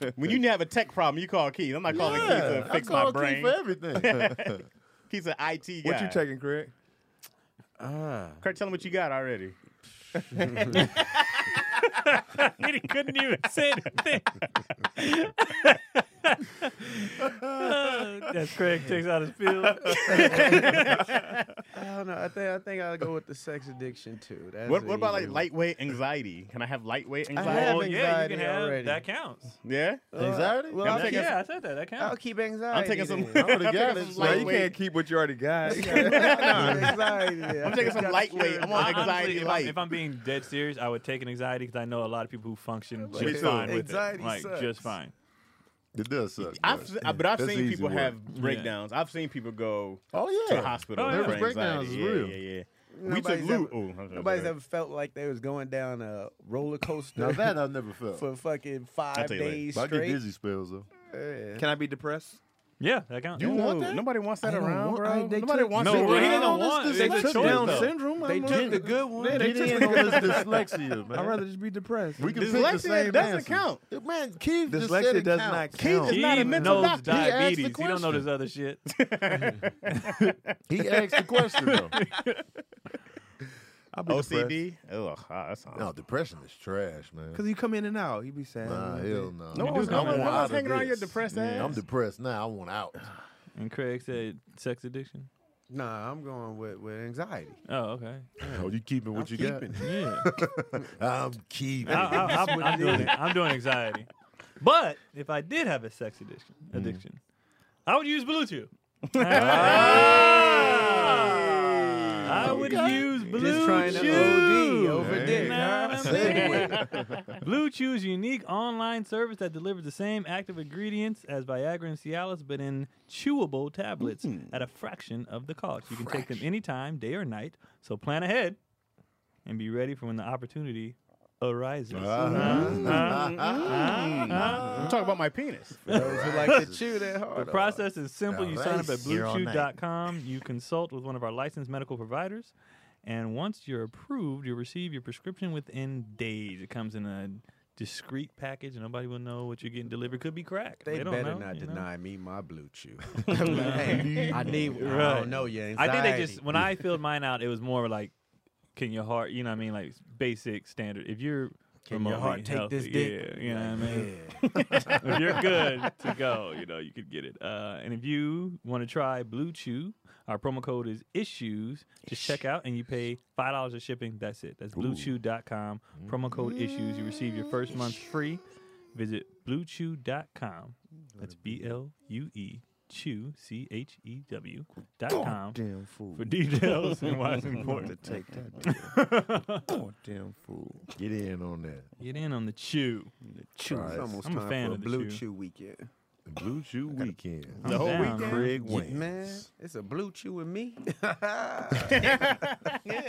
Speaker 1: yeah.
Speaker 3: When you have a tech problem, you call Keith. I'm not calling
Speaker 2: yeah,
Speaker 3: Keith to fix
Speaker 2: I call
Speaker 3: my
Speaker 2: Keith
Speaker 3: brain.
Speaker 2: for everything.
Speaker 3: He's an IT guy.
Speaker 1: What you taking, Craig?
Speaker 4: Ah.
Speaker 3: Kurt, tell him what you got already.
Speaker 5: And he couldn't even say anything. That's Craig takes out his pill.
Speaker 4: I don't know. I think I think I'll go with the sex addiction too. That's
Speaker 3: What,
Speaker 4: an
Speaker 3: what about
Speaker 4: easy
Speaker 3: like
Speaker 4: one.
Speaker 3: lightweight anxiety? Can I have lightweight
Speaker 4: I
Speaker 3: anxiety? Oh,
Speaker 4: have
Speaker 5: Well, Oh, yeah, you
Speaker 4: anxiety
Speaker 5: can have
Speaker 4: already.
Speaker 5: that counts.
Speaker 3: Yeah.
Speaker 2: Anxiety?
Speaker 4: Well, I'll
Speaker 3: I'm
Speaker 4: take
Speaker 3: taking-
Speaker 5: yeah, I said that. That
Speaker 4: I'll
Speaker 5: counts.
Speaker 4: keep anxiety.
Speaker 3: I'm taking some.
Speaker 4: then.
Speaker 3: I'm
Speaker 2: already
Speaker 3: taking
Speaker 2: got it,
Speaker 3: some
Speaker 2: so you
Speaker 1: Now, you can't
Speaker 3: lightweight.
Speaker 1: keep what you already got.
Speaker 4: anxiety. then.
Speaker 3: I'm taking some lightweight. I'm on
Speaker 5: Honestly,
Speaker 3: anxiety
Speaker 5: if, I'm,
Speaker 3: light.
Speaker 5: if I'm being dead serious, I would take an anxiety because I know a lot of people who function
Speaker 1: Me
Speaker 5: just
Speaker 1: too.
Speaker 5: fine with it.
Speaker 4: Anxiety
Speaker 5: Like
Speaker 4: sucks.
Speaker 5: just fine.
Speaker 2: It does suck.
Speaker 3: I've,
Speaker 2: but-
Speaker 3: se- but I've
Speaker 2: That's
Speaker 3: seen
Speaker 2: easy
Speaker 3: people
Speaker 2: work.
Speaker 3: have breakdowns. I've seen people go
Speaker 2: Oh
Speaker 3: to
Speaker 2: yeah,
Speaker 3: the hospital.
Speaker 5: Oh, yeah.
Speaker 3: for
Speaker 5: Nervous
Speaker 2: breakdowns is
Speaker 3: anxiety. yeah,
Speaker 2: real.
Speaker 3: Yeah, yeah.
Speaker 4: Nobody's
Speaker 3: we took
Speaker 4: ever-
Speaker 3: loot. Oh, I'm sorry.
Speaker 5: uh,
Speaker 4: Nobody's ever felt like they was going down a roller coaster
Speaker 2: Now
Speaker 5: uh,
Speaker 2: that I never felt.
Speaker 4: for fucking five
Speaker 3: tell you later.
Speaker 4: days
Speaker 2: But I get
Speaker 4: straight.
Speaker 2: dizzy spells though.
Speaker 4: Yeah.
Speaker 1: Can I be depressed?
Speaker 5: Yeah, that counts.
Speaker 3: You want
Speaker 4: No,
Speaker 3: that? Nobody wants that
Speaker 4: I don't
Speaker 3: around,
Speaker 4: want-
Speaker 3: bro.
Speaker 4: I- they
Speaker 3: Nobody
Speaker 4: took-
Speaker 3: wants
Speaker 5: No,
Speaker 3: that
Speaker 5: well, he
Speaker 3: around.
Speaker 5: didn't want.
Speaker 2: They
Speaker 5: it's a
Speaker 2: took
Speaker 5: choice,
Speaker 2: down
Speaker 5: though.
Speaker 1: syndrome.
Speaker 4: They
Speaker 1: I'm-
Speaker 4: took the good one.
Speaker 1: Yeah, they
Speaker 2: Get in
Speaker 1: took the
Speaker 2: on
Speaker 1: good-
Speaker 2: this dyslexia, man.
Speaker 1: I'd rather just be depressed.
Speaker 2: we can pick the
Speaker 3: Dyslexia
Speaker 2: same
Speaker 3: doesn't
Speaker 2: answer.
Speaker 3: count.
Speaker 2: Man, Keith just
Speaker 1: Dyslexia
Speaker 2: said it
Speaker 1: does
Speaker 2: counts.
Speaker 1: not
Speaker 2: Keith
Speaker 1: count.
Speaker 3: is not a
Speaker 5: He
Speaker 3: mental
Speaker 5: knows
Speaker 3: doctor. He asked the
Speaker 5: diabetes. He don't know
Speaker 2: question.
Speaker 5: this other shit.
Speaker 2: He asked the question though.
Speaker 1: I'll be
Speaker 3: OCD. Ugh, ah, that's
Speaker 2: no, depression is trash, man.
Speaker 1: Because you come in and out. You be sad.
Speaker 2: Nah, hell no.
Speaker 3: No
Speaker 2: I
Speaker 3: one's, no
Speaker 2: want
Speaker 3: one's, no
Speaker 2: out of
Speaker 3: one's hanging around
Speaker 2: this.
Speaker 3: your depressed ass.
Speaker 2: I'm depressed now. I want out.
Speaker 5: And Craig said sex addiction.
Speaker 4: Nah, I'm going with, with anxiety.
Speaker 5: Oh, okay.
Speaker 2: Oh, you keeping what you
Speaker 5: Yeah.
Speaker 2: got? I'm keeping.
Speaker 5: I,
Speaker 2: it.
Speaker 5: I, I'm, I'm doing it. I'm doing anxiety. But if I did have a sex addiction, addiction, I would use Bluetooth. Ah. I would use Bluetooth.
Speaker 4: Just trying to OD over
Speaker 1: Hey.
Speaker 4: dick.
Speaker 5: Nah,
Speaker 4: huh?
Speaker 5: nah,
Speaker 4: segue.
Speaker 5: Blue Chew's unique online service that delivers the same active ingredients as Viagra and Cialis, but in chewable tablets at a fraction of the cost. You can take them anytime, day or night. So plan ahead and be ready for when the opportunity arises.
Speaker 2: Uh,
Speaker 3: I'm talking about my penis.
Speaker 4: Those who like to chew that hard.
Speaker 5: The process is simple. You sign up at
Speaker 2: Nice. Here all night.
Speaker 5: bluechew.com. You consult with one of our licensed medical providers. And once you're approved, you receive your prescription within days. It comes in a discreet package. Nobody will know what you're getting delivered. Could be crack.
Speaker 4: They,
Speaker 5: don't
Speaker 4: better
Speaker 5: know,
Speaker 4: not
Speaker 5: you know?
Speaker 4: deny me my blue chew. hey, I need. I
Speaker 5: Right.
Speaker 4: don't know your
Speaker 5: I
Speaker 4: anxiety.
Speaker 5: think they just, when I filled mine out, it was more like, can your heart, you know what I mean? Like basic standard. If you're
Speaker 4: Can your
Speaker 5: remotely
Speaker 4: heart take
Speaker 5: healthy,
Speaker 4: this dick?
Speaker 5: Yeah, you know what I mean?
Speaker 4: Yeah.
Speaker 5: if you're good to go, you know, you could get it. Uh, and if you want to try Blue Chew, our promo code is issues. Just check out and you pay $5 of shipping. That's it. That's bluechew.com. Promo code issues. You receive your first month free. Visit bluechew.com. That's B L U E chew, C H E W dot com
Speaker 1: Damn fool.
Speaker 5: for details and why it's important.
Speaker 1: Take that. Damn fool.
Speaker 2: Get in on that.
Speaker 5: Get in on the chew.
Speaker 4: Chew. It's almost
Speaker 5: I'm a
Speaker 4: time
Speaker 5: fan
Speaker 4: for a
Speaker 5: of the
Speaker 4: blue
Speaker 5: chew.
Speaker 4: chew weekend.
Speaker 2: The Blue Chew Weekend.
Speaker 5: The whole down. weekend?
Speaker 2: Craig
Speaker 4: Yeah,
Speaker 2: Wayne.
Speaker 4: Man, it's a blue chew with me.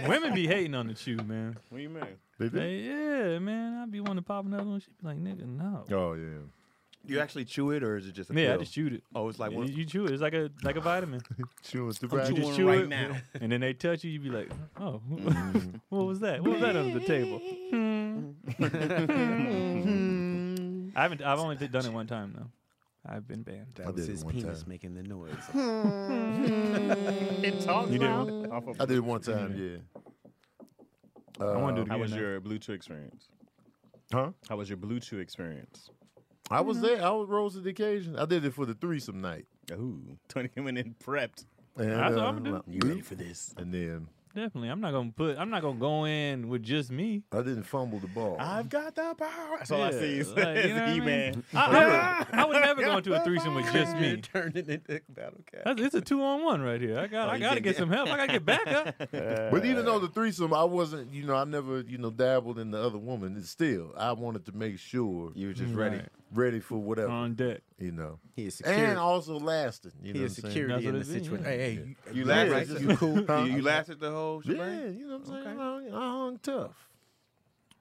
Speaker 5: Women be hating on the chew, man.
Speaker 3: What do you mean?
Speaker 2: They do?
Speaker 5: Hey, yeah, man. I'd be wanting to pop another one. She'd be like, nigga, no.
Speaker 2: Oh yeah.
Speaker 1: Do you actually chew it or is it just a
Speaker 5: Yeah, I
Speaker 1: pill?
Speaker 5: just chewed it.
Speaker 1: Oh, it's like
Speaker 5: you,
Speaker 1: one-
Speaker 5: you chew it. It's like a like a vitamin.
Speaker 2: Chewing through
Speaker 5: You
Speaker 2: right.
Speaker 5: just chew it, and then they touch you. You be like, oh, what was that? What was that under the table? I haven't. I've only done it one time though. I've been banned.
Speaker 4: That was
Speaker 2: did it
Speaker 4: his
Speaker 2: one
Speaker 4: penis
Speaker 2: time.
Speaker 4: making the noise.
Speaker 3: It talks
Speaker 5: You do?
Speaker 3: loud? Off of
Speaker 2: I did it one time. Yeah.
Speaker 5: Uh, I want to do it
Speaker 3: How
Speaker 5: again.
Speaker 3: was
Speaker 5: though.
Speaker 3: your Blue Chew experience?
Speaker 2: Uh, Huh?
Speaker 3: How was your Blue Chew experience?
Speaker 2: I was there. I was rose to the occasion. I did it for the threesome night.
Speaker 3: Ooh, 20 minutes prepped.
Speaker 2: And,
Speaker 5: That's what I'ma do.
Speaker 2: well,
Speaker 3: You ready for this?
Speaker 2: And then
Speaker 5: Definitely. I'm not gonna put. I'm not gonna go in with just me.
Speaker 2: I didn't fumble the ball.
Speaker 3: I've got the power. That's all I
Speaker 5: Yeah,
Speaker 3: see.
Speaker 5: like, you know what I mean?
Speaker 3: man
Speaker 5: I, I would, I would never go into a threesome with just me.
Speaker 4: Turning into battle cat.
Speaker 5: That's, it's a two on one right here. I got. I got to get some help. I got to get back up.
Speaker 2: but even though the threesome, I wasn't. You know, I never. You know, dabbled in the other woman. It's still, I wanted to make sure
Speaker 1: You were just ready.
Speaker 2: ready for whatever.
Speaker 5: on deck.
Speaker 2: you know,
Speaker 4: He is security.
Speaker 2: and also lasting. You know,
Speaker 4: he is
Speaker 2: what I'm saying?
Speaker 4: security
Speaker 5: That's
Speaker 4: in
Speaker 5: what
Speaker 4: the
Speaker 5: it is,
Speaker 4: situation.
Speaker 5: yeah.
Speaker 4: Hey, hey, you,
Speaker 1: You
Speaker 4: you,
Speaker 1: laughed.
Speaker 4: right? you cool?
Speaker 1: You, you lasted the whole
Speaker 2: Yeah,
Speaker 1: shebang?
Speaker 2: you know what I'm saying. I, hung, I hung tough.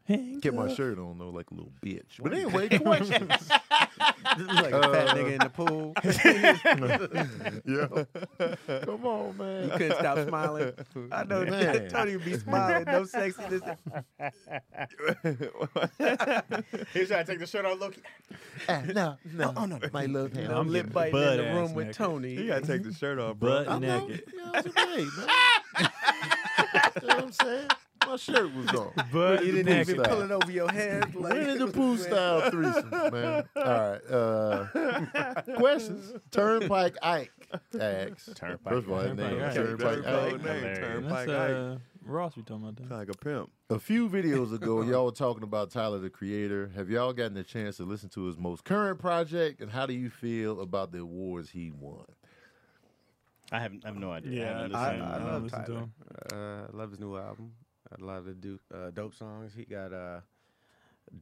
Speaker 5: Hang
Speaker 2: Kept my
Speaker 5: up.
Speaker 2: shirt on though, like a little bitch. But anyway, questions.
Speaker 4: This is like a fat nigga in
Speaker 1: Uh.
Speaker 4: the pool.
Speaker 2: yeah. Come on, man.
Speaker 4: You couldn't stop smiling. I know
Speaker 2: Man.
Speaker 4: Tony would be smiling. No sex in this.
Speaker 3: He's trying to take the shirt off, look.
Speaker 2: Ah, no, no, oh, no, my love hand.
Speaker 4: I'm lip biting
Speaker 5: butt
Speaker 4: in the
Speaker 5: ass
Speaker 4: room with
Speaker 5: naked.
Speaker 4: Tony.
Speaker 1: You gotta take the shirt off, bro.
Speaker 5: butt naked.
Speaker 2: That's okay, man. you know what I'm saying? My shirt was on.
Speaker 5: Butt
Speaker 4: You didn't
Speaker 5: naked.
Speaker 4: even pull it over your hands. Like,
Speaker 2: Winnie the Pooh style threesome, man. All right. Uh, questions. Turnpike Ike asks.
Speaker 3: Turnpike
Speaker 2: First of all, his name
Speaker 5: Ike.
Speaker 2: is
Speaker 1: That's
Speaker 2: Turnpike
Speaker 1: a
Speaker 2: Ike.
Speaker 1: code name,
Speaker 3: Hilarious.
Speaker 1: Turnpike
Speaker 5: That's
Speaker 1: Ike.
Speaker 5: uh, Ross. We talking about that?
Speaker 1: uh, Like a pimp.
Speaker 2: A few videos ago, y'all were talking about Tyler the Creator. Have y'all gotten a chance to listen to his most current project? And how do you feel about the awards he won?
Speaker 3: I have, I have no idea. I haven't
Speaker 4: I,
Speaker 3: listened.
Speaker 4: I
Speaker 5: I
Speaker 4: love
Speaker 5: listen to
Speaker 4: Tyler.
Speaker 5: him.
Speaker 4: Uh, I love his new album. A lot of the do, uh, dope songs. He got uh,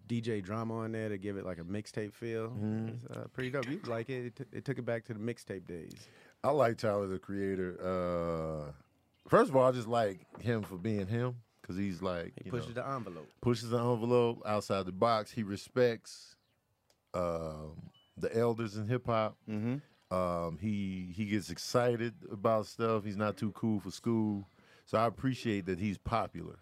Speaker 4: DJ drama on there to give it like a mixtape feel. It's uh, pretty dope. You like it? It, t- it took it back to the mixtape days.
Speaker 2: I like Tyler the Creator. Uh, first of all, I just like him for being him because he's like
Speaker 4: He
Speaker 2: you
Speaker 4: pushes
Speaker 2: know,
Speaker 4: the envelope.
Speaker 2: pushes the envelope outside the box. He respects um, the elders in hip hop. Um, he he gets excited about stuff. He's not too cool for school, so I appreciate that he's popular.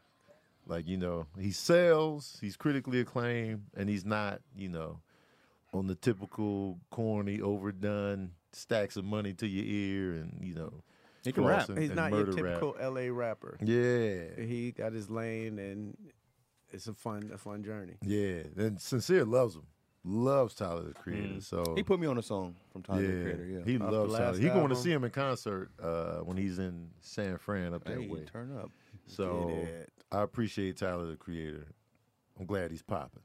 Speaker 2: Like you know, he sells. He's critically acclaimed, and he's not you know on the typical corny, overdone stacks of money to your ear, and you know. He
Speaker 3: can rap.
Speaker 4: He's not your typical LA rapper.
Speaker 2: Yeah.
Speaker 4: He got his lane, and it's a fun, a fun journey.
Speaker 2: Yeah, and sincere loves him, loves Tyler the Creator. So
Speaker 1: Mm. He put me on a song from Tyler the
Speaker 2: yeah,
Speaker 1: Creator. Yeah.
Speaker 2: he
Speaker 4: Off
Speaker 2: loves
Speaker 4: the
Speaker 2: Tyler.
Speaker 4: last
Speaker 2: He going to
Speaker 4: album.
Speaker 2: see him in concert uh, when he's in San Fran up that
Speaker 1: Hey,
Speaker 2: way.
Speaker 1: turn up.
Speaker 2: So
Speaker 4: it.
Speaker 2: I appreciate Tyler the Creator. I'm glad he's popping.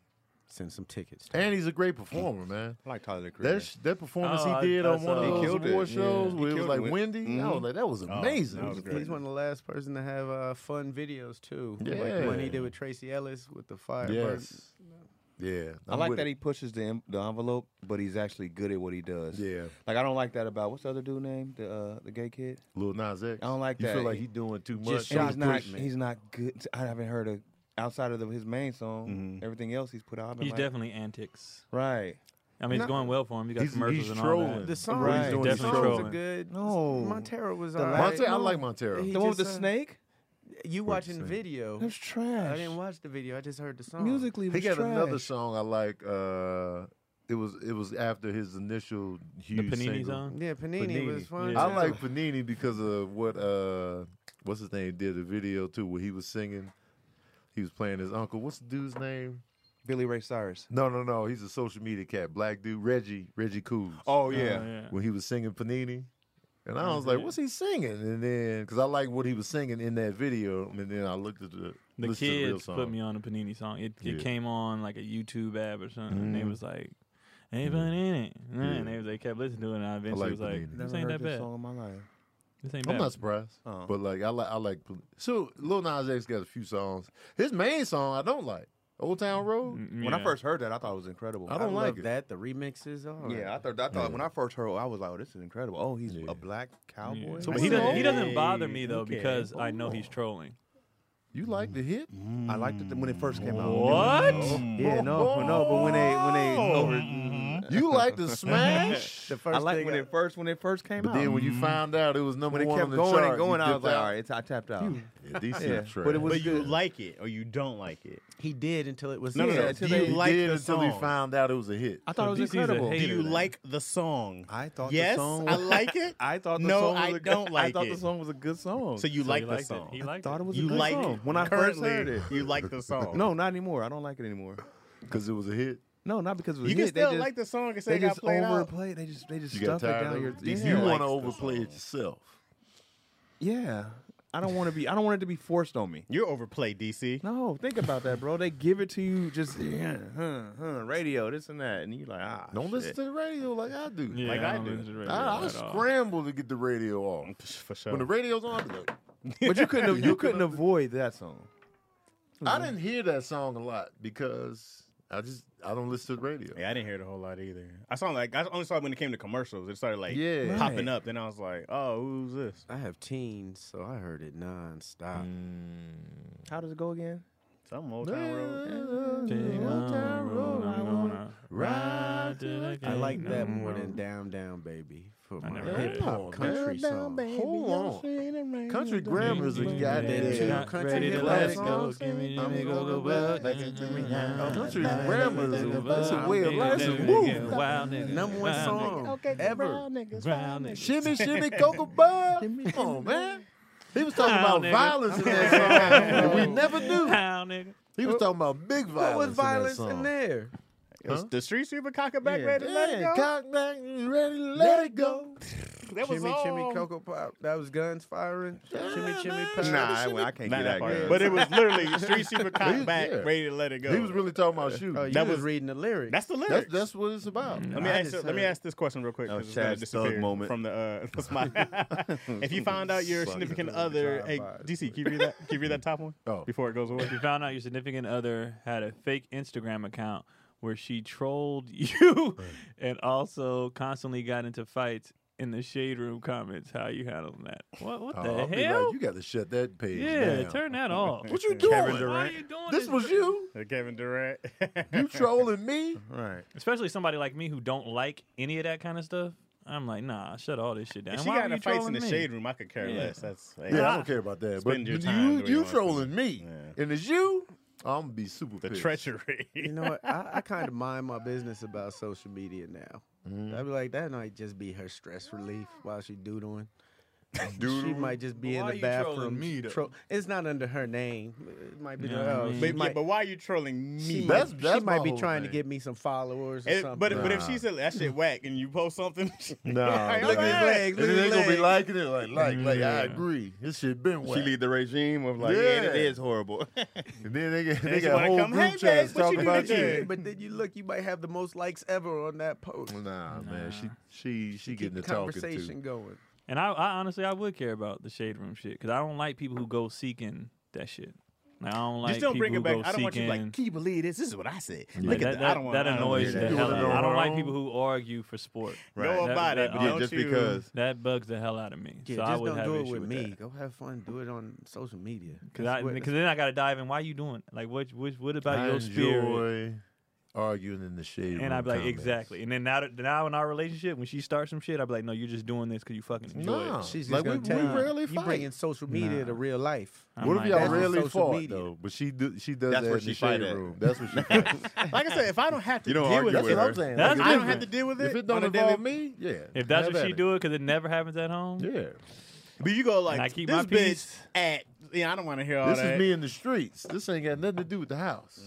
Speaker 4: send some tickets. To
Speaker 2: And he's a great performer, man.
Speaker 1: I like Tyler the Creator.
Speaker 2: That, sh- that performance
Speaker 5: Oh, I-
Speaker 2: he did
Speaker 5: I
Speaker 2: on one
Speaker 5: saw
Speaker 2: of
Speaker 5: it.
Speaker 1: uh, He
Speaker 2: those
Speaker 1: killed it,
Speaker 2: award
Speaker 1: yeah.
Speaker 2: shows
Speaker 1: He
Speaker 2: where it was
Speaker 1: killed
Speaker 2: like
Speaker 1: it. Mm-hmm. Oh,
Speaker 2: Wendy, I was like, that was amazing.
Speaker 3: that was great.
Speaker 4: He's one of the last person to have uh, fun videos too. Like the one
Speaker 2: Yeah.
Speaker 4: he did with Tracy Ellis with the fire.
Speaker 2: yes, yeah.
Speaker 1: I like that he pushes the en- the envelope, but he's actually good at what he does.
Speaker 2: Yeah.
Speaker 1: Like I don't like that about what's the other dude name? The uh, the gay kid.
Speaker 2: Lil Nas X.
Speaker 1: I don't like
Speaker 2: You
Speaker 1: that.
Speaker 2: feel like he's doing too much.
Speaker 1: Just and he's not he's not good. I haven't heard of outside of the, his main song. Everything else he's put out. I've been
Speaker 5: He's
Speaker 1: like,
Speaker 5: definitely antics.
Speaker 1: right.
Speaker 5: I mean, it's going well for him. You got
Speaker 2: He's-
Speaker 5: commercials
Speaker 2: he's
Speaker 5: and all
Speaker 2: trolling.
Speaker 5: that.
Speaker 4: The songs,
Speaker 1: Right. He's
Speaker 4: the
Speaker 1: doing
Speaker 5: some
Speaker 4: songs
Speaker 5: trolling.
Speaker 4: are good.
Speaker 1: No.
Speaker 4: Montero was.
Speaker 1: The
Speaker 4: all
Speaker 1: last-
Speaker 4: right.
Speaker 2: Montero, I
Speaker 1: no.
Speaker 2: like Montero.
Speaker 4: He
Speaker 1: the one with
Speaker 4: just,
Speaker 1: the
Speaker 4: uh,
Speaker 1: snake.
Speaker 4: You watching video?
Speaker 1: That's trash.
Speaker 4: I didn't watch the video. I just heard the song.
Speaker 1: Musically, it
Speaker 2: He
Speaker 1: was
Speaker 2: got
Speaker 1: trash.
Speaker 2: another song I like. Uh, it was it was after his initial
Speaker 5: The
Speaker 2: huge
Speaker 5: Panini
Speaker 2: single.
Speaker 5: song.
Speaker 4: Yeah, Panini,
Speaker 5: Panini,
Speaker 4: was fun.
Speaker 5: yeah.
Speaker 2: I
Speaker 4: too.
Speaker 2: like Panini because of what uh, what's his name did a video too where he was singing. He was playing his uncle. What's the dude's name?
Speaker 1: Billy Ray Cyrus.
Speaker 2: No, no, no. He's a social media cat. Black dude, Reggie, Reggie Coos.
Speaker 1: Oh
Speaker 5: Oh,
Speaker 1: yeah.
Speaker 5: yeah.
Speaker 2: when he was singing Panini. And I was like, what's he singing? And then, because I like what he was singing in that video. And then I looked at the,
Speaker 5: The
Speaker 2: listened to the real
Speaker 5: kids
Speaker 2: song.
Speaker 5: put me on a Panini song. It, it
Speaker 2: Yeah. Mm-hmm.
Speaker 5: came on like a YouTube app or something. And they was like, ain't fun in it. And they, was- they kept listening to it. And I eventually
Speaker 2: like
Speaker 5: was like,
Speaker 2: Panini.
Speaker 5: this ain't that bad.
Speaker 1: song in my life.
Speaker 5: This ain't
Speaker 2: I'm
Speaker 5: bad.
Speaker 2: not surprised.
Speaker 1: Oh.
Speaker 2: But like, I like, I like. So Lil Nas X got a few songs. His main song I don't like, Old Town Road.
Speaker 1: When I
Speaker 5: Yeah.
Speaker 1: first heard that, I thought it was incredible.
Speaker 2: I don't
Speaker 4: love
Speaker 2: like it.
Speaker 4: that. The remixes. All right.
Speaker 1: Yeah, I thought I thought when I first heard, I was like, "Oh, this is incredible! Oh, he's
Speaker 2: Yeah.
Speaker 1: a black cowboy."
Speaker 5: Yeah.
Speaker 2: So
Speaker 5: But
Speaker 2: what's
Speaker 5: he doesn't. He
Speaker 2: wrong?
Speaker 5: doesn't bother me though
Speaker 3: Okay.
Speaker 5: because I know he's trolling.
Speaker 2: You like the hit?
Speaker 1: I liked it when it first came out.
Speaker 5: What?
Speaker 1: Yeah, no, no, but when they when they over,
Speaker 2: You like the smash?
Speaker 4: The first
Speaker 1: I liked
Speaker 4: thing
Speaker 1: when
Speaker 4: I-
Speaker 1: it first when it first came
Speaker 2: but
Speaker 1: out.
Speaker 2: then when you found out it was number
Speaker 1: when it
Speaker 2: one
Speaker 1: kept
Speaker 2: on the
Speaker 1: going
Speaker 2: chart,
Speaker 1: and going,
Speaker 2: you
Speaker 1: I was
Speaker 2: dipped
Speaker 1: like,
Speaker 2: out.
Speaker 1: "All right, it's, I tapped out."
Speaker 2: Yeah, these
Speaker 1: Yeah,
Speaker 2: are
Speaker 1: but it
Speaker 2: trash.
Speaker 1: was
Speaker 3: But you
Speaker 1: good.
Speaker 3: like it or you don't like it.
Speaker 4: he did until it was
Speaker 3: No, no, no.
Speaker 4: Yeah,
Speaker 3: until
Speaker 2: You
Speaker 3: they like
Speaker 2: did
Speaker 3: the
Speaker 2: until he
Speaker 3: song.
Speaker 2: found out it was a hit.
Speaker 1: I thought it was
Speaker 5: DC's a
Speaker 1: incredible.
Speaker 5: hater.
Speaker 3: Do you
Speaker 5: then.
Speaker 3: like the song?
Speaker 1: I thought the
Speaker 3: yes,
Speaker 1: song
Speaker 3: I
Speaker 1: was-
Speaker 3: like it.
Speaker 1: I thought the
Speaker 3: no,
Speaker 1: song was
Speaker 3: I
Speaker 1: a good-
Speaker 3: don't like
Speaker 1: I thought
Speaker 3: it.
Speaker 1: the song was a good song.
Speaker 3: So you
Speaker 5: So
Speaker 3: like
Speaker 5: he
Speaker 3: the
Speaker 5: liked
Speaker 3: song?
Speaker 5: It. He liked
Speaker 1: thought it was a
Speaker 3: you
Speaker 1: good
Speaker 3: like
Speaker 1: song.
Speaker 3: it.
Speaker 1: when I first
Speaker 3: currently. Oh.
Speaker 1: heard it.
Speaker 3: You like the song?
Speaker 1: No, not anymore. I don't like it anymore.
Speaker 2: because it was a hit.
Speaker 1: No, not because it was
Speaker 3: you
Speaker 1: a
Speaker 3: can
Speaker 1: hit. They
Speaker 3: still
Speaker 1: just-
Speaker 3: like the song and say
Speaker 1: They
Speaker 3: it got
Speaker 1: just
Speaker 3: played out.
Speaker 1: overplayed. They just they just
Speaker 2: You got
Speaker 1: stuffed it
Speaker 2: tired.
Speaker 1: down
Speaker 2: of
Speaker 1: your.
Speaker 2: it?
Speaker 1: Yeah.
Speaker 2: You want
Speaker 3: likes
Speaker 2: to
Speaker 3: the
Speaker 2: overplay it
Speaker 3: song.
Speaker 2: yourself.
Speaker 1: yeah. I don't want to be. I don't want it to be forced on me.
Speaker 3: You're overplayed, DC.
Speaker 1: No, think about that, bro. They give it to you just yeah, huh, huh, radio, this and that, and you like ah.
Speaker 2: Don't listen
Speaker 1: shit.
Speaker 2: to the radio like I do.
Speaker 5: Yeah,
Speaker 3: Like I
Speaker 5: don't
Speaker 3: do.
Speaker 5: listen to the radio
Speaker 2: I, I
Speaker 5: at all.
Speaker 2: scramble to get the radio off.
Speaker 3: For
Speaker 2: When the
Speaker 3: sure.
Speaker 2: radio's on, I'd be like,
Speaker 1: But you couldn't. You couldn't avoid that song.
Speaker 2: I didn't hear that song a lot because I just I don't listen to the radio.
Speaker 3: Yeah, I didn't hear the whole lot either. I saw like I only saw it when it came to commercials. It started like
Speaker 2: Yeah.
Speaker 3: popping up. Then I was like, oh, who's this?
Speaker 4: I have teens, so I heard it nonstop.
Speaker 1: How does it go again?
Speaker 3: Some old town road.
Speaker 5: Big
Speaker 2: Old
Speaker 5: on
Speaker 2: Town
Speaker 5: the
Speaker 2: Road,
Speaker 5: road,
Speaker 2: I
Speaker 5: I'm
Speaker 2: wanna
Speaker 5: gonna
Speaker 2: ride
Speaker 5: ride
Speaker 2: till
Speaker 5: till
Speaker 2: I
Speaker 5: I
Speaker 4: I
Speaker 5: can't
Speaker 4: like
Speaker 5: no
Speaker 4: that
Speaker 5: more.
Speaker 4: more than Down Down Baby for my
Speaker 5: never heard
Speaker 4: hip hop
Speaker 2: it.
Speaker 4: country
Speaker 2: Down,
Speaker 4: song.
Speaker 2: Hold on. Country grammar is a
Speaker 5: Ding,
Speaker 2: goddamn
Speaker 5: ding,
Speaker 4: two
Speaker 5: ding.
Speaker 2: yeah.
Speaker 5: Not
Speaker 4: country
Speaker 5: ready to
Speaker 4: hip
Speaker 5: let
Speaker 4: hop
Speaker 5: it go.
Speaker 4: songs.
Speaker 5: Give me the
Speaker 2: I'm
Speaker 5: nigga
Speaker 2: gonna
Speaker 5: go
Speaker 2: go
Speaker 5: back.
Speaker 2: back
Speaker 5: Ding,
Speaker 2: into
Speaker 5: ding,
Speaker 2: me
Speaker 5: ding,
Speaker 2: now.
Speaker 5: ding,
Speaker 2: Country
Speaker 5: ding,
Speaker 2: grammar
Speaker 5: ding,
Speaker 2: is a-
Speaker 5: ding,
Speaker 2: that's a
Speaker 5: ding,
Speaker 2: way of
Speaker 5: ding,
Speaker 2: life. It's a
Speaker 5: ding,
Speaker 2: move.
Speaker 5: ding, wild nigga,
Speaker 4: Number one
Speaker 5: wild
Speaker 4: song ever.
Speaker 5: nigga, Wild nigga.
Speaker 2: Shimmy, shimmy, cocoa bud. Come on, man. He was talking
Speaker 5: Down,
Speaker 2: about
Speaker 5: nigga.
Speaker 2: violence in that song, and we never knew.
Speaker 5: Wild nigga.
Speaker 2: He was talking about big
Speaker 4: What
Speaker 2: violence.
Speaker 4: was violence
Speaker 2: in, that
Speaker 4: in
Speaker 2: song.
Speaker 4: there?
Speaker 2: Huh?
Speaker 3: The street sweeper cocker back ready to let it
Speaker 2: Yeah,
Speaker 3: go.
Speaker 2: cock back, ready, let it go.
Speaker 3: that was
Speaker 4: Chimmy
Speaker 3: all.
Speaker 4: Chimmy Cocoa Pop. That was guns firing. Chimmy Chimmy Pop.
Speaker 1: Nah, I, I can't
Speaker 3: Not that
Speaker 1: get that.
Speaker 3: part.
Speaker 1: good.
Speaker 3: But it was literally street sweeper
Speaker 2: He-
Speaker 3: cock back
Speaker 2: yeah.
Speaker 3: ready to let it go.
Speaker 2: He was really talking about shooting.
Speaker 4: Oh, you
Speaker 3: That
Speaker 4: was
Speaker 3: was-
Speaker 4: reading the lyrics.
Speaker 3: That's the lyrics.
Speaker 2: that's that's what it's about.
Speaker 3: Let me,
Speaker 4: I
Speaker 3: ask,
Speaker 4: just
Speaker 3: you- let me
Speaker 4: heard-
Speaker 3: ask this question real quick.
Speaker 1: That
Speaker 3: 'cause
Speaker 1: was
Speaker 3: it's gonna
Speaker 1: Chad's thug
Speaker 3: disappear
Speaker 1: moment.
Speaker 3: From the, uh, that's my if you found out your significant other, hey DC, can you read that? Can you read that top one
Speaker 2: Oh.
Speaker 3: before it goes away?
Speaker 5: If you found out your significant other had a fake Instagram account where she trolled you and also constantly got into fights in the shade room comments, how you handle that? What what
Speaker 2: Oh,
Speaker 5: the
Speaker 2: I'll be like,
Speaker 5: hell?
Speaker 2: you got to shut that page
Speaker 5: yeah,
Speaker 2: down.
Speaker 5: turn that off.
Speaker 2: What you doing?
Speaker 3: Kevin
Speaker 5: Why are
Speaker 3: Durant.
Speaker 5: you doing
Speaker 2: This was you.
Speaker 3: Uh, Kevin Durant.
Speaker 2: You trolling me?
Speaker 1: right.
Speaker 5: Especially somebody like me who don't like any of that kind of stuff. I'm like, nah, shut all this shit down.
Speaker 3: if she got
Speaker 5: Why were
Speaker 3: in
Speaker 5: you
Speaker 3: a fights in
Speaker 5: trolling
Speaker 3: the
Speaker 5: me?
Speaker 3: shade room, I could care
Speaker 5: Yeah.
Speaker 3: less. That's hey,
Speaker 2: Yeah, I
Speaker 3: I-
Speaker 2: don't care about that. But
Speaker 3: Spend your
Speaker 2: you-
Speaker 3: time the way
Speaker 2: you
Speaker 3: you
Speaker 2: you
Speaker 3: want to spend
Speaker 2: trolling me,
Speaker 3: Yeah.
Speaker 2: and it's you. I'm gonna be super
Speaker 3: the
Speaker 2: pissed.
Speaker 3: treachery.
Speaker 4: You know what? I, I kind of mind my business about
Speaker 3: Mm-hmm.
Speaker 4: social media now. I'd be like, that might just be her stress relief while she doodling. she might just be
Speaker 6: But
Speaker 4: in
Speaker 6: why
Speaker 4: the
Speaker 6: you trolling
Speaker 4: bathroom.
Speaker 6: me, though?
Speaker 4: it's not under her name. It might be.
Speaker 5: You know what I
Speaker 4: oh,
Speaker 5: mean?
Speaker 4: she
Speaker 3: But,
Speaker 4: might,
Speaker 3: but why are you trolling
Speaker 4: she
Speaker 3: me?
Speaker 4: might-
Speaker 2: That's-
Speaker 4: she
Speaker 2: that's my
Speaker 4: might be
Speaker 2: whole
Speaker 4: trying
Speaker 2: thing.
Speaker 4: to get me some followers or
Speaker 3: It-
Speaker 4: something.
Speaker 3: but but if
Speaker 2: Nah.
Speaker 3: she said that shit whack and you post something,
Speaker 2: No,
Speaker 4: look at his legs. Look at
Speaker 2: They
Speaker 4: his
Speaker 2: gonna be
Speaker 4: legs.
Speaker 2: liking it, like, like, like. I agree. This shit been
Speaker 1: She
Speaker 2: whack.
Speaker 1: lead the regime of like, yeah, it
Speaker 2: Yeah.
Speaker 1: is horrible.
Speaker 2: And then they get,
Speaker 3: she
Speaker 2: they got
Speaker 3: wanna
Speaker 2: whole
Speaker 3: come,
Speaker 2: group
Speaker 3: "Hey,
Speaker 2: chats
Speaker 3: babe, what you
Speaker 2: talking
Speaker 3: do
Speaker 2: about
Speaker 3: today?"
Speaker 2: you.
Speaker 4: but then you look, you might have the most likes ever on that post.
Speaker 2: Nah, man, she she she
Speaker 4: Keep
Speaker 2: getting
Speaker 4: the
Speaker 2: the talking to.
Speaker 4: conversation going.
Speaker 5: And I, I honestly, I would care about the shade room shit because I don't like people who go seeking that shit. Like, I don't like
Speaker 3: just don't
Speaker 5: people
Speaker 3: bring
Speaker 5: who
Speaker 3: it back.
Speaker 5: go
Speaker 3: I don't want you to be
Speaker 5: seeking-
Speaker 3: like, can you believe this? This is what I said.
Speaker 5: Yeah,
Speaker 3: Look
Speaker 5: that,
Speaker 3: at that.
Speaker 5: that,
Speaker 3: I don't want
Speaker 5: that annoys
Speaker 3: to
Speaker 5: the hell out of me. I don't like
Speaker 2: wrong.
Speaker 5: people who argue for sport.
Speaker 3: Know
Speaker 5: That-
Speaker 3: about
Speaker 5: that-
Speaker 3: it, but
Speaker 5: uh,
Speaker 1: yeah,
Speaker 3: don't
Speaker 1: just
Speaker 3: you-
Speaker 1: because.
Speaker 5: That bugs the hell out of me.
Speaker 4: Yeah,
Speaker 5: so I
Speaker 4: just
Speaker 5: would
Speaker 4: don't
Speaker 5: have
Speaker 4: do
Speaker 5: an
Speaker 4: it
Speaker 5: issue
Speaker 4: with
Speaker 5: with
Speaker 4: me.
Speaker 5: that.
Speaker 4: Go have fun. Do it on social media.
Speaker 5: Cause,
Speaker 4: That's
Speaker 5: I,
Speaker 4: what-
Speaker 5: because then I gotta dive in. Why you doing? it? Like, what, what, what about
Speaker 2: I
Speaker 5: your spirit?
Speaker 2: enjoy arguing in the shade.
Speaker 5: And I'd be like,
Speaker 2: room
Speaker 5: exactly. And then now, that- now in our relationship, when she starts some shit, I'd be like, no, you're just doing this because you fucking enjoy
Speaker 2: Nah.
Speaker 5: it.
Speaker 4: She's just
Speaker 2: Like,
Speaker 4: gonna
Speaker 2: we-
Speaker 4: tell
Speaker 2: we
Speaker 4: you,
Speaker 2: rarely
Speaker 4: you
Speaker 2: fight.
Speaker 4: bringing social media
Speaker 5: Nah.
Speaker 4: to real life.
Speaker 5: I'm
Speaker 2: What
Speaker 5: like,
Speaker 2: if y'all
Speaker 4: that's on
Speaker 2: really
Speaker 4: social
Speaker 2: fought
Speaker 4: media.
Speaker 2: though? But she do, she does
Speaker 1: That's
Speaker 2: that
Speaker 1: where
Speaker 2: in
Speaker 1: she
Speaker 2: the
Speaker 1: fight
Speaker 2: shade
Speaker 1: at.
Speaker 2: room. That's what she fights.
Speaker 3: Like I said, if I don't have to
Speaker 1: You don't
Speaker 3: deal
Speaker 1: argue
Speaker 3: with
Speaker 1: with
Speaker 3: it,
Speaker 1: her.
Speaker 2: saying.
Speaker 5: That's
Speaker 3: I don't have
Speaker 5: different.
Speaker 3: to deal with it.
Speaker 2: If it
Speaker 3: on
Speaker 2: don't
Speaker 3: a daily-
Speaker 2: involve me, yeah.
Speaker 5: if that's
Speaker 2: have
Speaker 5: what
Speaker 2: at
Speaker 5: she
Speaker 2: it.
Speaker 5: do it, because it never happens at home.
Speaker 2: yeah.
Speaker 3: But you go like
Speaker 5: I keep
Speaker 3: this
Speaker 5: my
Speaker 3: bitch
Speaker 5: peace.
Speaker 3: at yeah, I don't want to hear all
Speaker 2: This
Speaker 3: that.
Speaker 2: is me in the streets. This ain't got nothing to do with the house.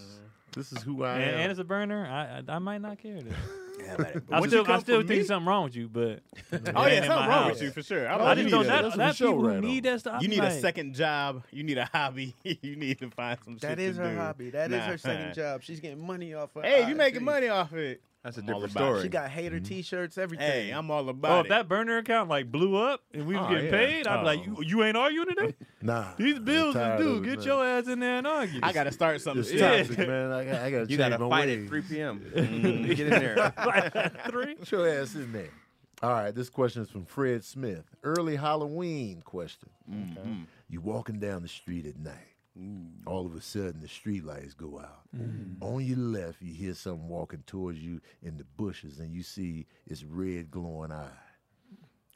Speaker 2: This is who I
Speaker 5: And,
Speaker 2: am.
Speaker 5: and it's a burner. I, I, I might not care. Then.
Speaker 3: Yeah, but it-
Speaker 5: I
Speaker 3: once
Speaker 5: still,
Speaker 3: you come
Speaker 5: I still
Speaker 3: for
Speaker 5: think
Speaker 3: me-
Speaker 5: something wrong with you, but
Speaker 3: Oh
Speaker 5: it
Speaker 3: yeah,
Speaker 5: ain't
Speaker 3: something
Speaker 5: my
Speaker 3: wrong
Speaker 5: house.
Speaker 3: with you for sure. I
Speaker 2: Oh,
Speaker 3: don't
Speaker 5: I
Speaker 2: you
Speaker 5: just
Speaker 3: need
Speaker 5: don't.
Speaker 2: need
Speaker 5: That,
Speaker 2: a- that's
Speaker 5: that,
Speaker 2: what show
Speaker 5: people who
Speaker 2: right
Speaker 5: need
Speaker 2: on.
Speaker 5: that stuff.
Speaker 3: You need
Speaker 5: like,
Speaker 3: a second job. You need a hobby. you need to find some. shit
Speaker 4: That is
Speaker 3: to
Speaker 4: her
Speaker 3: do.
Speaker 4: hobby. That is
Speaker 3: Nah.
Speaker 4: her second job. She's getting money off her.
Speaker 3: Hey, you
Speaker 4: IG.
Speaker 3: making money off it?
Speaker 1: That's a
Speaker 3: I'm all
Speaker 1: different
Speaker 3: about it.
Speaker 1: story.
Speaker 4: She got hater t-shirts, everything.
Speaker 3: Hey, I'm all about
Speaker 5: Oh,
Speaker 3: it.
Speaker 5: if that burner account like blew up and we was
Speaker 2: Oh,
Speaker 5: getting
Speaker 2: yeah.
Speaker 5: paid, I'd be like,
Speaker 2: Oh.
Speaker 5: you, you ain't arguing today.
Speaker 2: nah.
Speaker 5: These
Speaker 2: I'm
Speaker 5: bills is
Speaker 2: tired of
Speaker 5: due.
Speaker 2: it,
Speaker 5: Get
Speaker 2: man.
Speaker 5: your ass in there and argue.
Speaker 3: I gotta start something.
Speaker 2: It's
Speaker 5: Yeah.
Speaker 2: toxic, man. I got I gotta
Speaker 1: you
Speaker 2: change
Speaker 1: gotta
Speaker 2: my
Speaker 1: fight
Speaker 2: ways.
Speaker 1: at 3 p.m.
Speaker 4: Mm-hmm.
Speaker 1: Mm, Get in there.
Speaker 5: three.
Speaker 2: Put your ass in there. All right, this question is from Fred Smith. Early Halloween question. You walking down the street at night. All of a sudden, the street lights go out. On your left, you hear something walking towards you in the bushes, and you see its red glowing eye.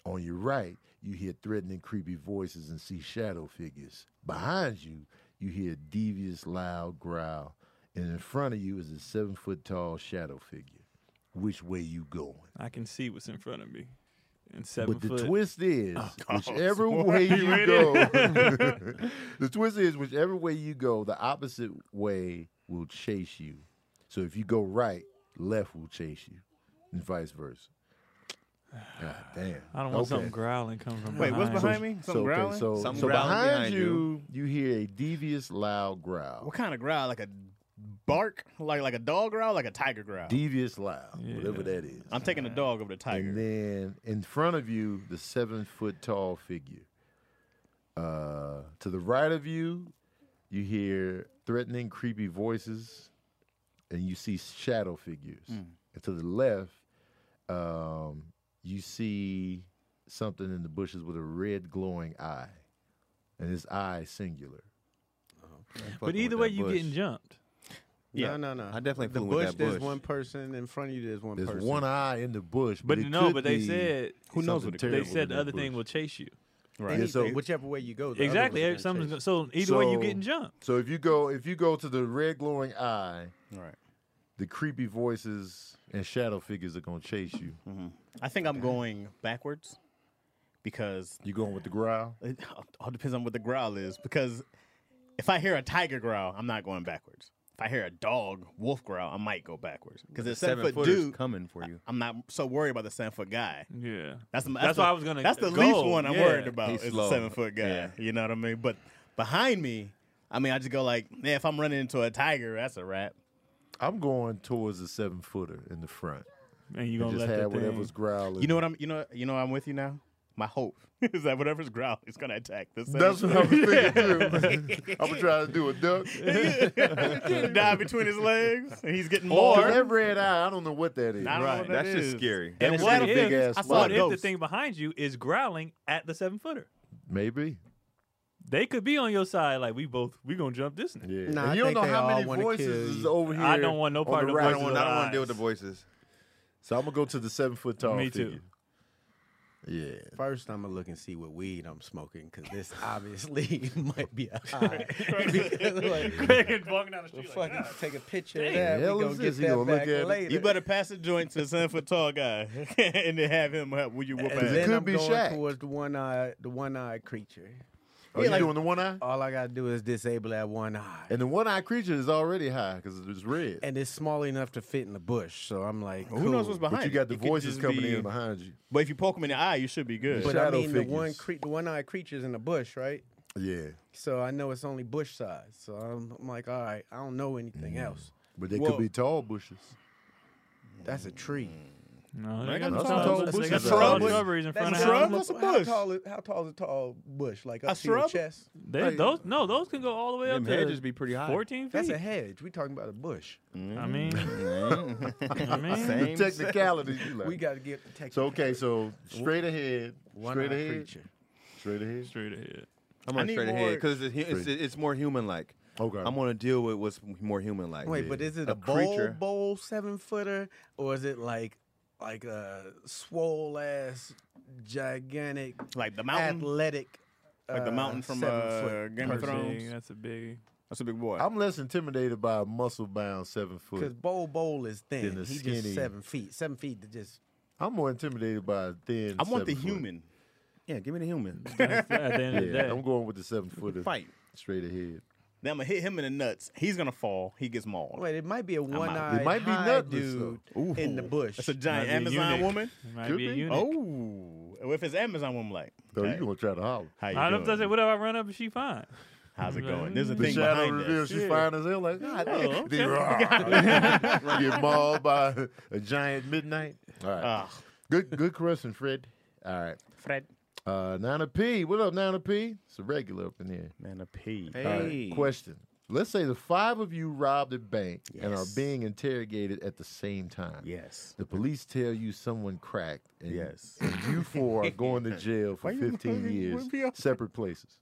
Speaker 2: On your right, you hear threatening, creepy voices and see shadow figures. Behind you, you hear a devious, loud growl, and in front of you is a seven foot tall shadow figure. Which way you going?
Speaker 5: I can see what's in front of me. And seven
Speaker 2: but the
Speaker 5: foot.
Speaker 2: twist is, whichever way you go, the twist is, whichever way you go, the opposite way will chase you. So if you go right, left will chase you, and vice versa. God damn.
Speaker 5: I don't want
Speaker 2: Okay.
Speaker 5: something growling coming from
Speaker 3: Wait,
Speaker 5: behind.
Speaker 3: what's behind me?
Speaker 2: So,
Speaker 3: Something
Speaker 2: okay,
Speaker 3: growling?
Speaker 2: so,
Speaker 1: Something
Speaker 2: so
Speaker 1: growling
Speaker 2: behind,
Speaker 1: behind
Speaker 2: you, you hear a devious, loud growl.
Speaker 3: What kind of growl? Like a bark? Like like a dog growl? Like a tiger growl?
Speaker 2: Devious, loud, whatever
Speaker 5: Yeah.
Speaker 2: that is.
Speaker 3: I'm taking the dog over the tiger.
Speaker 2: And then in front of you, the seven foot tall figure. Uh, to the right of you, you hear threatening, creepy voices, and you see shadow figures.
Speaker 5: Hmm.
Speaker 2: And to the left, um, you see something in the bushes with a red glowing eye, and his eye is singular.
Speaker 5: But either way, you getting jumped.
Speaker 4: no, no, no.
Speaker 1: I definitely
Speaker 4: the
Speaker 1: fooling with
Speaker 4: bush.
Speaker 1: that
Speaker 4: There's
Speaker 1: bush.
Speaker 4: one person in front of you. There's one
Speaker 2: There's
Speaker 4: person.
Speaker 2: one eye in the bush, but,
Speaker 5: But
Speaker 2: it
Speaker 5: no,
Speaker 2: could
Speaker 5: but they
Speaker 2: be
Speaker 5: said
Speaker 2: Who knows what it could
Speaker 5: They
Speaker 2: be.
Speaker 5: said the
Speaker 2: Within
Speaker 5: other
Speaker 2: that
Speaker 5: thing
Speaker 2: bush.
Speaker 5: will chase you.
Speaker 4: Anything,
Speaker 2: Yeah, so-
Speaker 4: whichever way you go. the other
Speaker 5: Exactly.
Speaker 4: one's
Speaker 5: eh,
Speaker 4: gonna
Speaker 5: something's
Speaker 4: chase
Speaker 5: go-
Speaker 4: you.
Speaker 5: So either way, you
Speaker 2: So-
Speaker 5: getting jumped.
Speaker 2: So if you go, if you go to the red glowing eye,
Speaker 3: All right.
Speaker 2: the creepy voices and shadow figures are gonna chase you.
Speaker 3: I think I'm going backwards because
Speaker 2: You going with the growl?
Speaker 3: it all depends on what the growl is. Because if I hear a tiger growl, I'm not going backwards. If I hear a dog wolf growl, I might go backwards. Because the seven, foot
Speaker 1: footers
Speaker 3: dude,
Speaker 1: coming for you.
Speaker 3: I'm not so worried about the seven foot guy.
Speaker 5: Yeah.
Speaker 3: That's, that's,
Speaker 5: That's
Speaker 3: the-
Speaker 5: why I was gonna
Speaker 3: That's the
Speaker 5: go,
Speaker 3: least one I'm
Speaker 5: yeah.
Speaker 3: worried about.
Speaker 1: He's
Speaker 3: is
Speaker 1: slow.
Speaker 3: a seven foot guy.
Speaker 1: Yeah.
Speaker 3: You know what I mean? But behind me, I mean, I just go like, yeah, if I'm running into a tiger, that's a wrap.
Speaker 2: I'm going towards the seven footer in the front.
Speaker 5: And you
Speaker 2: You
Speaker 5: gonna
Speaker 2: just
Speaker 5: let that
Speaker 2: had
Speaker 5: thing.
Speaker 2: whatever's growling.
Speaker 3: You know what I'm? You know, you know, I'm with you now. My hope is that whatever's growl is gonna attack this.
Speaker 2: That's what I was thinking too. I'm trying to do a duck.
Speaker 3: die between his legs, and he's getting
Speaker 2: Or
Speaker 3: more.
Speaker 2: that red eye, I don't know what that is.
Speaker 3: I don't know
Speaker 5: Right.
Speaker 3: what
Speaker 1: That
Speaker 3: that
Speaker 1: shit's
Speaker 3: is.
Speaker 1: scary.
Speaker 5: And
Speaker 2: That
Speaker 5: what
Speaker 2: shit a
Speaker 5: if,
Speaker 2: big ass
Speaker 5: I
Speaker 2: spider.
Speaker 5: saw what if the
Speaker 3: Ghost.
Speaker 5: thing behind you is growling at the seven footer?
Speaker 2: Maybe.
Speaker 5: They could be on your side. Like we both, we gonna jump this. nigga.
Speaker 2: Yeah.
Speaker 4: Nah,
Speaker 2: and
Speaker 4: I
Speaker 2: you
Speaker 4: think
Speaker 2: don't know
Speaker 4: they
Speaker 2: how
Speaker 4: all
Speaker 2: many
Speaker 4: wanna kill
Speaker 2: voices is
Speaker 4: you.
Speaker 2: over here.
Speaker 5: I don't want no
Speaker 2: on
Speaker 5: part
Speaker 2: the
Speaker 5: of the
Speaker 2: right.
Speaker 1: I don't want to deal with the voices.
Speaker 2: So I'm gonna go to the seven foot tall.
Speaker 5: Me too.
Speaker 2: figure. Yeah.
Speaker 4: First, I'm gonna look and see what weed I'm smoking because this obviously might be a high. Because, like,
Speaker 5: Craig and walking down the street like,
Speaker 4: fucking
Speaker 5: "Nah."
Speaker 4: take a picture
Speaker 5: Dang.
Speaker 4: of that.
Speaker 2: Hell
Speaker 4: We
Speaker 2: is
Speaker 4: gonna get
Speaker 2: this? You
Speaker 4: that
Speaker 2: gonna look
Speaker 4: back
Speaker 2: at it?
Speaker 4: later.
Speaker 3: You better pass the joint to the seven foot tall guy and then have him help when you whoop
Speaker 4: And
Speaker 2: It
Speaker 3: ass.
Speaker 4: then
Speaker 2: could
Speaker 4: I'm
Speaker 2: be
Speaker 4: going
Speaker 2: Shaq.
Speaker 4: towards the one eye, the one eyed creature.
Speaker 2: Are Oh, you doing the one eye?
Speaker 4: All I gotta do is disable that one eye,
Speaker 2: And the one eyed creature is already high because it's red.
Speaker 4: and it's small enough to fit in the bush. So I'm like,
Speaker 3: Who knows
Speaker 4: cool.
Speaker 3: what's behind
Speaker 2: but you got the
Speaker 3: it? It could
Speaker 2: voices
Speaker 3: just
Speaker 2: coming
Speaker 3: be-
Speaker 2: in behind you.
Speaker 3: But if you poke him in the eye, you should be good.
Speaker 4: But I
Speaker 2: Shadow
Speaker 4: mean, the one
Speaker 2: figures.
Speaker 4: cre- the one eyed creature's in the bush, right?
Speaker 2: Yeah.
Speaker 4: So I know it's only bush size. So I'm, I'm like, all right, I don't know anything
Speaker 2: Mm.
Speaker 4: else.
Speaker 2: But they
Speaker 3: Well-
Speaker 2: could be tall bushes.
Speaker 4: That's a tree.
Speaker 3: Mm.
Speaker 5: No,
Speaker 3: Man,
Speaker 5: they got
Speaker 3: that's
Speaker 2: some
Speaker 5: some tall-
Speaker 2: tall
Speaker 5: they got
Speaker 2: bushes
Speaker 5: some tall
Speaker 3: out there.
Speaker 5: shrubs in front of
Speaker 3: That's shrub?
Speaker 5: houses.
Speaker 3: What's a
Speaker 4: How
Speaker 3: bush?
Speaker 4: tall, is, how tall is a tall bush? Like up
Speaker 3: A
Speaker 4: to your
Speaker 3: shrub?
Speaker 4: chest?
Speaker 5: They, those no, those can go all the way up
Speaker 1: Them
Speaker 5: to
Speaker 1: hedges be pretty high.
Speaker 5: 14 feet.
Speaker 4: That's a hedge. We talking about a bush.
Speaker 5: I mean, I mean,
Speaker 2: The technicality. you like.
Speaker 4: We got to get the tech.
Speaker 2: so, okay, so straight ahead.
Speaker 4: one
Speaker 2: straight ahead.
Speaker 4: creature.
Speaker 2: Straight ahead.
Speaker 5: straight ahead.
Speaker 1: I'm
Speaker 3: I
Speaker 1: going
Speaker 3: need
Speaker 1: straight ahead
Speaker 3: more-
Speaker 1: because it's, hu- it's,
Speaker 2: Straight.
Speaker 1: it's more human like.
Speaker 2: Okay.
Speaker 1: I'm going to deal with what's more human like.
Speaker 4: Wait, but is it a, bowl,
Speaker 1: creature?
Speaker 4: bowl seven footer, or is it like, like a swole ass, gigantic,
Speaker 3: Like the mountain.
Speaker 4: athletic,
Speaker 3: Like the
Speaker 4: uh,
Speaker 3: mountain from
Speaker 4: seven
Speaker 3: uh,
Speaker 4: foot?
Speaker 3: Game of
Speaker 5: That's big,
Speaker 3: Thrones.
Speaker 5: That's a big.
Speaker 3: That's a big boy.
Speaker 2: I'm less intimidated by a muscle bound seven
Speaker 4: Because
Speaker 2: foot.
Speaker 4: Bowl Bowl is thin.
Speaker 2: Then the
Speaker 4: He's
Speaker 2: skinny-
Speaker 4: just seven feet. Seven feet to just.
Speaker 2: I'm more intimidated by a thin.
Speaker 3: I want the
Speaker 2: seven-foot.
Speaker 3: human.
Speaker 1: Yeah, give me the human.
Speaker 5: That's, at the end of the
Speaker 2: Yeah,
Speaker 5: day,
Speaker 2: I'm going with the seven footer.
Speaker 3: Fight.
Speaker 2: Straight ahead.
Speaker 3: Then I'm gonna hit him in the nuts. He's gonna fall. He gets mauled.
Speaker 4: Wait, it might be a one eyed.
Speaker 2: It might be nutless,
Speaker 4: dude in the bush.
Speaker 3: That's a giant
Speaker 5: Might be a
Speaker 3: Amazon
Speaker 5: eunuch.
Speaker 3: woman.
Speaker 5: it might
Speaker 2: Could
Speaker 5: be a
Speaker 2: be.
Speaker 5: unit.
Speaker 3: Oh, if it's Amazon woman, like,
Speaker 2: So
Speaker 3: okay,
Speaker 2: you gonna try to holler.
Speaker 3: how you
Speaker 5: I don't
Speaker 3: doing?
Speaker 5: know. What if I run up and she fine?
Speaker 3: How's it going? There's a
Speaker 2: The
Speaker 3: thing
Speaker 2: shadow
Speaker 3: behind
Speaker 2: reveals
Speaker 3: this.
Speaker 2: she's fine as hell. Like, God damn.
Speaker 3: Uh-huh.
Speaker 5: Oh,
Speaker 2: Then rawr. Get mauled by a giant midnight. All right.
Speaker 3: Ah,
Speaker 2: Good good question, Fred. All right.
Speaker 3: Fred.
Speaker 2: Uh, Nana P. What up, Nana P? It's a regular up in here.
Speaker 3: Man, a pee.
Speaker 2: All right,
Speaker 1: Hey.
Speaker 2: Question. Let's say the five of you robbed a bank and are
Speaker 3: Yes.
Speaker 2: being interrogated at the same time.
Speaker 3: Yes.
Speaker 2: The police tell you someone cracked. And
Speaker 3: Yes.
Speaker 2: You four are going to jail for
Speaker 3: Why you-
Speaker 2: 15
Speaker 3: why you-
Speaker 2: years,
Speaker 3: why be up?
Speaker 2: separate places.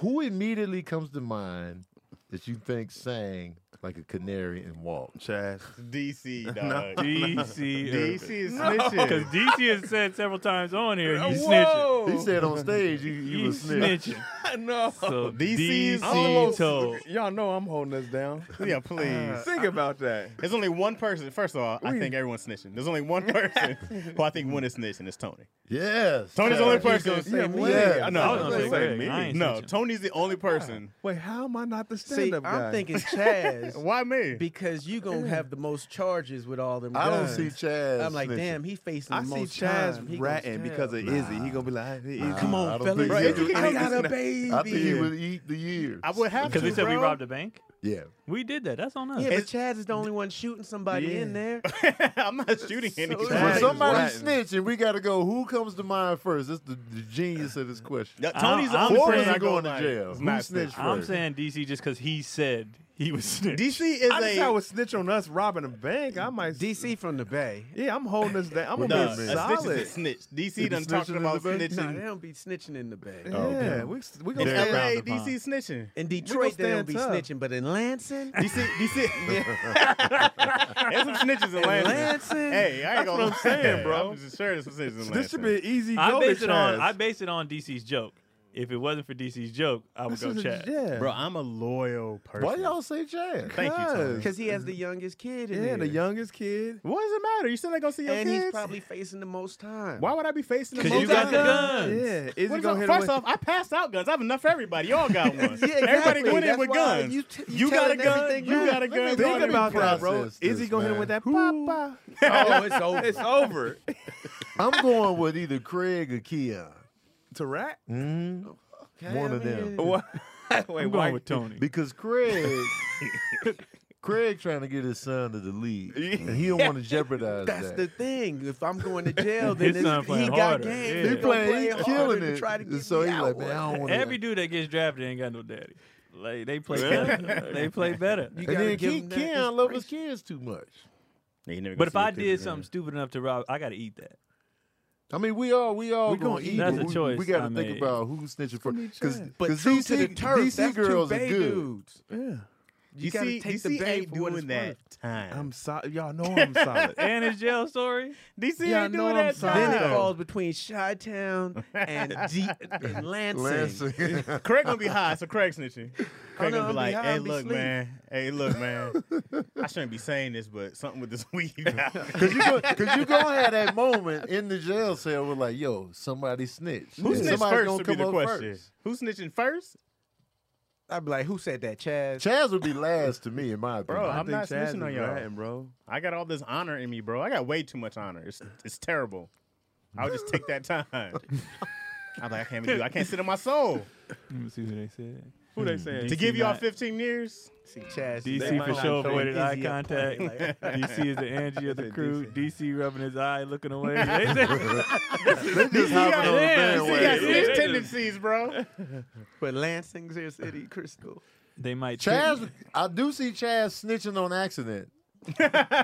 Speaker 2: Who immediately comes to mind that you think sang like a canary and walked?
Speaker 1: Chaz.
Speaker 3: DC, dog.
Speaker 5: DC.
Speaker 3: DC is
Speaker 5: Because
Speaker 3: snitching.
Speaker 5: DC has said several times on here, you snitching.
Speaker 2: He said on stage, you, you,
Speaker 5: You
Speaker 2: was snitch.
Speaker 5: snitching.
Speaker 1: no.
Speaker 5: So
Speaker 3: DC's
Speaker 5: DC told.
Speaker 1: Y'all know I'm holding us down.
Speaker 3: Yeah, please.
Speaker 1: Think about that.
Speaker 3: There's only one person. First of all, I think everyone's snitching. There's only one person who I think one is snitching. It's Tony.
Speaker 2: Yes.
Speaker 3: Tony's the only person.
Speaker 2: Yeah, me.
Speaker 3: I
Speaker 2: Yeah.
Speaker 3: know.
Speaker 5: I was gonna say Greg. I ain't
Speaker 3: No,
Speaker 5: snitching.
Speaker 3: Tony's the only person.
Speaker 1: Wait, how am I not the
Speaker 4: See,
Speaker 1: stand-up guy?
Speaker 4: I'm thinking Chaz
Speaker 3: Why me?
Speaker 4: because you gonna have the most charges with all them.
Speaker 2: I don't
Speaker 4: guns.
Speaker 2: see Chaz.
Speaker 4: I'm like,
Speaker 2: snitching.
Speaker 4: damn, he facing
Speaker 1: I
Speaker 4: the
Speaker 1: see
Speaker 4: most time. He
Speaker 1: Chaz
Speaker 4: goes
Speaker 1: ratting
Speaker 4: to
Speaker 1: because
Speaker 4: jail.
Speaker 1: of Izzy. He gonna be like, hey, Izzy.
Speaker 4: Come on,
Speaker 2: I don't
Speaker 4: fellas,
Speaker 2: think he'll do
Speaker 4: I
Speaker 1: anything.
Speaker 4: got a
Speaker 2: I think he
Speaker 4: baby.
Speaker 2: would eat the years.
Speaker 3: I would have to.
Speaker 5: Because they said we
Speaker 3: bro.
Speaker 5: robbed a bank.
Speaker 2: Yeah.
Speaker 5: We did that. That's on us.
Speaker 4: Yeah, but Chaz is the only one shooting somebody in there.
Speaker 3: I'm not shooting anybody.
Speaker 4: That
Speaker 2: When
Speaker 4: is
Speaker 2: somebody
Speaker 1: rotten.
Speaker 2: snitching, we got to go. Who comes to mind first? That's the, the genius of this question.
Speaker 3: Yeah, Tony's the
Speaker 5: I'm
Speaker 3: only
Speaker 5: saying-
Speaker 3: person I
Speaker 2: Who's
Speaker 3: go
Speaker 2: going to
Speaker 3: like,
Speaker 2: jail?
Speaker 3: is
Speaker 2: Who
Speaker 3: not
Speaker 2: snitched
Speaker 3: snitching.
Speaker 5: I'm
Speaker 2: first?
Speaker 5: saying DC just because he said he was snitching.
Speaker 3: DC is
Speaker 1: I
Speaker 3: a.
Speaker 1: think I would snitch on us robbing a bank. I might.
Speaker 4: DC from the Bay.
Speaker 1: yeah, I'm holding us down. I'm
Speaker 3: Nah,
Speaker 1: gonna
Speaker 3: a
Speaker 1: be
Speaker 3: snitch is a
Speaker 1: solid.
Speaker 3: snitch. DC
Speaker 2: You
Speaker 3: done
Speaker 2: snitching
Speaker 3: talking
Speaker 2: in
Speaker 3: about
Speaker 2: the bay?
Speaker 4: Nah, they
Speaker 3: snitching.
Speaker 4: don't be snitching in the Bay.
Speaker 1: Yeah, we we
Speaker 3: In
Speaker 1: gonna
Speaker 2: Okay.
Speaker 3: LA,
Speaker 1: stay.
Speaker 5: Frowned upon.
Speaker 3: DC snitching.
Speaker 4: In Detroit, they don't
Speaker 1: stand
Speaker 4: be
Speaker 1: tough.
Speaker 4: snitching, but in Lansing,
Speaker 3: DC, DC. There's some snitches in Lansing.
Speaker 4: Lansing.
Speaker 3: Hey, I ain't
Speaker 1: That's what
Speaker 3: gonna
Speaker 1: I'm saying, bro.
Speaker 3: I'm just sure there's some snitches in Lansing.
Speaker 1: This should be an easy.
Speaker 5: I
Speaker 1: go
Speaker 5: based
Speaker 1: to
Speaker 5: it on
Speaker 1: Chaz.
Speaker 5: I based it on DC's joke. If it wasn't for DC's joke, I would
Speaker 1: This
Speaker 5: go
Speaker 1: is a-
Speaker 5: chat.
Speaker 1: Yeah,
Speaker 3: Bro, I'm a loyal person.
Speaker 2: Why y'all say Chaz?
Speaker 3: Thank you, Tony.
Speaker 4: because he has the youngest kid in
Speaker 1: Yeah,
Speaker 4: there.
Speaker 1: the youngest kid.
Speaker 3: What does it matter? You still ain't gonna see your
Speaker 4: and
Speaker 3: kids?
Speaker 4: he's probably facing the most time.
Speaker 3: Why would I be facing the
Speaker 5: Because you
Speaker 3: most
Speaker 5: got the
Speaker 3: guns?
Speaker 5: guns.
Speaker 1: Yeah, Izzy
Speaker 3: What if
Speaker 1: gonna
Speaker 3: I-
Speaker 1: hit him
Speaker 3: first
Speaker 1: with-
Speaker 3: off, I passed out guns. I have enough for everybody. Y'all got one.
Speaker 4: Yeah,
Speaker 3: Everybody
Speaker 4: exactly.
Speaker 3: went in
Speaker 4: That's
Speaker 3: with
Speaker 4: why
Speaker 3: guns.
Speaker 4: You, t- you
Speaker 3: got a
Speaker 4: telling
Speaker 3: gun.
Speaker 4: everything
Speaker 3: You
Speaker 4: back.
Speaker 3: got a
Speaker 4: Look at
Speaker 3: gun.
Speaker 1: Think
Speaker 3: Y'all
Speaker 1: about that, bro.
Speaker 2: process
Speaker 1: Izzy
Speaker 2: this,
Speaker 1: gonna hit him
Speaker 2: man.
Speaker 1: with that papa.
Speaker 4: that. Oh, it's over.
Speaker 1: It's over.
Speaker 2: I'm going with either Craig or Keon. Mm-hmm.
Speaker 1: to rat?
Speaker 2: One of them.
Speaker 1: Wait,
Speaker 5: I'm going with Tony.
Speaker 2: Because Craig, Craig trying to get his son to the league, and he don't want to jeopardize
Speaker 4: That's
Speaker 2: that.
Speaker 4: the thing. If I'm going to jail, then
Speaker 5: His son
Speaker 4: it's, he
Speaker 5: playing
Speaker 4: got
Speaker 5: harder.
Speaker 4: game.
Speaker 5: Yeah.
Speaker 4: He
Speaker 2: he
Speaker 4: gonna
Speaker 2: playing,
Speaker 4: play
Speaker 2: he
Speaker 4: harder
Speaker 2: killing
Speaker 4: to
Speaker 2: it.
Speaker 4: try to get
Speaker 2: so
Speaker 4: me
Speaker 2: he
Speaker 4: out.
Speaker 2: like, man, I don't want
Speaker 5: Every dude that gets drafted ain't got no daddy. Like they play better. they play better.
Speaker 4: You
Speaker 2: And
Speaker 4: gotta
Speaker 2: then
Speaker 4: give
Speaker 2: Ke-
Speaker 4: him that
Speaker 2: Keon love his kids too much.
Speaker 5: But if I did something stupid enough to rob, I gotta eat that.
Speaker 2: I mean, we all we all
Speaker 5: We gonna
Speaker 2: gonna
Speaker 5: eat.
Speaker 2: eat.
Speaker 5: That's
Speaker 2: but
Speaker 5: a
Speaker 2: we,
Speaker 5: choice
Speaker 2: We got
Speaker 5: I
Speaker 2: to think
Speaker 5: made.
Speaker 2: about who's snitching for because
Speaker 4: But true
Speaker 2: DC
Speaker 4: to the turf,
Speaker 2: DC
Speaker 4: that's two
Speaker 2: girls are
Speaker 4: Bay
Speaker 2: good.
Speaker 4: dudes.
Speaker 1: Yeah.
Speaker 4: You gotta
Speaker 3: see,
Speaker 4: take
Speaker 3: DC
Speaker 4: the bait
Speaker 3: ain't
Speaker 4: for what
Speaker 3: doing
Speaker 4: it's
Speaker 3: that
Speaker 4: worth.
Speaker 3: time.
Speaker 1: I'm solid. Y'all know I'm solid.
Speaker 5: and his jail story.
Speaker 3: DC
Speaker 4: Yeah, I
Speaker 3: ain't
Speaker 4: know
Speaker 3: doing
Speaker 4: I'm
Speaker 3: that
Speaker 4: sorry. Then it
Speaker 3: time.
Speaker 4: falls between Chi Town and, D- and Lansing.
Speaker 2: Lansing.
Speaker 3: Craig gonna be high, so Craig snitching. Craig
Speaker 4: Oh, no,
Speaker 3: gonna
Speaker 4: I'll
Speaker 3: be
Speaker 4: be
Speaker 3: like,
Speaker 4: high,
Speaker 3: "Hey,
Speaker 4: I'll be
Speaker 3: look,
Speaker 4: asleep."
Speaker 3: man. Hey, look, man. I shouldn't be saying this, but something with this weed.
Speaker 2: Cause you, go, cause you gonna have that moment in the jail cell where like, yo, somebody snitched.
Speaker 3: Who
Speaker 2: And
Speaker 3: snitched
Speaker 2: somebody's
Speaker 3: first
Speaker 2: gonna
Speaker 3: would be
Speaker 2: come
Speaker 3: the
Speaker 2: up
Speaker 3: question.
Speaker 2: first.
Speaker 3: Who snitching first?
Speaker 4: I'd be like, who said that, Chaz?
Speaker 2: Chaz would be last to me, in my opinion.
Speaker 3: Bro,
Speaker 1: I
Speaker 3: I'm
Speaker 1: think
Speaker 3: not
Speaker 1: Chaz
Speaker 3: snitching on
Speaker 1: is
Speaker 3: y'all.
Speaker 1: ratting, bro.
Speaker 3: I got all this honor in me, bro. I got way too much honor. It's it's terrible. I would just take that time. I'm like, I can't even do. it. I can't sit in my soul.
Speaker 5: Let me see who they said.
Speaker 1: Who they saying?
Speaker 3: to
Speaker 5: DC
Speaker 3: give y'all
Speaker 5: not-
Speaker 3: 15 years,
Speaker 4: See, Chaz. they
Speaker 5: DC
Speaker 4: might
Speaker 5: for
Speaker 4: not
Speaker 5: sure
Speaker 4: show
Speaker 5: avoided
Speaker 4: Izzy
Speaker 5: eye
Speaker 4: up front,
Speaker 5: contact.
Speaker 4: like-
Speaker 5: DC is the Angie of the crew. DC rubbing his eye, looking away.
Speaker 2: They just hopping on the
Speaker 3: you got
Speaker 5: yeah, yeah,
Speaker 2: bandwagon.
Speaker 5: yeah.
Speaker 3: snitch tendencies, bro.
Speaker 4: but Lansing's your city, Crystal.
Speaker 5: they might.
Speaker 2: Chaz, I do see Chaz snitching on accident. Oh,
Speaker 4: He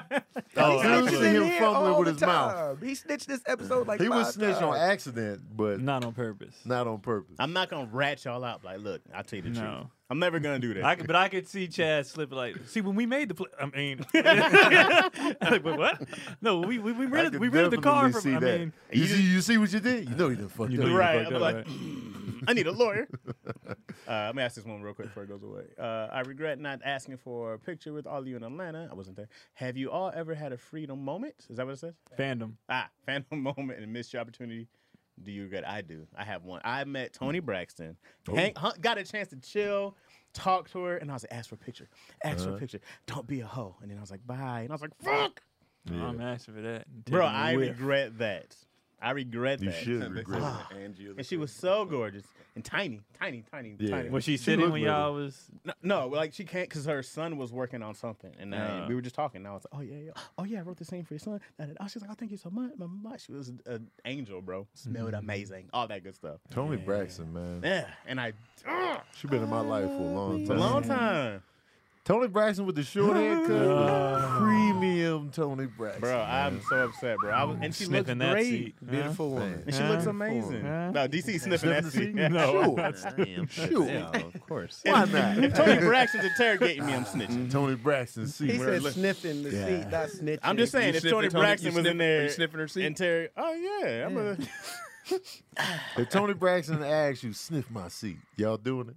Speaker 2: I do
Speaker 4: snitches
Speaker 2: see
Speaker 4: in
Speaker 2: him
Speaker 4: here
Speaker 2: fumbling
Speaker 4: all
Speaker 2: with
Speaker 4: the
Speaker 2: his mouth.
Speaker 4: time. He snitched this episode like
Speaker 2: He would
Speaker 4: five
Speaker 2: snitch on
Speaker 4: times.
Speaker 2: accident, but
Speaker 5: not on purpose.
Speaker 2: not on purpose.
Speaker 3: I'm not gonna rat y'all out. Like, look, I'll tell you the
Speaker 5: No.
Speaker 3: truth. I'm never gonna do that.
Speaker 5: I could, but I could see Chad slip like. See, when we made the, pl- I mean, like, but what? No, we we we
Speaker 2: I
Speaker 5: rented,
Speaker 2: could
Speaker 5: we rented the car
Speaker 2: definitely
Speaker 5: from. I
Speaker 2: see that.
Speaker 5: mean,
Speaker 2: you, see, you see what you did? You know you done fucked
Speaker 5: know
Speaker 2: up.
Speaker 5: you
Speaker 3: right.
Speaker 5: fucked
Speaker 3: I'm
Speaker 5: up,
Speaker 3: like, "Mm,
Speaker 5: right?
Speaker 3: I need a lawyer. uh, let me ask this one real quick before it goes away. Uh, I regret not asking for a picture with all of you in Atlanta. I wasn't there. Have you all ever had a freedom moment? Is that what it says?
Speaker 5: fandom.
Speaker 3: Ah, phantom moment and missed your opportunity. Do you regret? I do. I have one. I met Tony Braxton. Hang, hu- got a chance to chill, talk to her, and I was like, ask for a picture. Ask
Speaker 2: Uh-huh.
Speaker 3: for a picture. Don't be a hoe. And then I was like, bye. And I was like, fuck.
Speaker 5: I'm asking for that,
Speaker 3: Bro,
Speaker 5: Taking a
Speaker 3: I
Speaker 5: whiff.
Speaker 3: regret that. I regret
Speaker 2: You
Speaker 3: that.
Speaker 2: should regret it.
Speaker 3: And she was so gorgeous and tiny, tiny, tiny,
Speaker 2: Yeah.
Speaker 3: tiny.
Speaker 5: Was she
Speaker 2: She
Speaker 5: sitting
Speaker 2: looked
Speaker 5: when
Speaker 2: with
Speaker 5: y'all was?
Speaker 3: No, no, like she can't because her son was working on something, and uh,
Speaker 5: Uh.
Speaker 3: we were just talking. And I was like, "Oh yeah, yeah, oh yeah, I wrote this thing for your son." Da, da, da. Oh, she's like, "Oh, thank you so much, my mom." She was an angel, bro. Smelled amazing, all that good stuff.
Speaker 2: Tony Braxton, man.
Speaker 3: Yeah, and I, ugh,
Speaker 2: She been in my life for a long
Speaker 3: it's a
Speaker 2: time.
Speaker 3: long time,
Speaker 2: Tony Braxton with the short haircut. premium Tony Braxton.
Speaker 3: bro. I'm so upset, bro. I was, and she looks
Speaker 5: Sniffing that
Speaker 3: great,
Speaker 5: seat.
Speaker 4: Beautiful woman.
Speaker 2: Man.
Speaker 3: and she looks amazing.
Speaker 5: Huh?
Speaker 3: No, DC sniffing that seat.
Speaker 2: No, sure. sure.
Speaker 3: of course.
Speaker 2: Why not?
Speaker 3: If Tony Braxton's interrogating me, I'm snitching.
Speaker 2: Tony Braxton, see
Speaker 4: He
Speaker 2: where
Speaker 4: said sniffing the seat, not snitching.
Speaker 3: I'm just saying, if
Speaker 1: sniffing
Speaker 3: Tony
Speaker 1: Tony-
Speaker 3: Braxton
Speaker 1: you
Speaker 3: was in
Speaker 1: sniffing-
Speaker 3: there,
Speaker 1: are you sniffing her seat?
Speaker 3: Inter- oh yeah, I'm a.
Speaker 2: If Tony Braxton asks you, sniff my seat. Y'all doing it?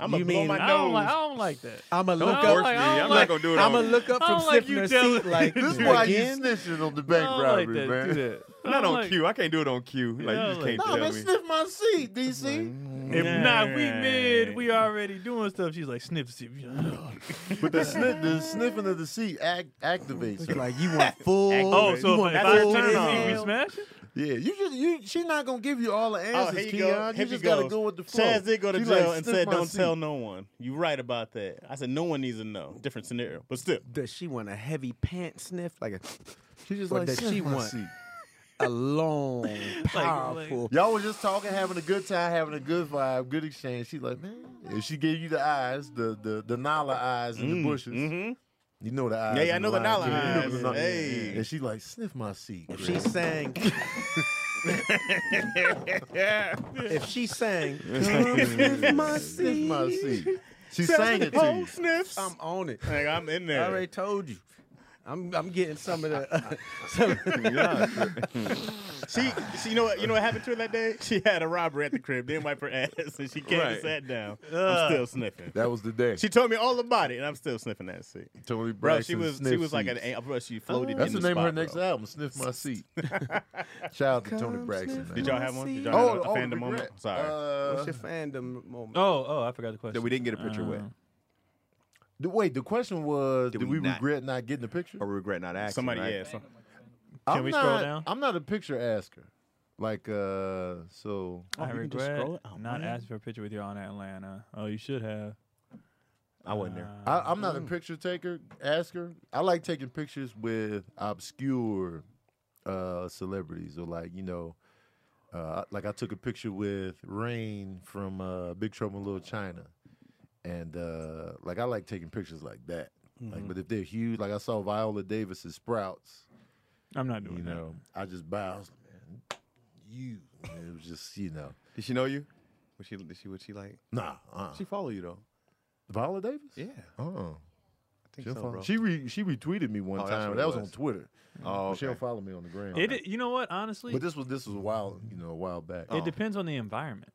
Speaker 3: I'm
Speaker 4: You
Speaker 3: gonna blow
Speaker 4: mean-
Speaker 3: my
Speaker 5: I don't like. I
Speaker 3: nose.
Speaker 5: don't like that.
Speaker 4: I'm gonna look
Speaker 5: force
Speaker 4: up.
Speaker 5: me. I'm
Speaker 4: I'm
Speaker 5: not
Speaker 4: like-
Speaker 1: gonna do it
Speaker 4: I'm
Speaker 1: on
Speaker 4: gonna
Speaker 1: you.
Speaker 4: look up
Speaker 5: I
Speaker 4: from
Speaker 5: don't like
Speaker 4: sniffing
Speaker 5: you
Speaker 4: her
Speaker 5: telling-
Speaker 4: seat like
Speaker 2: This is why you
Speaker 4: again?
Speaker 2: snitching on the
Speaker 5: I
Speaker 2: bank
Speaker 5: don't like
Speaker 2: robbery,
Speaker 5: that.
Speaker 2: man.
Speaker 5: Do that. I
Speaker 1: Not
Speaker 5: don't
Speaker 1: on
Speaker 5: like-
Speaker 1: cue. I can't do it on cue. Like
Speaker 5: Yeah,
Speaker 1: you just
Speaker 5: like-
Speaker 1: can't
Speaker 2: No,
Speaker 1: tell
Speaker 2: man,
Speaker 1: me.
Speaker 2: sniff my seat, DC.
Speaker 5: If not, we
Speaker 3: Right.
Speaker 5: mid. We already doing stuff. She's like sniff, sniff.
Speaker 2: But the, sniff, the sniffing of the seat act, activates her.
Speaker 4: Like you want full.
Speaker 5: Oh, so if
Speaker 3: That's
Speaker 5: I
Speaker 3: her
Speaker 5: turn
Speaker 3: turn
Speaker 5: the seat, we
Speaker 3: on.
Speaker 5: smash it.
Speaker 2: Yeah, you just you. She's not gonna give you all the
Speaker 3: Oh,
Speaker 2: answers,
Speaker 3: here you
Speaker 2: Keon.
Speaker 3: go.
Speaker 2: You
Speaker 3: Here
Speaker 2: just
Speaker 3: you
Speaker 2: gotta go with the flow.
Speaker 3: Chaz did go to
Speaker 2: She like,
Speaker 3: jail and
Speaker 2: "Sniff
Speaker 3: said,
Speaker 2: my
Speaker 3: "Don't
Speaker 2: seat."
Speaker 3: tell no one." You right about that. I said, "No one needs to know." Different scenario, but still,
Speaker 4: Does she want a heavy pant sniff? Like a,
Speaker 2: She just
Speaker 4: What
Speaker 2: like
Speaker 4: does
Speaker 2: sniff
Speaker 4: she
Speaker 2: my
Speaker 4: want?
Speaker 2: seat.
Speaker 4: a long, powerful.
Speaker 2: Y'all was just talking, having a good time, having a good vibe, good exchange. She like, man, if she gave you the eyes, the the the Nala eyes and the bushes.
Speaker 1: Mm-hmm.
Speaker 2: You know the eyes.
Speaker 3: Mm, mm-hmm. Yeah, yeah, I
Speaker 2: and
Speaker 3: know the
Speaker 2: lines,
Speaker 3: Nala
Speaker 2: you know
Speaker 3: eyes.
Speaker 2: the Nala-
Speaker 3: Hey.
Speaker 2: And she like sniff my seat.
Speaker 4: If she sang. if she sang, my
Speaker 2: sniff my seat. She
Speaker 3: Sounds
Speaker 2: sang
Speaker 3: like
Speaker 2: it to
Speaker 3: hoe
Speaker 2: you.
Speaker 3: sniffs.
Speaker 4: I'm on it.
Speaker 3: like I'm in
Speaker 4: I
Speaker 3: there.
Speaker 4: already told you. I'm I'm getting some of the.
Speaker 3: She, she, you know what? You know what happened to her that day? She had a robbery at the crib. Didn't wipe her ass, and she came and
Speaker 1: Right.
Speaker 3: sat down. I'm still sniffing.
Speaker 2: That was the day.
Speaker 3: She told me all about it, and I'm still sniffing that seat.
Speaker 2: Tony
Speaker 3: Bro,
Speaker 2: Braxton
Speaker 3: she was she
Speaker 2: sniff
Speaker 3: was like
Speaker 2: seats.
Speaker 3: an an bro. She floated.
Speaker 2: That's
Speaker 3: in
Speaker 2: the name of her
Speaker 3: spot,
Speaker 2: next
Speaker 3: bro.
Speaker 2: album, Sniff My Seat. Shout out to Tony
Speaker 4: Come
Speaker 2: Braxton.
Speaker 4: sniff
Speaker 2: Man.
Speaker 3: Did y'all have one? Did y'all
Speaker 2: Oh,
Speaker 3: have a
Speaker 2: oh,
Speaker 3: fandom
Speaker 2: regret.
Speaker 3: moment? Sorry.
Speaker 4: What's
Speaker 2: Uh,
Speaker 4: your fandom moment?
Speaker 5: Oh, oh, I forgot the question.
Speaker 1: That we didn't get a picture with.
Speaker 2: the, wait, the question was,
Speaker 1: Did
Speaker 2: did
Speaker 1: we
Speaker 2: we,
Speaker 1: not-
Speaker 2: regret not getting a picture?
Speaker 1: Or regret not asking.
Speaker 3: Somebody,
Speaker 1: right?
Speaker 3: yeah. Some,
Speaker 2: Can
Speaker 5: we
Speaker 2: not,
Speaker 5: scroll down?
Speaker 2: I'm not a picture asker. Like, uh, so
Speaker 5: I
Speaker 3: you can just
Speaker 5: regret
Speaker 3: scroll it. Oh,
Speaker 5: not
Speaker 3: man.
Speaker 5: asking for a picture with y'all in Atlanta. Oh, you should have.
Speaker 1: I wasn't there.
Speaker 2: I, I'm not a
Speaker 5: Mm.
Speaker 2: picture taker asker. I like taking pictures with obscure uh, celebrities or like you know, uh, like I took a picture with Rain from uh, Big Trouble in Little China, and uh, like I like taking pictures like that.
Speaker 5: Mm-hmm.
Speaker 2: Like, but if they're huge, like I saw Viola Davis's Sprouts,
Speaker 5: I'm not doing
Speaker 2: you
Speaker 5: that.
Speaker 2: know, I just bows, man. You, And it was just you know,
Speaker 1: Did she know you? Was she? Did she? Was she like?
Speaker 2: nah. Uh,
Speaker 1: She follow you though.
Speaker 2: Viola Davis?
Speaker 1: Yeah.
Speaker 2: Oh.
Speaker 1: think
Speaker 2: She,
Speaker 1: so, bro.
Speaker 2: she re, she retweeted me one
Speaker 1: Oh, that's
Speaker 2: time.
Speaker 1: what
Speaker 2: That
Speaker 1: it
Speaker 2: was, on
Speaker 1: was.
Speaker 2: Twitter.
Speaker 1: Oh,
Speaker 2: She
Speaker 1: okay.
Speaker 2: don't follow me on the gram.
Speaker 5: It, you know what? Honestly,
Speaker 2: but this oh. was this was a while you know a while back.
Speaker 5: It depends on the environment.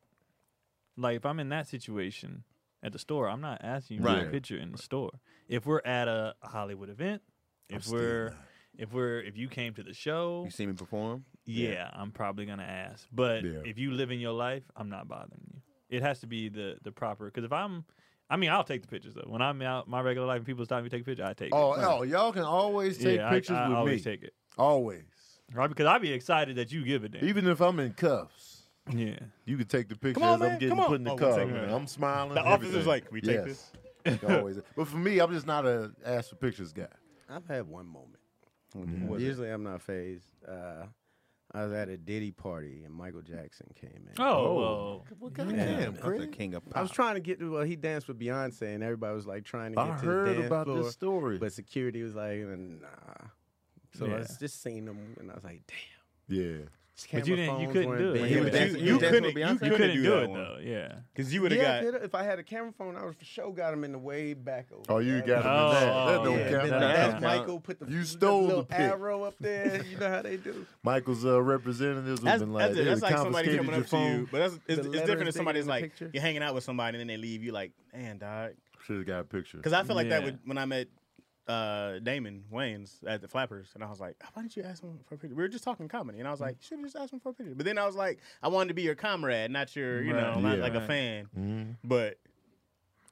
Speaker 5: Like if I'm in that situation at the store, I'm not asking you for
Speaker 2: Right.
Speaker 5: a picture in the store. If we're at a Hollywood event, if we're if we're if you came to the show,
Speaker 1: You see me perform?
Speaker 5: yeah, I'm probably gonna ask. But
Speaker 2: Yeah.
Speaker 5: if you live in your life, I'm not bothering you. It has to be the the proper. Because if I'm, I mean, I'll take the pictures though. When I'm out my regular life and people stop me to take a picture, I take.
Speaker 2: Oh,
Speaker 5: it.
Speaker 2: oh, y'all can always take
Speaker 5: yeah, I-
Speaker 2: pictures
Speaker 5: I,
Speaker 2: with
Speaker 5: always
Speaker 2: me.
Speaker 5: take it.
Speaker 2: Always,
Speaker 5: Right, because I'd be excited that you give a damn.
Speaker 2: even if I'm in cuffs,
Speaker 5: Yeah,
Speaker 2: you can take the picture
Speaker 3: on,
Speaker 2: as I'm
Speaker 3: man,
Speaker 2: getting
Speaker 3: come on.
Speaker 2: put in the
Speaker 3: Oh, we'll
Speaker 2: cuff.
Speaker 3: take
Speaker 2: man.
Speaker 3: it.
Speaker 2: I'm smiling.
Speaker 3: The
Speaker 2: officer's
Speaker 3: officer's like, "Can we take
Speaker 2: yes. this?" always, but for me, I'm just not a ask for pictures guy.
Speaker 4: I've had one moment. Usually I'm not phased. Uh, I was at a Diddy party and Michael Jackson came in.
Speaker 5: Oh, well,
Speaker 2: Well, goddamn,
Speaker 4: Yeah.
Speaker 1: That's the king of
Speaker 4: I
Speaker 1: pop.
Speaker 4: was trying to get to well, he danced with Beyonce and everybody was like trying to get
Speaker 2: I
Speaker 4: to the
Speaker 2: heard
Speaker 4: dance
Speaker 2: about
Speaker 4: floor,
Speaker 2: this story.
Speaker 4: But security was like, nah. So I
Speaker 5: Yeah.
Speaker 4: was just seeing him and I was like, damn.
Speaker 2: yeah,
Speaker 5: But you
Speaker 4: camera
Speaker 5: didn't- you
Speaker 4: phones
Speaker 5: couldn't
Speaker 4: weren't
Speaker 5: do it.
Speaker 4: big
Speaker 5: He
Speaker 4: back
Speaker 5: was
Speaker 4: then.
Speaker 1: dancing-
Speaker 3: you,
Speaker 1: he was dancing
Speaker 3: couldn't,
Speaker 1: with
Speaker 3: you
Speaker 1: Beyonce?
Speaker 5: you
Speaker 3: couldn't,
Speaker 5: couldn't
Speaker 3: do,
Speaker 5: do
Speaker 3: that
Speaker 5: it
Speaker 3: one.
Speaker 5: though. Yeah.
Speaker 3: Because you would have
Speaker 4: yeah, I
Speaker 3: got.
Speaker 4: could've- if I had a camera phone, I was for sure got him in the way back over.
Speaker 2: Oh, you
Speaker 4: there.
Speaker 2: got him
Speaker 5: Oh,
Speaker 2: in that. That
Speaker 5: oh,
Speaker 2: don't
Speaker 5: yeah.
Speaker 4: Yeah,
Speaker 2: count.
Speaker 4: then I
Speaker 1: That
Speaker 4: asked
Speaker 1: count.
Speaker 4: Michael put the
Speaker 2: You
Speaker 4: the
Speaker 2: stole the
Speaker 4: little
Speaker 2: pic.
Speaker 4: arrow up there. You know how they do.
Speaker 2: Michael's uh, representatives have
Speaker 3: That's,
Speaker 2: been like,
Speaker 3: that's, that's
Speaker 2: "They
Speaker 3: like
Speaker 2: confiscated
Speaker 3: somebody coming
Speaker 2: your
Speaker 3: up to you,
Speaker 2: phone."
Speaker 3: but that's, it's,
Speaker 4: The
Speaker 3: it's
Speaker 4: letters
Speaker 3: different
Speaker 4: they
Speaker 3: if somebody's
Speaker 4: get in the
Speaker 3: like
Speaker 4: picture.
Speaker 3: you're hanging out with somebody and then they leave you like, man, dog.
Speaker 2: Should have got a picture.
Speaker 3: Because I feel like that
Speaker 5: Yeah.
Speaker 3: would when I met uh, Damon Wayne's at the Flappers, and I was like, "Oh, why didn't you ask him for a picture? We were just talking comedy, and I was like, you should have just asked him for a picture. But then I was like, I wanted to be your comrade, not your, you know,
Speaker 5: Right.
Speaker 3: not
Speaker 2: Yeah.
Speaker 3: like a
Speaker 5: Right.
Speaker 3: fan. But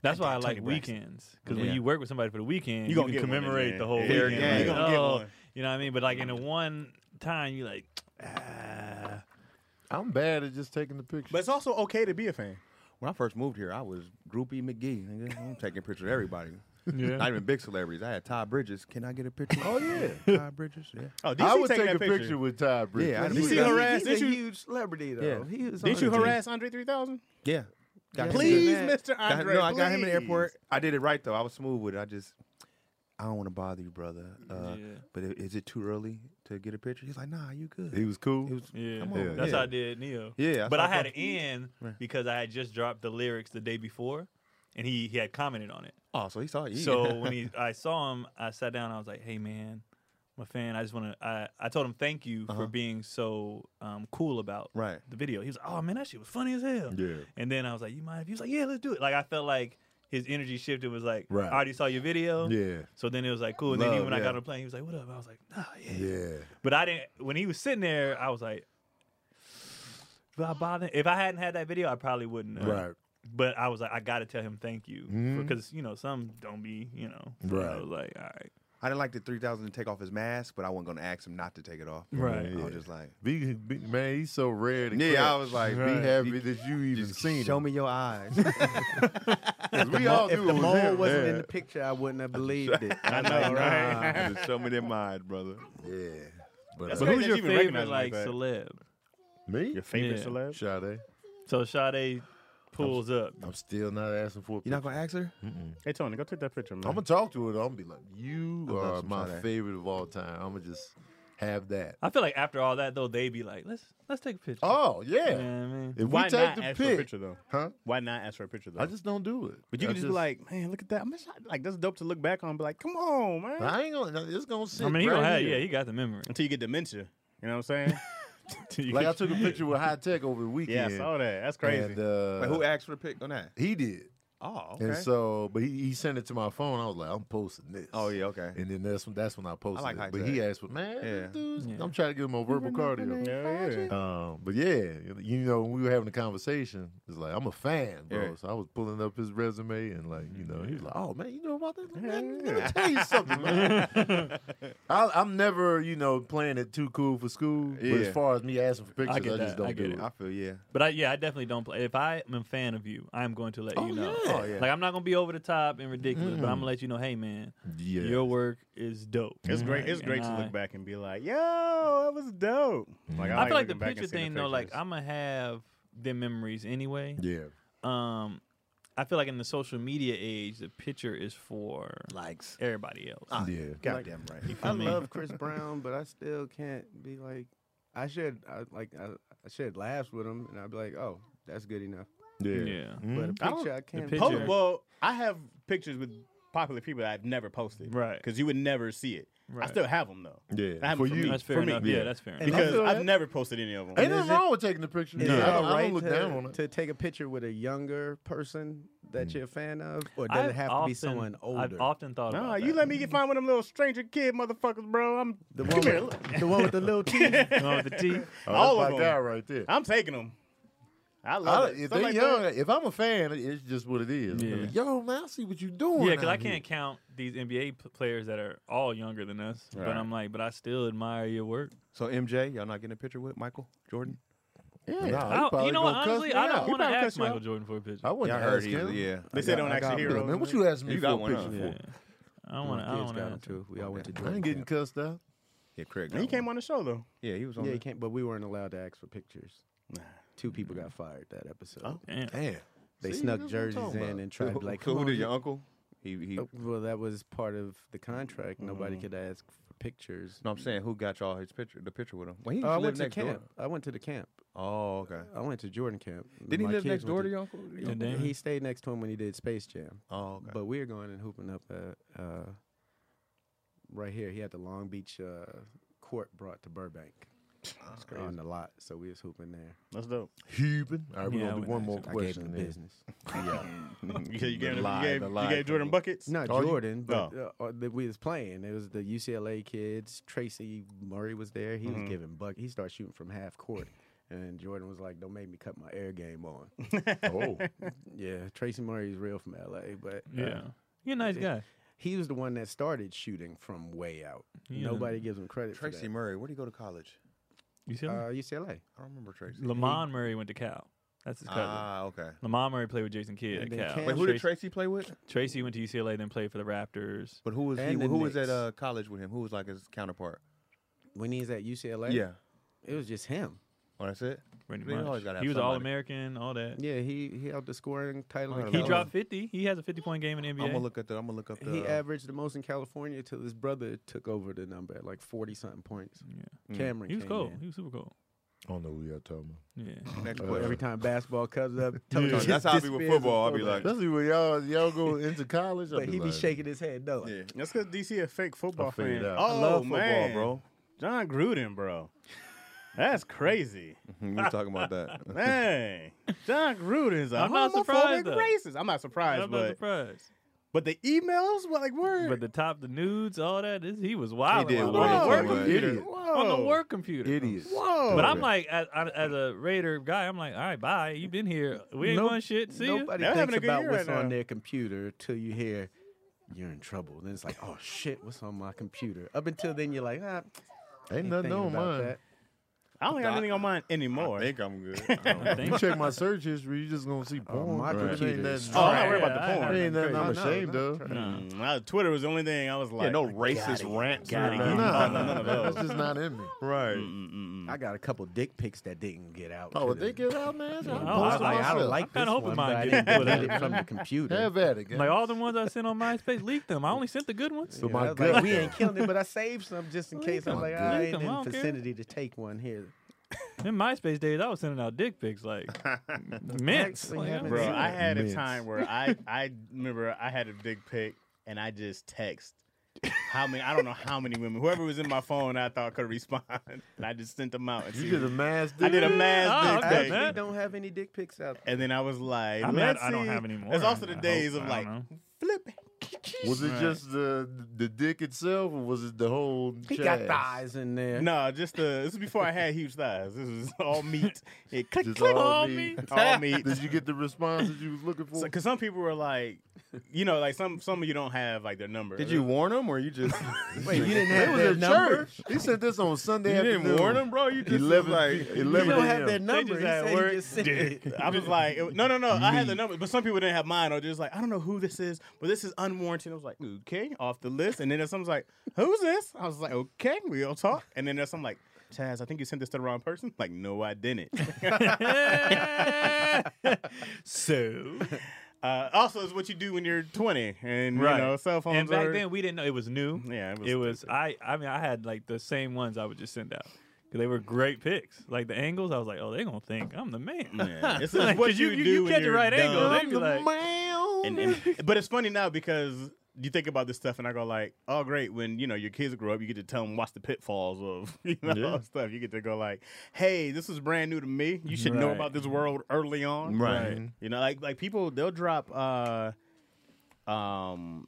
Speaker 5: That's why I
Speaker 3: Tony
Speaker 5: like
Speaker 3: Braxton.
Speaker 5: weekends because
Speaker 1: Yeah.
Speaker 5: when you work with somebody for the weekend,
Speaker 3: You
Speaker 5: you,
Speaker 3: gonna
Speaker 5: can
Speaker 3: get one,
Speaker 5: commemorate
Speaker 3: yeah.
Speaker 5: the whole
Speaker 3: Yeah,
Speaker 5: weekend.
Speaker 1: yeah,
Speaker 5: like,
Speaker 1: you
Speaker 3: gonna get
Speaker 5: oh,
Speaker 3: one.
Speaker 5: You know what I mean? But like in the one time, you like, ah.
Speaker 2: I'm bad at just taking the picture.
Speaker 3: but it's also okay to be a fan.
Speaker 1: When I first moved here, I was Groupie McGee. nigga. I'm taking pictures of everybody. Not even big celebrities. I had Todd Bridges. Can I get a picture?
Speaker 2: oh yeah,
Speaker 1: Todd Bridges. Yeah.
Speaker 3: Oh, DC
Speaker 2: I would
Speaker 3: taking
Speaker 2: take a
Speaker 3: that
Speaker 2: picture. with Ty Bridges.
Speaker 1: Yeah, I'd
Speaker 3: You
Speaker 1: be-
Speaker 3: see
Speaker 1: He's-
Speaker 3: harass?
Speaker 4: He's
Speaker 3: Did
Speaker 4: a
Speaker 3: you
Speaker 4: huge celebrity
Speaker 1: Yeah.
Speaker 4: though. Oh, He was
Speaker 3: did
Speaker 4: on
Speaker 3: you
Speaker 4: the
Speaker 3: harass Andre 3000?
Speaker 1: Yeah.
Speaker 4: Yeah.
Speaker 1: Got him.
Speaker 3: Please,
Speaker 4: man.
Speaker 3: Mr.
Speaker 1: Got-
Speaker 3: Andre.
Speaker 1: no, I got him in the
Speaker 3: please.
Speaker 1: airport. I did it right though. I was smooth with it. I just, I don't want to bother you, brother. Uh,
Speaker 5: Yeah.
Speaker 1: But i- is it too early to get a picture? He's like, Nah, you good.
Speaker 2: he was cool.
Speaker 1: It was-
Speaker 5: Yeah,
Speaker 1: Come on,
Speaker 2: Yeah.
Speaker 5: that's
Speaker 1: yeah.
Speaker 5: how I did Neo.
Speaker 1: Yeah, that's
Speaker 5: but
Speaker 1: how
Speaker 5: I
Speaker 1: I
Speaker 5: had
Speaker 1: felt.
Speaker 5: to end because I had just dropped the lyrics the day before, and he he had commented on it.
Speaker 1: oh, so he saw you.
Speaker 5: So when he I saw him, I sat down. I was like, "Hey man, I'm a fan. I just want to." I, I told him thank you for being so um, cool about
Speaker 1: Right.
Speaker 5: the video. He was, "Oh man, that shit was funny as hell."
Speaker 2: Yeah.
Speaker 5: And then I was like, "You mind?" if He was like, "Yeah, let's do it." Like I felt like his energy shifted. Was like,
Speaker 2: Right.
Speaker 5: "I already saw your video."
Speaker 2: Yeah.
Speaker 5: So then it was like cool. And then
Speaker 1: Love,
Speaker 5: even when I
Speaker 1: yeah.
Speaker 5: got on the plane, he was like, "What up?" I was like, "Nah, yeah."
Speaker 2: yeah.
Speaker 5: But I didn't. When he was sitting there, I was like. "Do I bother- If I hadn't had that video, I probably wouldn't. have."
Speaker 2: Right.
Speaker 5: But I was like, I gotta tell him thank you because you know some don't be you know. So I
Speaker 2: Right.
Speaker 5: was like, all right,
Speaker 1: I didn't like the three thousand to take off his mask, but I wasn't gonna ask him not to take it off.
Speaker 5: Right.
Speaker 1: I
Speaker 2: Yeah.
Speaker 1: was just like,
Speaker 2: Be, be, man, he's so rare.
Speaker 1: Yeah, I was like,
Speaker 2: be
Speaker 1: right.
Speaker 2: happy that you even
Speaker 1: Just
Speaker 2: seen
Speaker 1: show
Speaker 2: him.
Speaker 1: me your eyes.
Speaker 2: 'Cause we all
Speaker 4: If
Speaker 2: knew
Speaker 4: the
Speaker 2: it was
Speaker 4: mole
Speaker 2: him.
Speaker 4: wasn't
Speaker 2: yeah.
Speaker 4: in the picture, I wouldn't have believed it.
Speaker 3: I know, right?
Speaker 1: Just show me their eyes, brother.
Speaker 2: Yeah, but
Speaker 3: That's
Speaker 2: uh,
Speaker 5: But
Speaker 3: crazy that
Speaker 5: who's your
Speaker 3: you even recognize
Speaker 5: favorite
Speaker 3: him like
Speaker 5: like
Speaker 3: that.
Speaker 5: celeb?
Speaker 2: me,
Speaker 3: Your favorite
Speaker 5: Yeah.
Speaker 3: celeb?
Speaker 2: Sade.
Speaker 5: So Sade pulls up.
Speaker 2: I'm still not asking for. A
Speaker 1: You're not gonna ask her?
Speaker 3: Hey, Tony, go take that picture, man.
Speaker 2: I'm gonna talk to her. though. I'm gonna be like, you
Speaker 1: I love
Speaker 2: are
Speaker 1: some
Speaker 2: my
Speaker 1: Sade.
Speaker 2: favorite of all time. I'm gonna just have that.
Speaker 5: I feel like after all that though, they be like, let's let's take a picture.
Speaker 2: Oh yeah.
Speaker 5: You know what I mean?
Speaker 2: If we
Speaker 3: Why not
Speaker 2: take the
Speaker 3: ask
Speaker 2: pic,
Speaker 3: for a picture though?
Speaker 2: huh?
Speaker 3: Why not ask for a picture though?
Speaker 2: I just don't do it.
Speaker 3: But you
Speaker 2: I
Speaker 3: can just, be like, man, look at that. I'm just like that's dope to look back on. and Be like, come on, man.
Speaker 2: I ain't gonna. It's gonna sit.
Speaker 5: I mean, he
Speaker 2: right
Speaker 5: gonna have,
Speaker 2: here.
Speaker 5: yeah, he got the memory.
Speaker 3: Until you get dementia, you know what I'm saying? Until you
Speaker 2: Like I
Speaker 3: get-
Speaker 2: took a picture with High Tech over the
Speaker 3: yeah,
Speaker 2: weekend.
Speaker 3: I saw that. That's crazy.
Speaker 2: And, uh,
Speaker 1: Like, who asked for the pic on that?
Speaker 2: he did.
Speaker 1: Oh,
Speaker 2: And so, but he, he sent it to my phone. I was like, I'm posting this.
Speaker 1: Oh, yeah, okay.
Speaker 2: And then that's when that's when I posted
Speaker 1: like
Speaker 2: it.
Speaker 1: high
Speaker 2: But he
Speaker 1: tech.
Speaker 2: asked for man,
Speaker 1: Yeah.
Speaker 2: dude,
Speaker 5: Yeah.
Speaker 2: I'm trying to give him a verbal cardio.
Speaker 3: yeah, yeah.
Speaker 2: Um, but yeah, you know, when we were having a conversation, it's like I'm a fan, bro.
Speaker 1: Yeah.
Speaker 2: So I was pulling up his resume and like, you know, he was like, "Oh man, you know about that? Man, let me tell you something, man." I, I'm never, you know, playing it too cool for school. But
Speaker 1: Yeah.
Speaker 2: as far as me asking for pictures, I,
Speaker 5: get
Speaker 2: just
Speaker 5: that.
Speaker 2: don't
Speaker 5: I get
Speaker 2: do
Speaker 5: it.
Speaker 2: it.
Speaker 1: I feel yeah.
Speaker 5: But I, yeah, I definitely don't play. If I am a fan of you, I'm going to let you know.
Speaker 2: yeah.
Speaker 1: Oh, yeah.
Speaker 5: Like I'm not gonna be over the top and ridiculous, but I'm gonna let you know, hey man,
Speaker 2: Yeah.
Speaker 5: your work is dope.
Speaker 3: It's great. It's
Speaker 5: Like,
Speaker 3: great
Speaker 5: and
Speaker 3: to
Speaker 5: I-
Speaker 3: look back and be like, "Yo, that was dope." Like,
Speaker 5: I feel like the
Speaker 3: looking back and
Speaker 5: picture
Speaker 3: seeing
Speaker 5: thing
Speaker 3: the
Speaker 5: though, like
Speaker 3: pictures.
Speaker 5: I'm gonna have them memories anyway.
Speaker 2: Yeah,
Speaker 5: um I feel like in the social media age, the picture is for likes everybody else.
Speaker 2: yeah.
Speaker 1: Goddamn right.
Speaker 4: I
Speaker 5: mean-
Speaker 4: love Chris Brown, but I still can't be like I should I, like I, I should laugh with him and I'd be like, oh, that's good enough.
Speaker 2: Yeah.
Speaker 5: yeah.
Speaker 4: But a
Speaker 3: I don't-
Speaker 4: picture I, can't.
Speaker 5: picture-
Speaker 3: Po-
Speaker 5: picture.
Speaker 3: well, I have pictures with popular people that I've never posted,
Speaker 5: Right.
Speaker 3: Because you would never see it.
Speaker 5: Right.
Speaker 3: I still have them though.
Speaker 2: Yeah,
Speaker 3: I have
Speaker 2: for
Speaker 3: 'em
Speaker 2: you.
Speaker 3: me.
Speaker 5: That's fair
Speaker 3: for
Speaker 5: enough.
Speaker 3: Me.
Speaker 5: Yeah, that's fair
Speaker 4: And
Speaker 5: enough.
Speaker 3: Because
Speaker 4: feel
Speaker 3: I've
Speaker 4: that-
Speaker 3: never posted any of them.
Speaker 2: Ain't
Speaker 4: is
Speaker 2: nothing
Speaker 4: it-
Speaker 2: wrong with taking the picture.
Speaker 4: Is
Speaker 2: I,
Speaker 4: it
Speaker 2: don't-
Speaker 4: all
Speaker 2: I
Speaker 4: right
Speaker 2: don't look
Speaker 4: to,
Speaker 2: down on it.
Speaker 4: to take a picture with a younger person that you're a fan of, or does
Speaker 5: I've
Speaker 4: it have to
Speaker 5: often-
Speaker 4: be someone older?
Speaker 5: I've often thought
Speaker 3: Nah,
Speaker 5: about
Speaker 3: you let me get fine with them little stranger kid motherfuckers, bro. I'm
Speaker 4: the one,
Speaker 3: here,
Speaker 4: with, the one with the little teeth.
Speaker 5: that. Going with the teeth.
Speaker 2: Oh,
Speaker 3: all
Speaker 2: that's
Speaker 3: of
Speaker 2: my guy
Speaker 3: them.
Speaker 2: right there.
Speaker 3: I'm taking them. I love
Speaker 2: I,
Speaker 3: it.
Speaker 2: if
Speaker 3: Stuff
Speaker 2: they
Speaker 3: like
Speaker 2: young,
Speaker 3: that.
Speaker 2: if I'm a fan, it- it's just what it is. I'm
Speaker 5: Yeah.
Speaker 2: like, Yo, man, I see what you doing.
Speaker 5: Yeah, because I
Speaker 2: out here."
Speaker 5: can't count these NBA p- players that are all younger than us. But
Speaker 3: Right.
Speaker 5: I'm like, but I still admire your work.
Speaker 1: So MJ, y'all not getting a picture with Michael Jordan?
Speaker 2: Yeah,
Speaker 5: I don't- you know what? Honestly, I don't want to ask
Speaker 2: you out.
Speaker 5: Michael Jordan for a picture.
Speaker 2: I
Speaker 1: Yeah,
Speaker 2: wouldn't
Speaker 1: I heard
Speaker 2: ask
Speaker 1: he's
Speaker 2: him.
Speaker 1: yeah.
Speaker 3: They say don't ask your
Speaker 2: Yeah,
Speaker 3: heroes.
Speaker 2: man, what you asking me
Speaker 1: You
Speaker 2: for
Speaker 1: got
Speaker 2: a
Speaker 1: one,
Speaker 2: picture
Speaker 1: huh?
Speaker 5: yeah.
Speaker 2: for?
Speaker 5: I don't want to. I
Speaker 4: Kids
Speaker 5: don't
Speaker 4: got 'em,
Speaker 5: want to.
Speaker 4: too. We all went to
Speaker 2: I
Speaker 4: Jordan.
Speaker 2: ain't getting
Speaker 4: camp.
Speaker 2: cussed out.
Speaker 1: Yeah, Craig.
Speaker 3: And he came on the show though.
Speaker 1: Yeah, he was on.
Speaker 4: Yeah, you
Speaker 1: the-
Speaker 4: can't. But we weren't allowed to ask for pictures. Two people got fired that episode.
Speaker 5: Damn.
Speaker 2: Damn.
Speaker 4: They
Speaker 2: See,
Speaker 4: snuck
Speaker 2: that's what I'm
Speaker 4: jerseys
Speaker 2: talking
Speaker 4: in
Speaker 2: about.
Speaker 4: and tried to
Speaker 1: Who-
Speaker 4: be like,
Speaker 1: so
Speaker 4: "Come
Speaker 1: who
Speaker 4: on,
Speaker 1: did
Speaker 4: you-"
Speaker 1: your uncle? He he.
Speaker 4: Oh, well, that was part of the contract. Nobody could ask for pictures.
Speaker 1: No, I'm saying who got y'all his picture, the picture with him. Well, he
Speaker 4: Oh, I went
Speaker 1: used live
Speaker 4: to
Speaker 1: next
Speaker 4: camp.
Speaker 1: door.
Speaker 4: I went to the camp.
Speaker 1: Oh, okay.
Speaker 4: I went to Jordan camp.
Speaker 1: Didn't
Speaker 4: My
Speaker 1: he live
Speaker 4: kids
Speaker 1: next
Speaker 4: went
Speaker 1: door to your uncle?
Speaker 5: Yeah, damn.
Speaker 4: He stayed next to him when he did Space Jam.
Speaker 1: Oh, okay.
Speaker 4: But we were going and hooping up at, uh, right here. He had the Long Beach uh, court brought to Burbank on the lot, so we was hooping there.
Speaker 3: That's dope.
Speaker 2: Hubin. All right, we're
Speaker 5: Yeah, I
Speaker 2: gonna do
Speaker 5: wouldn't
Speaker 2: one
Speaker 5: ask
Speaker 2: more
Speaker 5: him.
Speaker 4: I gave him
Speaker 2: question.
Speaker 4: the
Speaker 2: then.
Speaker 4: business.
Speaker 3: You said you gave, him-
Speaker 2: lie,
Speaker 3: you gave,
Speaker 2: the
Speaker 3: you
Speaker 2: lie
Speaker 3: gave Jordan
Speaker 2: comes-
Speaker 3: buckets.
Speaker 4: Not
Speaker 2: Oh, you-
Speaker 4: Jordan, but uh, uh, that we was playing. It was the UCLA kids. Tracy Murray was there. He was giving buck. He started shooting from half court, and Jordan was like, "Don't make me cut my air game on."
Speaker 2: Oh,
Speaker 4: yeah, Tracy Murray is real from LA, but uh,
Speaker 5: Yeah. You're a nice guy.
Speaker 4: he was the one that started shooting from way out.
Speaker 5: Yeah.
Speaker 4: Nobody gives him credit. for
Speaker 1: Tracy
Speaker 4: that.
Speaker 1: Murray, where did he go to college?
Speaker 5: You see him?
Speaker 4: uh, UCLA.
Speaker 1: I don't remember Tracy.
Speaker 5: Lamon Murray went to Cal. That's his cousin.
Speaker 1: Ah, okay.
Speaker 5: Lamont Murray played with Jason Kidd
Speaker 4: And
Speaker 5: at
Speaker 4: then
Speaker 5: Cal.
Speaker 4: Cam-
Speaker 1: Wait,
Speaker 4: And
Speaker 1: who did
Speaker 5: Tracy-
Speaker 1: Tracy play with?
Speaker 5: Tracy went to UCLA, then played for the Raptors.
Speaker 1: But who was he?
Speaker 4: And the
Speaker 1: Who was at
Speaker 4: Knicks.
Speaker 1: uh, college with him? Who was like his counterpart?
Speaker 4: When he's at UCLA,
Speaker 1: Yeah.
Speaker 4: it was just him.
Speaker 1: Oh, that's it.
Speaker 5: Pretty
Speaker 1: They always
Speaker 5: much.
Speaker 1: gotta have
Speaker 5: He was
Speaker 1: somebody.
Speaker 5: All American, all that.
Speaker 4: Yeah, uh, he he held the scoring title. in
Speaker 1: He
Speaker 5: He
Speaker 1: Yeah.
Speaker 4: Cali-
Speaker 5: dropped 50. He has a 50 point game in the
Speaker 1: I'm gonna
Speaker 5: NBA.
Speaker 1: look at the. I'm gonna look up the.
Speaker 4: He averaged the most in California till his brother took over the number at like forty something points.
Speaker 5: Yeah.
Speaker 4: Cameron,
Speaker 5: He was
Speaker 4: came
Speaker 5: cool.
Speaker 4: in.
Speaker 5: He was super cool.
Speaker 2: I don't know who y'all talking about.
Speaker 5: Yeah.
Speaker 1: next
Speaker 4: Uh,
Speaker 1: question.
Speaker 4: every time basketball comes up,
Speaker 1: Yeah.
Speaker 4: Tony
Speaker 1: That's how I be with
Speaker 4: disappears
Speaker 1: football.
Speaker 4: and
Speaker 1: I be
Speaker 4: goes
Speaker 1: like-
Speaker 4: back.
Speaker 2: Especially when y'all y'all go into college. I'll
Speaker 4: but he be
Speaker 2: like,
Speaker 4: shaking his head no.
Speaker 1: yeah.
Speaker 3: That's because DC a fake football
Speaker 2: I figured
Speaker 3: fan.
Speaker 2: it
Speaker 3: Oh
Speaker 2: out.
Speaker 1: I love football,
Speaker 3: man,
Speaker 1: bro.
Speaker 3: John Gruden, bro. That's crazy,
Speaker 1: we were talking about that.
Speaker 3: man. John Gruden's a
Speaker 5: I'm not
Speaker 3: homophobic
Speaker 5: surprised, though.
Speaker 3: racist. I'm not surprised,
Speaker 5: I'm
Speaker 3: but
Speaker 5: not surprised.
Speaker 3: but the emails were like word.
Speaker 5: But the top, the nudes, all that. This, he was wild.
Speaker 1: did
Speaker 5: on
Speaker 1: way
Speaker 5: the
Speaker 1: too
Speaker 5: work
Speaker 1: much.
Speaker 5: computer.
Speaker 2: Idiot.
Speaker 5: On the work computer.
Speaker 2: idiots.
Speaker 3: Whoa.
Speaker 5: But I'm like, as, I- as a Raider guy, I'm like, all right, bye. You've been here. We ain't
Speaker 4: Nope.
Speaker 5: doing shit. See you.
Speaker 4: Nobody
Speaker 3: They're having
Speaker 4: thinks
Speaker 3: a good
Speaker 4: about
Speaker 3: year
Speaker 4: what's
Speaker 3: right
Speaker 4: on
Speaker 3: now.
Speaker 4: their computer till you hear you're in trouble. Then it's like, oh shit, what's on my computer? Up until then, you're like, ah,
Speaker 2: Ain't
Speaker 4: ain't
Speaker 2: nothing
Speaker 4: thinking
Speaker 2: on
Speaker 4: about
Speaker 2: mine.
Speaker 4: that.
Speaker 3: I don't got anything on mine anymore.
Speaker 1: I think I'm good. I don't know.
Speaker 2: You check my search history, you just gonna see porn.
Speaker 4: my
Speaker 2: bro. It ain't
Speaker 4: computer
Speaker 2: nothing-
Speaker 4: is
Speaker 3: Oh, I'm not worried
Speaker 5: Yeah,
Speaker 3: about
Speaker 5: I-
Speaker 3: the porn.
Speaker 5: I-
Speaker 2: It ain't nothing
Speaker 4: Oh,
Speaker 2: I'm
Speaker 4: no,
Speaker 2: ashamed
Speaker 4: no,
Speaker 2: of.
Speaker 3: Mm, I- Twitter was the only thing I was like,
Speaker 1: Yeah, no racist rants. or
Speaker 3: gotta
Speaker 2: Nah,
Speaker 1: nothing.
Speaker 3: Nah, none of those.
Speaker 2: that's just not in me.
Speaker 1: Right.
Speaker 4: I got a couple dick pics that didn't get out.
Speaker 2: Oh, well,
Speaker 4: to
Speaker 2: they
Speaker 4: the-
Speaker 2: get out, man.
Speaker 4: I,
Speaker 2: I'll
Speaker 5: Oh,
Speaker 2: post
Speaker 4: was
Speaker 2: it
Speaker 4: like, I
Speaker 2: myself.
Speaker 4: don't like
Speaker 5: I'm kinda
Speaker 4: this
Speaker 5: hoping
Speaker 4: one,
Speaker 5: mine
Speaker 4: but I didn't
Speaker 5: didn't get
Speaker 4: delete
Speaker 5: out.
Speaker 4: it from the computer.
Speaker 2: Have at it, guys.
Speaker 5: Like all the ones I sent on MySpace, leaked them. I only sent the good ones.
Speaker 2: so
Speaker 4: You
Speaker 2: my
Speaker 4: know,
Speaker 2: gut.
Speaker 4: like, we ain't killing it, but I saved some just in case. I'm like,
Speaker 2: Leak
Speaker 4: I
Speaker 5: 'em,
Speaker 4: ain't in
Speaker 5: I
Speaker 4: the
Speaker 5: don't care.
Speaker 4: vicinity to take one here.
Speaker 5: In MySpace days, I was sending out dick pics like mints.
Speaker 4: Actually
Speaker 5: Like,
Speaker 4: haven't
Speaker 3: Bro,
Speaker 4: seen
Speaker 3: I
Speaker 4: it.
Speaker 3: had a
Speaker 2: Immense.
Speaker 3: time where I I remember I had a big pic and I just text how many I don't know how many women whoever was in my phone I thought could respond and I just sent them out. And
Speaker 2: You
Speaker 3: see-
Speaker 2: did a mass
Speaker 3: I did a
Speaker 2: dick.
Speaker 5: Oh,
Speaker 3: mass
Speaker 5: I
Speaker 3: big
Speaker 5: got
Speaker 3: pic.
Speaker 5: that.
Speaker 4: actually don't have any dick pics out.
Speaker 3: And then I was like,
Speaker 5: I, mean,
Speaker 3: Let's
Speaker 5: I, I don't
Speaker 3: see.
Speaker 5: have any more.
Speaker 3: It's also
Speaker 5: I-
Speaker 3: the
Speaker 5: I
Speaker 3: days
Speaker 5: hope-
Speaker 3: of
Speaker 5: I
Speaker 3: like
Speaker 5: don't know.
Speaker 3: flip.
Speaker 2: Was it
Speaker 5: Right.
Speaker 2: just the the dick itself, or was it the whole?
Speaker 4: He got thighs in there.
Speaker 3: No, just the this was before I had huge thighs. This was all meat. It click
Speaker 2: Just
Speaker 3: click
Speaker 2: all
Speaker 3: all
Speaker 2: meat.
Speaker 3: meat. All meat.
Speaker 2: Did you get the response that you was looking for?
Speaker 3: Because some people were like, you know, like some some of you don't have like their number.
Speaker 1: Did you warn him or you just?
Speaker 4: Wait, you didn't have
Speaker 2: it was
Speaker 4: their
Speaker 2: at
Speaker 4: number?
Speaker 2: church. He sent this on Sunday
Speaker 1: you
Speaker 2: afternoon.
Speaker 1: didn't warn him, bro. You just
Speaker 2: 11
Speaker 1: 11, like
Speaker 2: p- 11
Speaker 4: You don't have
Speaker 2: a.m.
Speaker 4: their
Speaker 2: They
Speaker 4: number.
Speaker 5: just
Speaker 4: He
Speaker 5: at
Speaker 4: said he
Speaker 5: work
Speaker 4: just sent it.
Speaker 3: I was like, it- no, no, no. I had the number, but some people didn't have mine. Or just like, I don't know who this is, but this is unwarranted. I was like, okay, off the list. And then there's someone's like, who's this? I was like, okay, we'll talk. And then there's some like, Taz, I think you sent this to the wrong person. Like, no, I didn't.
Speaker 5: so
Speaker 3: uh, also, it's what you do when you're 20 and
Speaker 5: Right.
Speaker 3: you know cell phones.
Speaker 5: and back
Speaker 3: are-
Speaker 5: then we didn't know it was new.
Speaker 3: yeah, it was.
Speaker 5: It was I. I mean, I had like the same ones I would just send out because they were great picks. Like the angles, I was like, oh, they're gonna think I'm the man.
Speaker 3: Yeah. It's, it's
Speaker 5: Like,
Speaker 3: what
Speaker 5: 'cause
Speaker 3: you,
Speaker 5: you-
Speaker 3: do
Speaker 5: you
Speaker 3: when
Speaker 5: catch the
Speaker 3: you're
Speaker 5: right
Speaker 3: dumb.
Speaker 5: angle, they be like-
Speaker 2: man.
Speaker 3: And, and but it's funny now because you think about this stuff and I go like, oh great, when you know your kids grow up, you get to tell them watch the pitfalls of you know
Speaker 2: Yeah.
Speaker 3: stuff. You get to go like, hey, this is brand new to me. You should know
Speaker 5: Right.
Speaker 3: about this world early on.
Speaker 1: Right.
Speaker 3: You know, like like people they'll drop uh um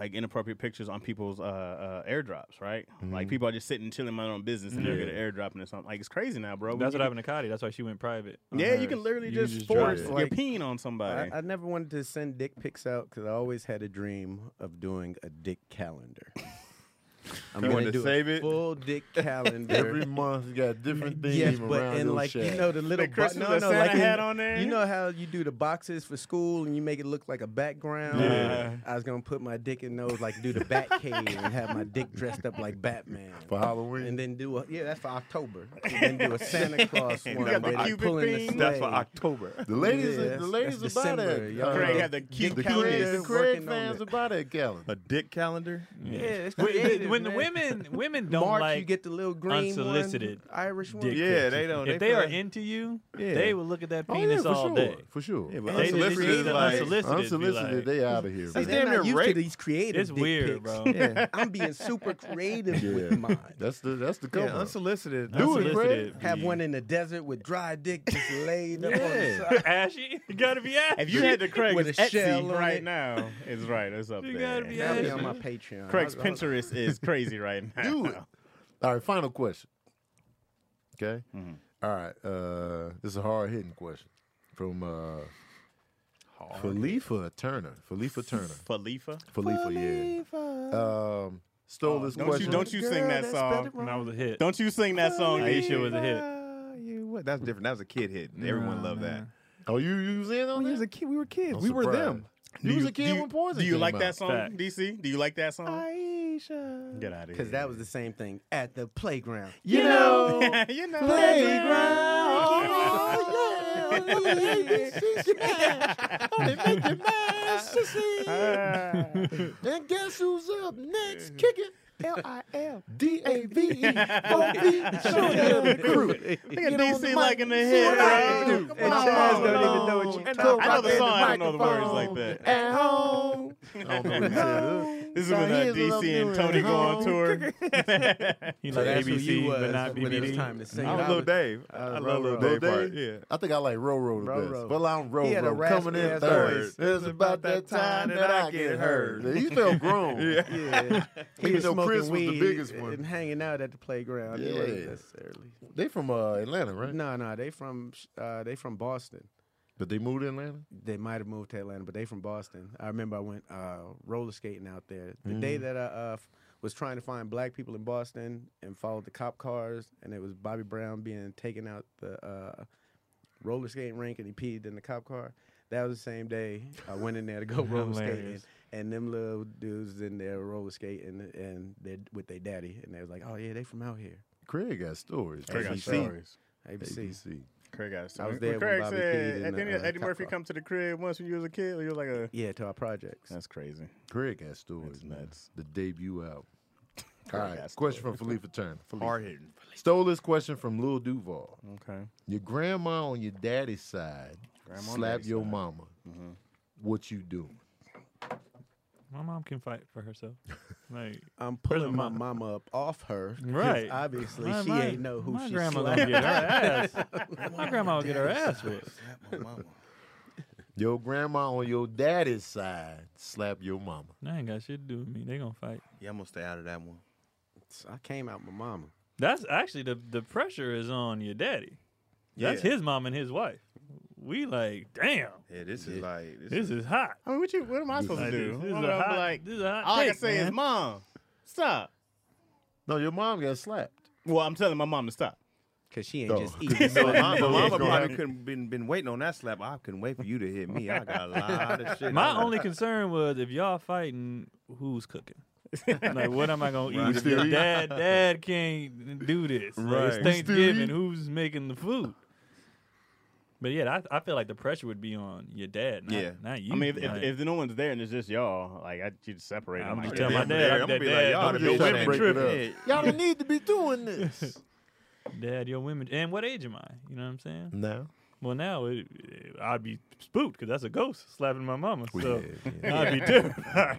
Speaker 3: like inappropriate pictures on people's uh, uh airdrops, right? Like people are just sitting chilling mind their own business and they'll get an airdrop and it's something. Like it's crazy now, bro.
Speaker 5: That's
Speaker 3: You
Speaker 5: what happened to Cotty. That's why she went private.
Speaker 3: can-
Speaker 5: on
Speaker 3: Yeah, you
Speaker 5: hers.
Speaker 3: can literally
Speaker 2: You
Speaker 3: just,
Speaker 2: just drop
Speaker 3: force
Speaker 2: it.
Speaker 3: your
Speaker 4: Like-
Speaker 3: peen on somebody.
Speaker 4: I, I never wanted to send dick pics out because I always had a dream of doing a dick calendar. I'm
Speaker 1: You wanted
Speaker 4: gonna
Speaker 1: to
Speaker 4: do
Speaker 1: save
Speaker 4: a
Speaker 1: it?
Speaker 4: full dick calendar.
Speaker 2: Every month you got a different theme
Speaker 4: yes,
Speaker 2: around
Speaker 4: but
Speaker 2: your
Speaker 4: and like
Speaker 2: shack.
Speaker 4: you know the little
Speaker 3: The
Speaker 4: bu-
Speaker 3: Christmas
Speaker 4: no, no,
Speaker 3: Santa
Speaker 4: like in-
Speaker 3: hat on there?
Speaker 4: You know how you do the boxes for school and you make it look like a background.
Speaker 3: Yeah.
Speaker 4: I was gonna put my dick in those, like do the bat cave and have my dick dressed up like Batman
Speaker 2: for Halloween.
Speaker 4: and then do a yeah, that's for October. And then do a Santa Claus one
Speaker 3: got
Speaker 4: where
Speaker 3: the
Speaker 4: they
Speaker 3: Cupid
Speaker 4: pull in the
Speaker 3: thing?
Speaker 4: sleigh.
Speaker 1: That's for October.
Speaker 2: the ladies,
Speaker 4: Yeah,
Speaker 2: are- the
Speaker 4: that's-
Speaker 2: ladies
Speaker 4: that's
Speaker 2: about
Speaker 4: December,
Speaker 2: it.
Speaker 4: y'all.
Speaker 3: Craig
Speaker 4: Uh,
Speaker 3: had the cute
Speaker 4: the
Speaker 2: the
Speaker 4: calendar.
Speaker 3: penis.
Speaker 2: Craig,
Speaker 4: They're
Speaker 2: Craig
Speaker 4: working on
Speaker 2: fans
Speaker 4: it.
Speaker 2: about that calendar.
Speaker 1: A dick calendar.
Speaker 4: Yeah, it's
Speaker 5: When,
Speaker 4: creative,
Speaker 5: when the
Speaker 4: man.
Speaker 5: women women don't
Speaker 4: March,
Speaker 5: like
Speaker 4: you get the little green
Speaker 5: unsolicited
Speaker 4: one, Irish one.
Speaker 5: dick
Speaker 1: Yeah, they don't.
Speaker 5: if they are
Speaker 1: probably-
Speaker 5: into you,
Speaker 1: Yeah.
Speaker 5: they will look at that
Speaker 2: Oh, yeah,
Speaker 5: penis
Speaker 2: for
Speaker 5: all
Speaker 2: sure,
Speaker 5: day.
Speaker 2: for sure.
Speaker 1: Yeah, but
Speaker 5: They- they-
Speaker 1: unsolicited
Speaker 5: they-
Speaker 1: is
Speaker 5: they-
Speaker 1: like
Speaker 5: unsolicited, be
Speaker 2: unsolicited,
Speaker 5: like-
Speaker 2: they out of here.
Speaker 4: See,
Speaker 2: bro.
Speaker 4: they're
Speaker 1: damn
Speaker 4: not
Speaker 1: near
Speaker 4: used to
Speaker 1: rape.
Speaker 4: these creative
Speaker 5: It's
Speaker 4: dick
Speaker 5: weird,
Speaker 4: pics.
Speaker 5: bro.
Speaker 4: Yeah. I'm being super creative
Speaker 2: Yeah.
Speaker 4: with mine.
Speaker 2: That's the that's the
Speaker 1: Yeah,
Speaker 2: cover.
Speaker 1: unsolicited.
Speaker 2: Do it,
Speaker 5: Unsolicited.
Speaker 2: Craig.
Speaker 4: Have one in the desert with dry dick just laid up on the
Speaker 1: Yeah.
Speaker 4: side.
Speaker 5: Ashy, you gotta be ashy.
Speaker 3: If you had the Craig,
Speaker 4: With
Speaker 3: it's
Speaker 4: a
Speaker 3: Etsy
Speaker 4: shell on
Speaker 3: right
Speaker 4: it.
Speaker 3: now. It's right. It's up
Speaker 5: You
Speaker 3: there.
Speaker 5: gotta be
Speaker 4: That'll be
Speaker 5: Yeah.
Speaker 4: on my Patreon.
Speaker 3: Craig's
Speaker 4: I'll- I'll-
Speaker 3: Pinterest is crazy right now.
Speaker 2: Do it. All right, final question. Okay.
Speaker 1: Mm-hmm.
Speaker 2: All right. Uh, this is a hard hitting question from uh, Felifa Turner. Felifa Turner.
Speaker 3: Falifa.
Speaker 2: Felifa, yeah. Um,
Speaker 1: Oh,
Speaker 2: stole this
Speaker 3: Don't you
Speaker 2: question.
Speaker 3: don't you sing that song?
Speaker 5: when I was a hit.
Speaker 3: Don't you sing that song?
Speaker 5: Aisha was a hit.
Speaker 1: Uh, you what? That's different. That was a kid hit. and Everyone loved that.
Speaker 2: Oh, you, you was in on
Speaker 1: We
Speaker 2: that?
Speaker 1: was a kid. We were kids.
Speaker 2: I'm
Speaker 1: we were
Speaker 2: surprised.
Speaker 1: them.
Speaker 2: You was a
Speaker 3: do
Speaker 2: kid
Speaker 3: you,
Speaker 2: when Poison
Speaker 3: Do you
Speaker 2: came
Speaker 3: like
Speaker 2: out.
Speaker 3: that song,
Speaker 5: Fact.
Speaker 3: DC? Do you like that song?
Speaker 1: Aisha.
Speaker 3: Get out of here.
Speaker 4: Because that was the same thing at the playground.
Speaker 1: You know.
Speaker 3: you know.
Speaker 2: And guess who's up next? Kick it. L I L D A V E O V. Show that crew.
Speaker 3: Look at
Speaker 2: Get on
Speaker 3: DC
Speaker 2: the
Speaker 3: like
Speaker 2: mic.
Speaker 3: in the
Speaker 2: See what I
Speaker 3: head,
Speaker 2: can
Speaker 3: bro.
Speaker 2: do.
Speaker 3: Come
Speaker 4: And
Speaker 3: on.
Speaker 4: Chaz don't even know what you
Speaker 2: And
Speaker 4: talking
Speaker 2: I the
Speaker 3: about. I know the song, I
Speaker 2: microphone
Speaker 3: don't know the words like that.
Speaker 2: At home.
Speaker 3: This is when uh, DC and Tony go on tour.
Speaker 5: He
Speaker 4: So
Speaker 5: like
Speaker 4: that's who
Speaker 5: ABC,
Speaker 4: you was
Speaker 5: but not
Speaker 4: when it was
Speaker 5: BBD.
Speaker 4: time to sing.
Speaker 1: I
Speaker 4: I
Speaker 1: was little
Speaker 4: was-
Speaker 1: Dave. I,
Speaker 4: I was
Speaker 1: love little
Speaker 4: Lil
Speaker 1: Dave,
Speaker 2: Lil
Speaker 1: part.
Speaker 2: Dave?
Speaker 1: Yeah.
Speaker 2: I think I like Roro the
Speaker 4: Roro.
Speaker 2: best. Well, I'm
Speaker 4: He had a
Speaker 2: Roro.
Speaker 4: raspy
Speaker 2: Coming in
Speaker 4: ass
Speaker 2: third.
Speaker 4: voice.
Speaker 2: It's about that time that I get heard. He felt grown.
Speaker 4: Yeah.
Speaker 2: Even
Speaker 4: He was
Speaker 2: though
Speaker 4: smoking
Speaker 2: Chris was the
Speaker 4: weed
Speaker 2: biggest
Speaker 4: and-
Speaker 2: one.
Speaker 4: and hanging out at the playground. It
Speaker 2: Yeah.
Speaker 4: wasn't necessarily.
Speaker 2: They from uh, Atlanta, right?
Speaker 4: No, no, they from uh, they from Boston.
Speaker 2: But they moved to Atlanta.
Speaker 4: They might have moved to Atlanta, but they from Boston. I remember I went uh, roller skating out there. The day that I uh, f- was trying to find black people in Boston and followed the cop cars, and it was Bobby Brown being taken out the uh, roller skating rink, and he peed in the cop car. That was the same day I went in there to go roller skating,
Speaker 5: Hilarious.
Speaker 4: and them little dudes in there roller skating, and they with their daddy, and they was like, "Oh yeah, they from out here."
Speaker 2: Craig got stories.
Speaker 3: Craig got
Speaker 2: ABC.
Speaker 3: stories.
Speaker 4: ABC.
Speaker 2: ABC.
Speaker 3: Craig got
Speaker 4: I was
Speaker 3: stories.
Speaker 4: there
Speaker 3: When
Speaker 4: when
Speaker 3: Craig
Speaker 4: Bobby
Speaker 3: said,
Speaker 4: Keaton
Speaker 3: and
Speaker 4: and,
Speaker 3: then
Speaker 4: uh,
Speaker 3: Eddie
Speaker 4: Cop
Speaker 3: Murphy
Speaker 4: Rock.
Speaker 3: come to the crib once when you was a kid. You was like a.
Speaker 4: Yeah, to our projects.
Speaker 3: That's crazy.
Speaker 2: Craig got stories.
Speaker 3: That's
Speaker 2: man.
Speaker 3: nuts.
Speaker 2: The debut album. All
Speaker 3: Craig
Speaker 2: right.
Speaker 3: got
Speaker 2: Question from Felipe Turner.
Speaker 1: Hard hitting.
Speaker 2: Stole this question from Lil Duval.
Speaker 3: Okay.
Speaker 2: Your grandma on your daddy's side
Speaker 3: Grandma on
Speaker 2: slap
Speaker 3: daddy's
Speaker 2: your
Speaker 3: side.
Speaker 2: mama. What you doing?
Speaker 5: My mom can fight for herself. Like
Speaker 4: I'm pulling my
Speaker 5: mama?
Speaker 4: mama up off her. 'cause
Speaker 5: Right.
Speaker 4: Obviously,
Speaker 5: my-
Speaker 4: she
Speaker 5: my-
Speaker 4: ain't know who
Speaker 5: my
Speaker 4: she
Speaker 5: grandma
Speaker 4: slapped.
Speaker 5: gonna get her ass. my grandma will get her ass with.
Speaker 2: Your grandma on your daddy's side slap your mama.
Speaker 5: I ain't got shit to do with me. They gonna fight.
Speaker 1: Yeah, I'm gonna stay out of that one.
Speaker 4: I came out my mama.
Speaker 5: That's actually the the pressure is on your daddy. That's
Speaker 1: Yeah.
Speaker 5: his mom and his wife. We like, damn,
Speaker 1: Yeah, this is like this,
Speaker 5: this is hot.
Speaker 3: I mean, what you? What am I supposed to
Speaker 5: Like,
Speaker 3: do?
Speaker 5: This, this
Speaker 3: I'm
Speaker 5: is a
Speaker 3: gonna be
Speaker 5: hot,
Speaker 3: like,
Speaker 5: this is a hot
Speaker 3: all I
Speaker 5: take,
Speaker 3: can say is,
Speaker 5: man.
Speaker 3: "Mom, stop."
Speaker 2: No, your mom got slapped.
Speaker 3: Well, I'm telling my mom to stop.
Speaker 4: Cause she ain't
Speaker 2: Oh.
Speaker 4: just eating.
Speaker 1: So my, my
Speaker 2: Yeah.
Speaker 1: mama
Speaker 2: Yeah.
Speaker 1: probably couldn't been been waiting on that slap. I couldn't wait for you to hit me. I got a lot of shit.
Speaker 5: My only concern was if y'all fighting, who's cooking? like, what am I gonna
Speaker 1: Right.
Speaker 5: eat? If your dad, dad can't do this. Like,
Speaker 1: Right.
Speaker 5: it's
Speaker 1: We
Speaker 2: still
Speaker 5: Thanksgiving.
Speaker 2: eat.
Speaker 5: Who's making the food? But yeah, I, I feel like the pressure would be on your dad, not,
Speaker 1: Yeah.
Speaker 5: not you.
Speaker 3: I mean, if,
Speaker 5: Like,
Speaker 3: if, if no one's there and it's just y'all, like I, you'd separate.
Speaker 5: I'm
Speaker 3: them.
Speaker 5: just
Speaker 3: Like,
Speaker 5: telling my
Speaker 3: "Damn,
Speaker 5: dad,
Speaker 3: I'm
Speaker 5: I'm
Speaker 3: dead,
Speaker 5: be like,
Speaker 3: dad,
Speaker 5: y'all
Speaker 3: don't
Speaker 5: the
Speaker 3: do
Speaker 5: just
Speaker 3: women
Speaker 5: trying to
Speaker 3: tripping."
Speaker 5: break it
Speaker 2: Y'all don't need to be doing this.
Speaker 5: dad, your women, and what age am I? You know what I'm saying?
Speaker 2: no.
Speaker 5: Well, now it, I'd be spooked because that's a ghost slapping my mama. So
Speaker 2: Yeah,
Speaker 5: I'd be terrified.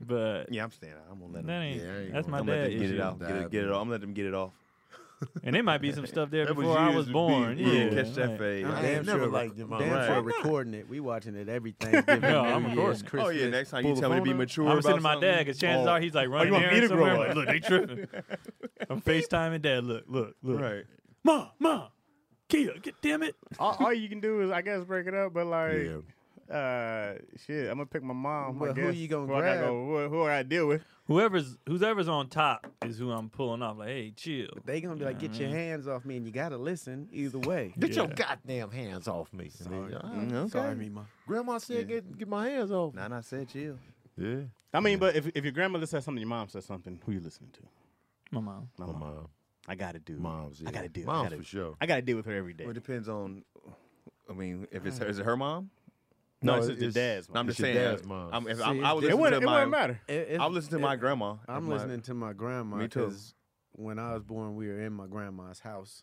Speaker 5: But
Speaker 1: Yeah, I'm staying. out. I'm gonna let
Speaker 5: that
Speaker 1: them.
Speaker 5: ain't.
Speaker 2: Yeah, I ain't
Speaker 5: that's
Speaker 2: gonna-
Speaker 5: my
Speaker 1: I'm gonna let
Speaker 5: dad
Speaker 1: them get
Speaker 5: issue.
Speaker 1: it out. Get it, get it off. I'm gonna let them get it off.
Speaker 5: And there might be some stuff there
Speaker 1: That was
Speaker 5: before I
Speaker 1: years
Speaker 5: was
Speaker 1: to be,
Speaker 5: born.
Speaker 1: bro.
Speaker 5: yeah,
Speaker 1: catch that
Speaker 5: right.
Speaker 1: fade.
Speaker 4: I'm
Speaker 2: I
Speaker 4: damn
Speaker 2: ain't never
Speaker 4: sure re-
Speaker 2: liked them, all
Speaker 4: Damn
Speaker 1: right.
Speaker 4: sure recording it. We watching it every Thanksgiving.
Speaker 5: Yeah,
Speaker 4: New
Speaker 5: I'm of
Speaker 4: Year's,
Speaker 5: course.
Speaker 4: Christmas.
Speaker 1: Oh yeah, next time
Speaker 2: Pull
Speaker 1: you
Speaker 2: the
Speaker 1: tell me to
Speaker 2: phone
Speaker 1: be
Speaker 2: up.
Speaker 1: mature
Speaker 5: I'm
Speaker 1: about
Speaker 5: sitting to my
Speaker 1: something,
Speaker 5: dad because chances
Speaker 1: oh,
Speaker 5: are he's like running
Speaker 3: you want me
Speaker 5: errands
Speaker 3: to grow
Speaker 5: somewhere.
Speaker 3: up?
Speaker 5: Like, look, they tripping. I'm FaceTiming dad. Look, look, look.
Speaker 1: right.
Speaker 5: Ma, ma, Kia, get damn it.
Speaker 3: all, all you can do is, I guess, break it up. But like,
Speaker 2: Yeah.
Speaker 3: uh, shit, I'm gonna pick my mom. I
Speaker 4: Well, who
Speaker 3: guess.
Speaker 4: you gonna
Speaker 3: who I gotta
Speaker 4: grab?
Speaker 3: go- who, who I deal with?
Speaker 5: Whoever's whoever's on top is who I'm pulling off. Like, hey, chill.
Speaker 4: They gonna be like, get your hands off me, and you gotta listen either way.
Speaker 2: Get your goddamn hands off me. And then, "Ah,
Speaker 4: Sorry, Mima.
Speaker 2: Grandma said, get, get my hands off. me."
Speaker 1: Nah, nah, said chill.
Speaker 2: Yeah.
Speaker 3: I mean, but if, if your grandmother says something, your mom says something, who you listening to?
Speaker 5: My mom.
Speaker 3: My mom.
Speaker 2: Mom.
Speaker 3: I gotta do.
Speaker 2: Moms. Yeah.
Speaker 3: I gotta do. I
Speaker 2: Moms
Speaker 3: gotta,
Speaker 2: for sure.
Speaker 3: I gotta deal with her every day.
Speaker 1: Well, it depends on. I mean, if it's her, is it her mom?
Speaker 3: No, it's just the dad's
Speaker 1: No, I'm
Speaker 2: It's
Speaker 1: just
Speaker 2: your
Speaker 1: saying.
Speaker 2: dad's mom.
Speaker 1: I'm, if
Speaker 4: See,
Speaker 1: I'm, I would
Speaker 4: it
Speaker 3: It
Speaker 1: listen
Speaker 3: wouldn't.
Speaker 1: to
Speaker 3: It
Speaker 1: my,
Speaker 3: wouldn't matter.
Speaker 4: If- if-
Speaker 1: I would listen to
Speaker 4: if-
Speaker 1: my grandma.
Speaker 4: I'm listening to my grandma.
Speaker 1: Me too.
Speaker 4: 'cause When I was born, we were in my grandma's house.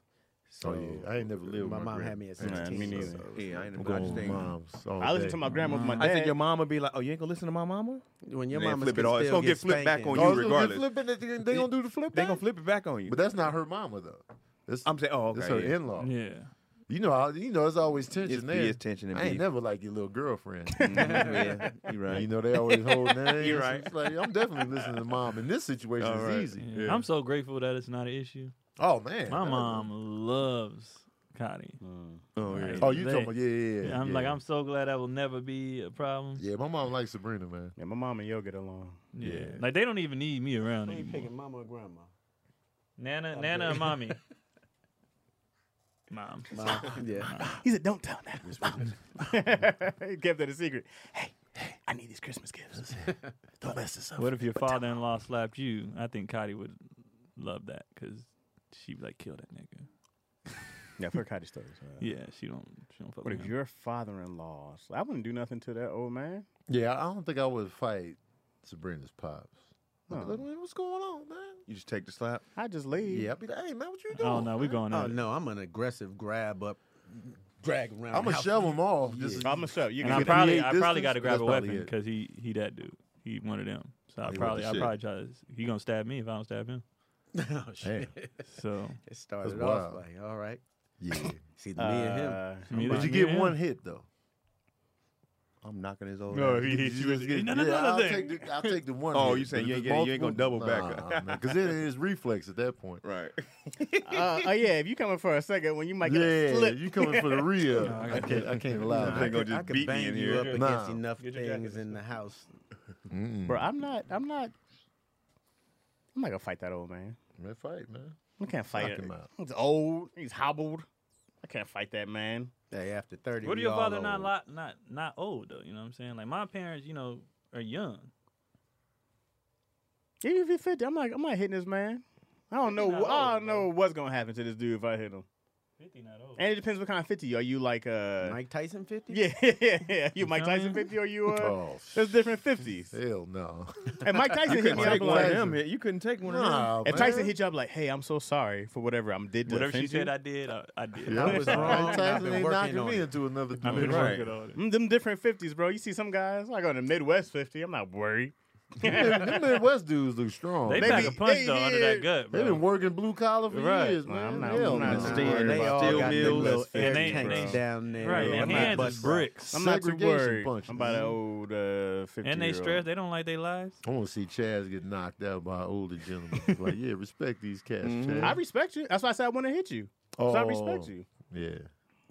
Speaker 4: So
Speaker 2: Oh, yeah. I ain't never lived with
Speaker 4: my
Speaker 2: my
Speaker 4: mom had
Speaker 2: grandma.
Speaker 4: me at
Speaker 3: Nah, me
Speaker 4: 16.
Speaker 3: neither.
Speaker 4: so-
Speaker 1: Yeah,
Speaker 2: I'm
Speaker 1: I ain't I just
Speaker 2: going with
Speaker 1: think.
Speaker 2: moms. all
Speaker 3: I listen
Speaker 2: day.
Speaker 3: to my grandma with my
Speaker 1: I
Speaker 3: dad.
Speaker 1: think your mom would be like, "Oh, you ain't gonna listen to my mama?
Speaker 4: When your
Speaker 1: Then
Speaker 4: mama
Speaker 1: flip
Speaker 4: can
Speaker 1: it all. It's
Speaker 4: still
Speaker 1: gonna get flipped back on you
Speaker 2: Oh, it's gonna get
Speaker 1: regardless.
Speaker 2: flipping at the- They gonna do the flip
Speaker 1: They gonna
Speaker 2: back?
Speaker 1: flip it back on you."
Speaker 2: But that's not her mama though. It's,
Speaker 1: I'm saying, oh, okay,
Speaker 2: it's her
Speaker 1: yeah.
Speaker 2: in law.
Speaker 5: Yeah.
Speaker 2: You know, how you know, it's always tension
Speaker 1: It's-
Speaker 2: there.
Speaker 1: it's tension and
Speaker 2: I ain't
Speaker 1: beef.
Speaker 2: never like your little girlfriend.
Speaker 1: yeah, you right.
Speaker 2: you know, they always hold names.
Speaker 1: You're right.
Speaker 2: It's like, I'm definitely listening to mom. In this situation,
Speaker 1: All
Speaker 2: it's
Speaker 1: right.
Speaker 2: easy.
Speaker 5: yeah. I'm so grateful that it's not an issue.
Speaker 2: Oh man,
Speaker 5: My
Speaker 2: That-
Speaker 5: mom loves Connie.
Speaker 1: oh yeah.
Speaker 5: Like,
Speaker 2: Oh, you
Speaker 5: they-
Speaker 2: talking about yeah, yeah, yeah.
Speaker 5: I'm like,
Speaker 2: yeah.
Speaker 5: I'm so glad that will never be a problem.
Speaker 2: Yeah, my mom likes Sabrina, man.
Speaker 3: Yeah, my mom and yo get along.
Speaker 5: Yeah. Like they don't even need me around anymore.
Speaker 4: Picking mama or grandma.
Speaker 5: Nana, Nana, and mommy. Mom.
Speaker 4: yeah.
Speaker 3: He said, "Don't tell that." he kept that a secret. Hey, hey, I need these Christmas gifts. Don't mess this up.
Speaker 5: What if your father-in-law slapped you? I think Cotty would love that because she'd be like, "Kill that nigga."
Speaker 3: Yeah, I've heard cottage stories. man.
Speaker 5: Yeah, she don't. She don't fuck
Speaker 3: What
Speaker 5: with
Speaker 3: if
Speaker 5: him.
Speaker 3: your father-in-law? I wouldn't do nothing to that old man.
Speaker 2: Yeah, I don't think I would fight Sabrina's pops.
Speaker 3: No.
Speaker 2: Like, "Man, what's going on, man?
Speaker 1: You just take the slap.
Speaker 3: I just leave.
Speaker 2: Yeah, I'd be like, hey man, what you doing?
Speaker 5: Oh no, we going
Speaker 4: Oh
Speaker 5: out.
Speaker 4: no, I'm an aggressive grab up, drag around.
Speaker 2: I'm
Speaker 4: the
Speaker 2: gonna
Speaker 4: house.
Speaker 2: shove them off. Just
Speaker 3: I'm gonna Oh, show you.
Speaker 5: And I
Speaker 3: Can
Speaker 2: get-
Speaker 5: probably, I
Speaker 2: create
Speaker 5: probably
Speaker 2: distance,
Speaker 5: got to grab
Speaker 2: that's
Speaker 5: a
Speaker 2: probably
Speaker 5: weapon
Speaker 2: it.
Speaker 5: because he, he that dude. He one of them. So I
Speaker 2: He want
Speaker 5: probably,
Speaker 2: the
Speaker 5: I
Speaker 2: shit.
Speaker 5: probably try. to- He gonna stab me if I don't stab him.
Speaker 4: Oh, shit.
Speaker 5: So
Speaker 4: It started
Speaker 2: That's
Speaker 4: off
Speaker 2: wild.
Speaker 4: like, all right.
Speaker 2: yeah.
Speaker 4: See,
Speaker 3: uh,
Speaker 4: me and him.
Speaker 5: Me
Speaker 3: I'm
Speaker 2: But
Speaker 5: either.
Speaker 3: like,
Speaker 2: you
Speaker 5: Yeah.
Speaker 2: get one hit though.
Speaker 1: I'm knocking his old.
Speaker 5: No,
Speaker 3: uh,
Speaker 1: ass.
Speaker 5: he hit
Speaker 2: You
Speaker 5: you.
Speaker 2: just get-
Speaker 5: No, no, no,
Speaker 2: yeah,
Speaker 5: no,
Speaker 2: I'll,
Speaker 5: no.
Speaker 2: take the, I'll take the one.
Speaker 1: Oh,
Speaker 2: hit,
Speaker 1: you saying
Speaker 2: but
Speaker 1: you
Speaker 2: if
Speaker 1: ain't
Speaker 2: it's
Speaker 1: getting- you ain't gonna
Speaker 2: multiple-
Speaker 1: double back
Speaker 2: nah, man, because it is reflex at that point.
Speaker 1: right.
Speaker 3: uh, oh yeah, if you coming for a second, when you might get a
Speaker 2: Yeah,
Speaker 3: slip.
Speaker 2: you coming for the real?
Speaker 5: No, I
Speaker 2: I
Speaker 5: got
Speaker 2: can't. I can't allow
Speaker 1: Nah,
Speaker 2: that.
Speaker 1: gonna
Speaker 4: I
Speaker 1: just
Speaker 4: could
Speaker 1: beat me
Speaker 4: bang
Speaker 1: in
Speaker 4: you
Speaker 1: here.
Speaker 4: up against
Speaker 2: Nah.
Speaker 4: enough
Speaker 5: Get your jacket
Speaker 4: things in the house.
Speaker 2: Mm-mm.
Speaker 3: Bro, I'm not. I'm not. I'm not gonna fight that old man.
Speaker 2: Man, fight, man.
Speaker 3: I can't
Speaker 2: Knock
Speaker 3: fight it.
Speaker 2: him out.
Speaker 3: He's old. He's hobbled. I can't fight that man.
Speaker 4: Hey, after 30,
Speaker 5: What
Speaker 4: we
Speaker 5: if your
Speaker 4: all
Speaker 5: father not
Speaker 4: old.
Speaker 5: lot, not not old though? You know what I'm saying? Like my parents, you know, are young.
Speaker 3: Even if he 50, I'm like, I'm not hitting this man. I don't know.
Speaker 5: not
Speaker 3: wh- I
Speaker 5: old,
Speaker 3: don't know what's gonna happen to this dude if I hit him.
Speaker 5: Fifty not old.
Speaker 3: And it depends what kind of 50. Are you like uh?
Speaker 4: Mike Tyson 50?
Speaker 3: Yeah, yeah, yeah. You Mike
Speaker 5: feel
Speaker 3: Tyson
Speaker 5: me?
Speaker 3: 50 or you uh?
Speaker 2: Oh,
Speaker 3: There's different 50s.
Speaker 2: hell no.
Speaker 3: And Mike Tyson hit
Speaker 1: couldn't
Speaker 3: me up
Speaker 1: take one of
Speaker 3: like,
Speaker 1: them. You couldn't take one of
Speaker 2: Nah,
Speaker 3: if
Speaker 2: man.
Speaker 3: Tyson hit you up like, hey, I'm so sorry for whatever I'm did to
Speaker 5: Whatever she
Speaker 3: offend you.
Speaker 5: said, I did. uh, I, I did.
Speaker 2: Yeah.
Speaker 4: I was wrong.
Speaker 2: Mike
Speaker 4: I've
Speaker 2: Tyson
Speaker 4: been
Speaker 2: ain't
Speaker 4: working
Speaker 2: knocking
Speaker 4: on
Speaker 2: me
Speaker 4: it.
Speaker 2: into another
Speaker 5: I've been
Speaker 2: dimension.
Speaker 1: Right.
Speaker 5: working on it.
Speaker 3: Mm, them different 50s, bro. You see some guys like on the Midwest 50. I'm not worried.
Speaker 2: Them them Midwest dudes look strong.
Speaker 5: They
Speaker 2: They,
Speaker 3: They
Speaker 5: pack
Speaker 3: be-
Speaker 5: a punch
Speaker 3: they
Speaker 5: though under
Speaker 3: hit-
Speaker 5: that gut, bro.
Speaker 2: been working blue collar for
Speaker 5: Right.
Speaker 2: years,
Speaker 3: Nah,
Speaker 2: man.
Speaker 3: I'm not-
Speaker 2: hell
Speaker 3: I'm not
Speaker 2: no.
Speaker 1: Steel-
Speaker 4: and they all
Speaker 1: steel
Speaker 4: got them
Speaker 1: mills.
Speaker 4: little
Speaker 3: And
Speaker 4: air
Speaker 5: they-
Speaker 4: tanks
Speaker 5: and they-
Speaker 4: down there.
Speaker 5: Right,
Speaker 4: Yeah,
Speaker 5: their
Speaker 4: I'm not
Speaker 5: hands is
Speaker 4: busting.
Speaker 5: bricks,
Speaker 3: I'm not too
Speaker 2: Segregation
Speaker 3: worried
Speaker 2: punches.
Speaker 3: about an old uh, 50
Speaker 5: and they stress. They don't like their lives.
Speaker 2: I want to see Chaz get knocked out by an older gentleman. It's like, yeah, respect these cats,
Speaker 1: Mm-hmm.
Speaker 2: Chaz.
Speaker 3: I respect you. That's why I said I want to hit you. 'Cause I respect
Speaker 2: Oh.
Speaker 3: you.
Speaker 2: yeah.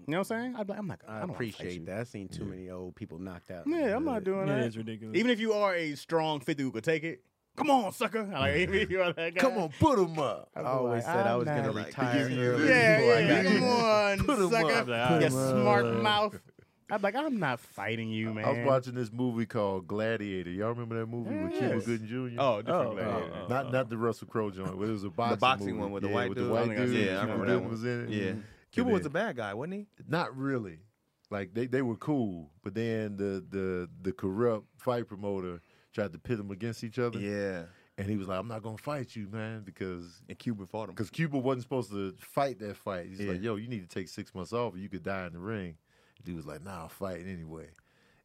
Speaker 3: You know what I'm saying? I'd be like, I'm not. I,
Speaker 4: Oh, I
Speaker 3: don't wanna fight you.
Speaker 4: appreciate that. I've seen too many old people knocked out. in the
Speaker 3: Yeah, I'm not
Speaker 4: hood.
Speaker 3: doing that.
Speaker 5: ridiculous.
Speaker 3: Even if you are a strong 50 who could take it, come on, sucker. Like, even if you are that guy.
Speaker 2: Come on, put them up.
Speaker 4: I always said I was going to retire
Speaker 2: giving you
Speaker 4: early.
Speaker 2: this.
Speaker 3: Yeah,
Speaker 4: before I
Speaker 3: yeah.
Speaker 4: got in.
Speaker 3: Come on,
Speaker 2: Put 'em
Speaker 3: sucker.
Speaker 2: up.
Speaker 5: Put
Speaker 3: you
Speaker 5: 'em
Speaker 3: smart
Speaker 5: up.
Speaker 3: mouth. I'm like, I'm not fighting you, man.
Speaker 2: I was watching this movie called Gladiator. Y'all remember that movie with Cuba
Speaker 3: Yes.
Speaker 2: Gooding Jr.?
Speaker 3: Oh, different
Speaker 5: Oh,
Speaker 3: gladiator.
Speaker 5: oh, oh.
Speaker 2: not not the Russell Crowe joint. But it was a boxing
Speaker 1: boxing
Speaker 2: movie.
Speaker 1: one with the
Speaker 2: Yeah,
Speaker 1: white
Speaker 2: with
Speaker 1: dude.
Speaker 2: The
Speaker 1: I
Speaker 2: white
Speaker 3: think I
Speaker 2: dude.
Speaker 3: seen it.
Speaker 2: Cuba
Speaker 3: Yeah, I remember
Speaker 1: that
Speaker 2: Gooding
Speaker 1: one.
Speaker 2: Was in it.
Speaker 1: Yeah.
Speaker 2: And
Speaker 1: Cuba was
Speaker 2: then-
Speaker 1: the bad guy, wasn't he?
Speaker 2: Not really. Like they, they were cool, but then the the the corrupt fight promoter tried to pit them against each other.
Speaker 1: Yeah.
Speaker 2: And he was like, I'm not gonna fight you, man, because
Speaker 1: And Cuba fought him.
Speaker 2: because Cuba wasn't supposed to fight that fight. He's like,
Speaker 1: Yeah.
Speaker 2: yo, you need to take six months off or you could die in the ring. The dude was like, nah, I'm fighting anyway.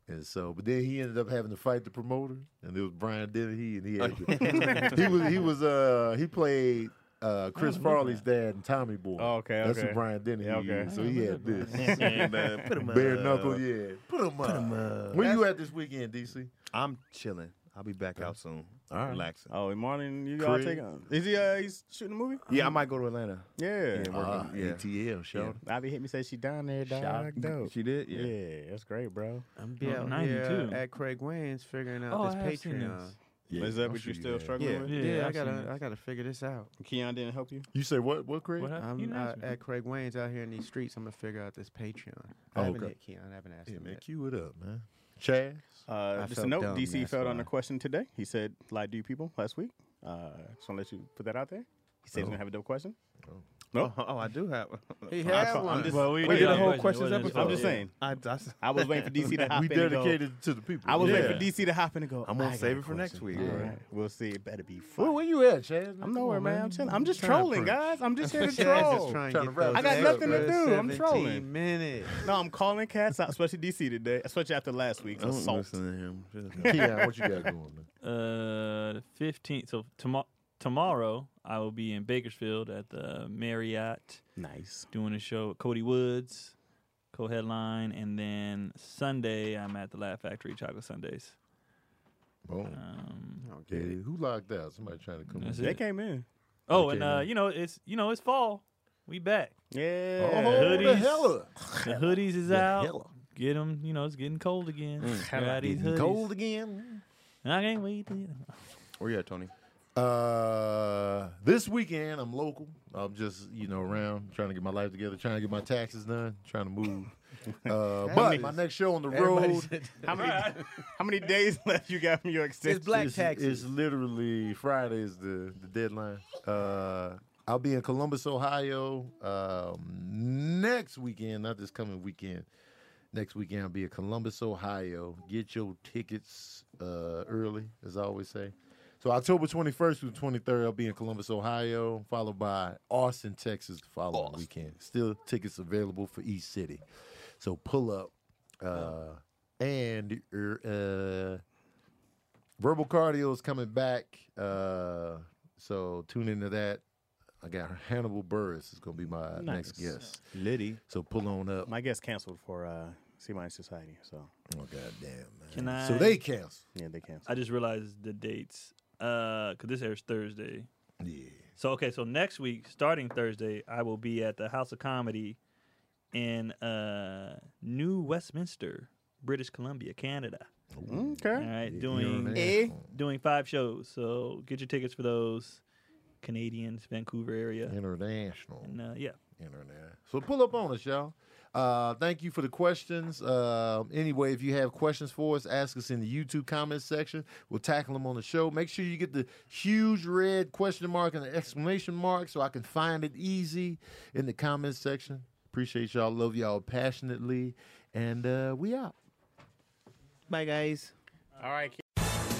Speaker 2: And so, but then he ended up having to fight the promoter, and it was Brian Dennehy, and he had to, he was he was uh he played uh Chris Farley's dad and Tommy Boy.
Speaker 3: Oh, okay,
Speaker 2: that's
Speaker 3: okay.
Speaker 2: who Brian Dennehy.
Speaker 3: Yeah, okay.
Speaker 2: is. So he had this
Speaker 1: And, uh,
Speaker 5: Put him
Speaker 2: bare knuckle, yeah. Put him up. Where you at this weekend, DC?
Speaker 1: I'm chilling. I'll be back out soon. All
Speaker 2: right.
Speaker 1: Relaxing.
Speaker 3: Oh, and Marlon, you all
Speaker 2: Creed.
Speaker 3: take on. Is he? Uh, he's shooting a movie.
Speaker 1: Yeah, I might go to Atlanta.
Speaker 3: Yeah.
Speaker 1: Yeah, working.
Speaker 2: Uh,
Speaker 1: yeah.
Speaker 2: ATL, shout
Speaker 3: Ivy hit me say she down there, dog. Dope.
Speaker 1: She did?
Speaker 3: Yeah.
Speaker 1: Yeah.
Speaker 3: that's great, bro.
Speaker 4: I'm be
Speaker 5: Oh,
Speaker 4: out
Speaker 5: 92.
Speaker 4: here at Craig Wayne's figuring out
Speaker 5: Oh,
Speaker 4: this
Speaker 5: I have seen
Speaker 4: Patreon.
Speaker 5: this.
Speaker 2: Yeah,
Speaker 3: Is that
Speaker 2: I'm
Speaker 3: what
Speaker 2: sure
Speaker 3: you still
Speaker 2: have.
Speaker 3: struggling with?
Speaker 4: Yeah,
Speaker 5: Yeah,
Speaker 4: yeah, I
Speaker 5: I've seen
Speaker 4: gotta,
Speaker 5: this.
Speaker 4: I gotta figure this out.
Speaker 3: Keon didn't help you.
Speaker 2: You say what? What, Craig?
Speaker 5: What happened? You
Speaker 4: I'm
Speaker 5: didn't
Speaker 4: uh,
Speaker 5: ask me.
Speaker 4: at Craig Wayne's out here in these streets. I'm gonna figure out this Patreon.
Speaker 2: Oh,
Speaker 4: I haven't
Speaker 2: okay.
Speaker 4: hit Keon. I haven't asked
Speaker 2: Yeah,
Speaker 4: him
Speaker 2: man,
Speaker 4: yet.
Speaker 2: cue it up, man. Chaz.
Speaker 3: Uh,
Speaker 4: I
Speaker 3: just a
Speaker 4: felt
Speaker 3: note,
Speaker 4: dumb,
Speaker 3: DC
Speaker 4: that's
Speaker 3: failed on
Speaker 4: why.
Speaker 3: the question today. He said, lie to you people last week. Uh, just want to let you put that out there. He said he's going to have a dope question.
Speaker 1: Oh, oh, I do have.
Speaker 4: He
Speaker 3: I
Speaker 4: had
Speaker 3: thought- I'm
Speaker 4: one.
Speaker 3: just,
Speaker 5: Well, we
Speaker 3: wait,
Speaker 5: did
Speaker 3: the
Speaker 5: a
Speaker 3: whole
Speaker 5: question.
Speaker 3: questions
Speaker 5: It wasn't his
Speaker 3: episode. I'm just
Speaker 5: fault.
Speaker 3: saying.
Speaker 1: I, that's-
Speaker 3: I was waiting for DC to hop
Speaker 2: we
Speaker 3: in and go-
Speaker 2: dedicated it to the people.
Speaker 3: I was waiting
Speaker 2: Yeah.
Speaker 3: for DC to hop in and go.
Speaker 1: I'm gonna
Speaker 3: "I got
Speaker 1: save
Speaker 3: a
Speaker 1: it for next
Speaker 3: question."
Speaker 1: week.
Speaker 3: All
Speaker 1: Yeah.
Speaker 3: right, we'll see. It better be
Speaker 2: Where,
Speaker 3: fun.
Speaker 2: where you at, Chaz?
Speaker 3: I'm nowhere, man. I'm chilling. I'm just
Speaker 2: Trying to
Speaker 3: trolling,
Speaker 2: preach.
Speaker 3: guys. I'm just here to
Speaker 4: Chaz
Speaker 3: troll.
Speaker 4: is trying
Speaker 2: Trying
Speaker 4: to
Speaker 2: to
Speaker 4: get
Speaker 2: wrap
Speaker 4: those
Speaker 2: I got
Speaker 4: extra
Speaker 3: nothing to do. I'm
Speaker 4: 17
Speaker 3: trolling.
Speaker 4: Minutes.
Speaker 3: No, I'm calling cats out, especially DC today, especially after last
Speaker 2: Oh,
Speaker 3: week's
Speaker 1: Don't
Speaker 3: assault.
Speaker 1: listen to him. Just-
Speaker 2: Keon, what you got going, man?
Speaker 5: Uh, the 15th. So tomorrow, tomorrow I will be in Bakersfield at the Marriott
Speaker 3: Nice.
Speaker 5: doing a show with Cody Woods, co-headline, and then Sunday I'm at the Laugh Factory Chocolate Sundays.
Speaker 2: Boom.
Speaker 5: Um,
Speaker 4: I don't
Speaker 2: Yeah,
Speaker 4: get it.
Speaker 2: who locked out? Somebody trying to come
Speaker 5: That's
Speaker 2: in.
Speaker 3: They
Speaker 5: it.
Speaker 3: came in.
Speaker 5: oh,
Speaker 2: Okay,
Speaker 5: and uh,
Speaker 2: man.
Speaker 5: you know it's you know it's fall. We back.
Speaker 3: Yeah.
Speaker 2: Oh, the
Speaker 5: Hoodies.
Speaker 2: hella.
Speaker 5: The hoodies is out.
Speaker 2: hella.
Speaker 5: Get them. You know it's getting cold again. Get out these hoodies.
Speaker 2: Cold again.
Speaker 5: I can't wait. To,
Speaker 1: Where you at, Tony?
Speaker 2: Uh, this weekend I'm local. I'm just you know around trying to get my life together, trying to get my taxes done, trying to move. Uh, but my next show on the road
Speaker 3: How many how many days left you got from your extension?
Speaker 4: It's black
Speaker 2: it's,
Speaker 4: taxes.
Speaker 2: It's literally Friday is the, the deadline. Uh, I'll be in Columbus, Ohio um, next weekend, not this coming weekend. Next weekend, I'll be in Columbus, Ohio. Get your tickets uh, early, as I always say. So October 21st through 23rd, I'll be in Columbus, Ohio, followed by Austin, Texas the following weekend. Still tickets available for each city. So pull up.
Speaker 3: Uh-huh.
Speaker 2: Uh, and uh, Verbal Cardio is coming back. Uh, so tune into that. I got Hannibal Burris is going to be my next
Speaker 3: Nice.
Speaker 2: guest.
Speaker 1: Liddy.
Speaker 2: So pull on up.
Speaker 3: My guest canceled for uh, C minus Society, so
Speaker 2: Oh, God damn, man.
Speaker 5: can I?
Speaker 2: So they canceled.
Speaker 3: yeah, they canceled.
Speaker 5: I just realized the dates. Uh, cause this airs Thursday.
Speaker 2: Yeah.
Speaker 5: So okay, so next week, starting Thursday, I will be at the House of Comedy in uh, New Westminster, British Columbia, Canada. All
Speaker 3: Okay.
Speaker 2: You
Speaker 5: right,
Speaker 2: know
Speaker 5: doing Eh,
Speaker 2: what I mean?
Speaker 5: doing five shows. So get your tickets for those Canadians, Vancouver area,
Speaker 2: International.
Speaker 5: and uh, yeah.
Speaker 2: internet. So pull up on us, y'all. Uh, thank you for the questions. Uh, anyway, if you have questions for us, ask us in the YouTube comments section. We'll tackle them on the show. Make sure you get the huge red question mark and the exclamation mark so I can find it easy in the comments section. Appreciate y'all. Love y'all passionately. And uh, we out.
Speaker 4: Bye, guys.
Speaker 3: All right,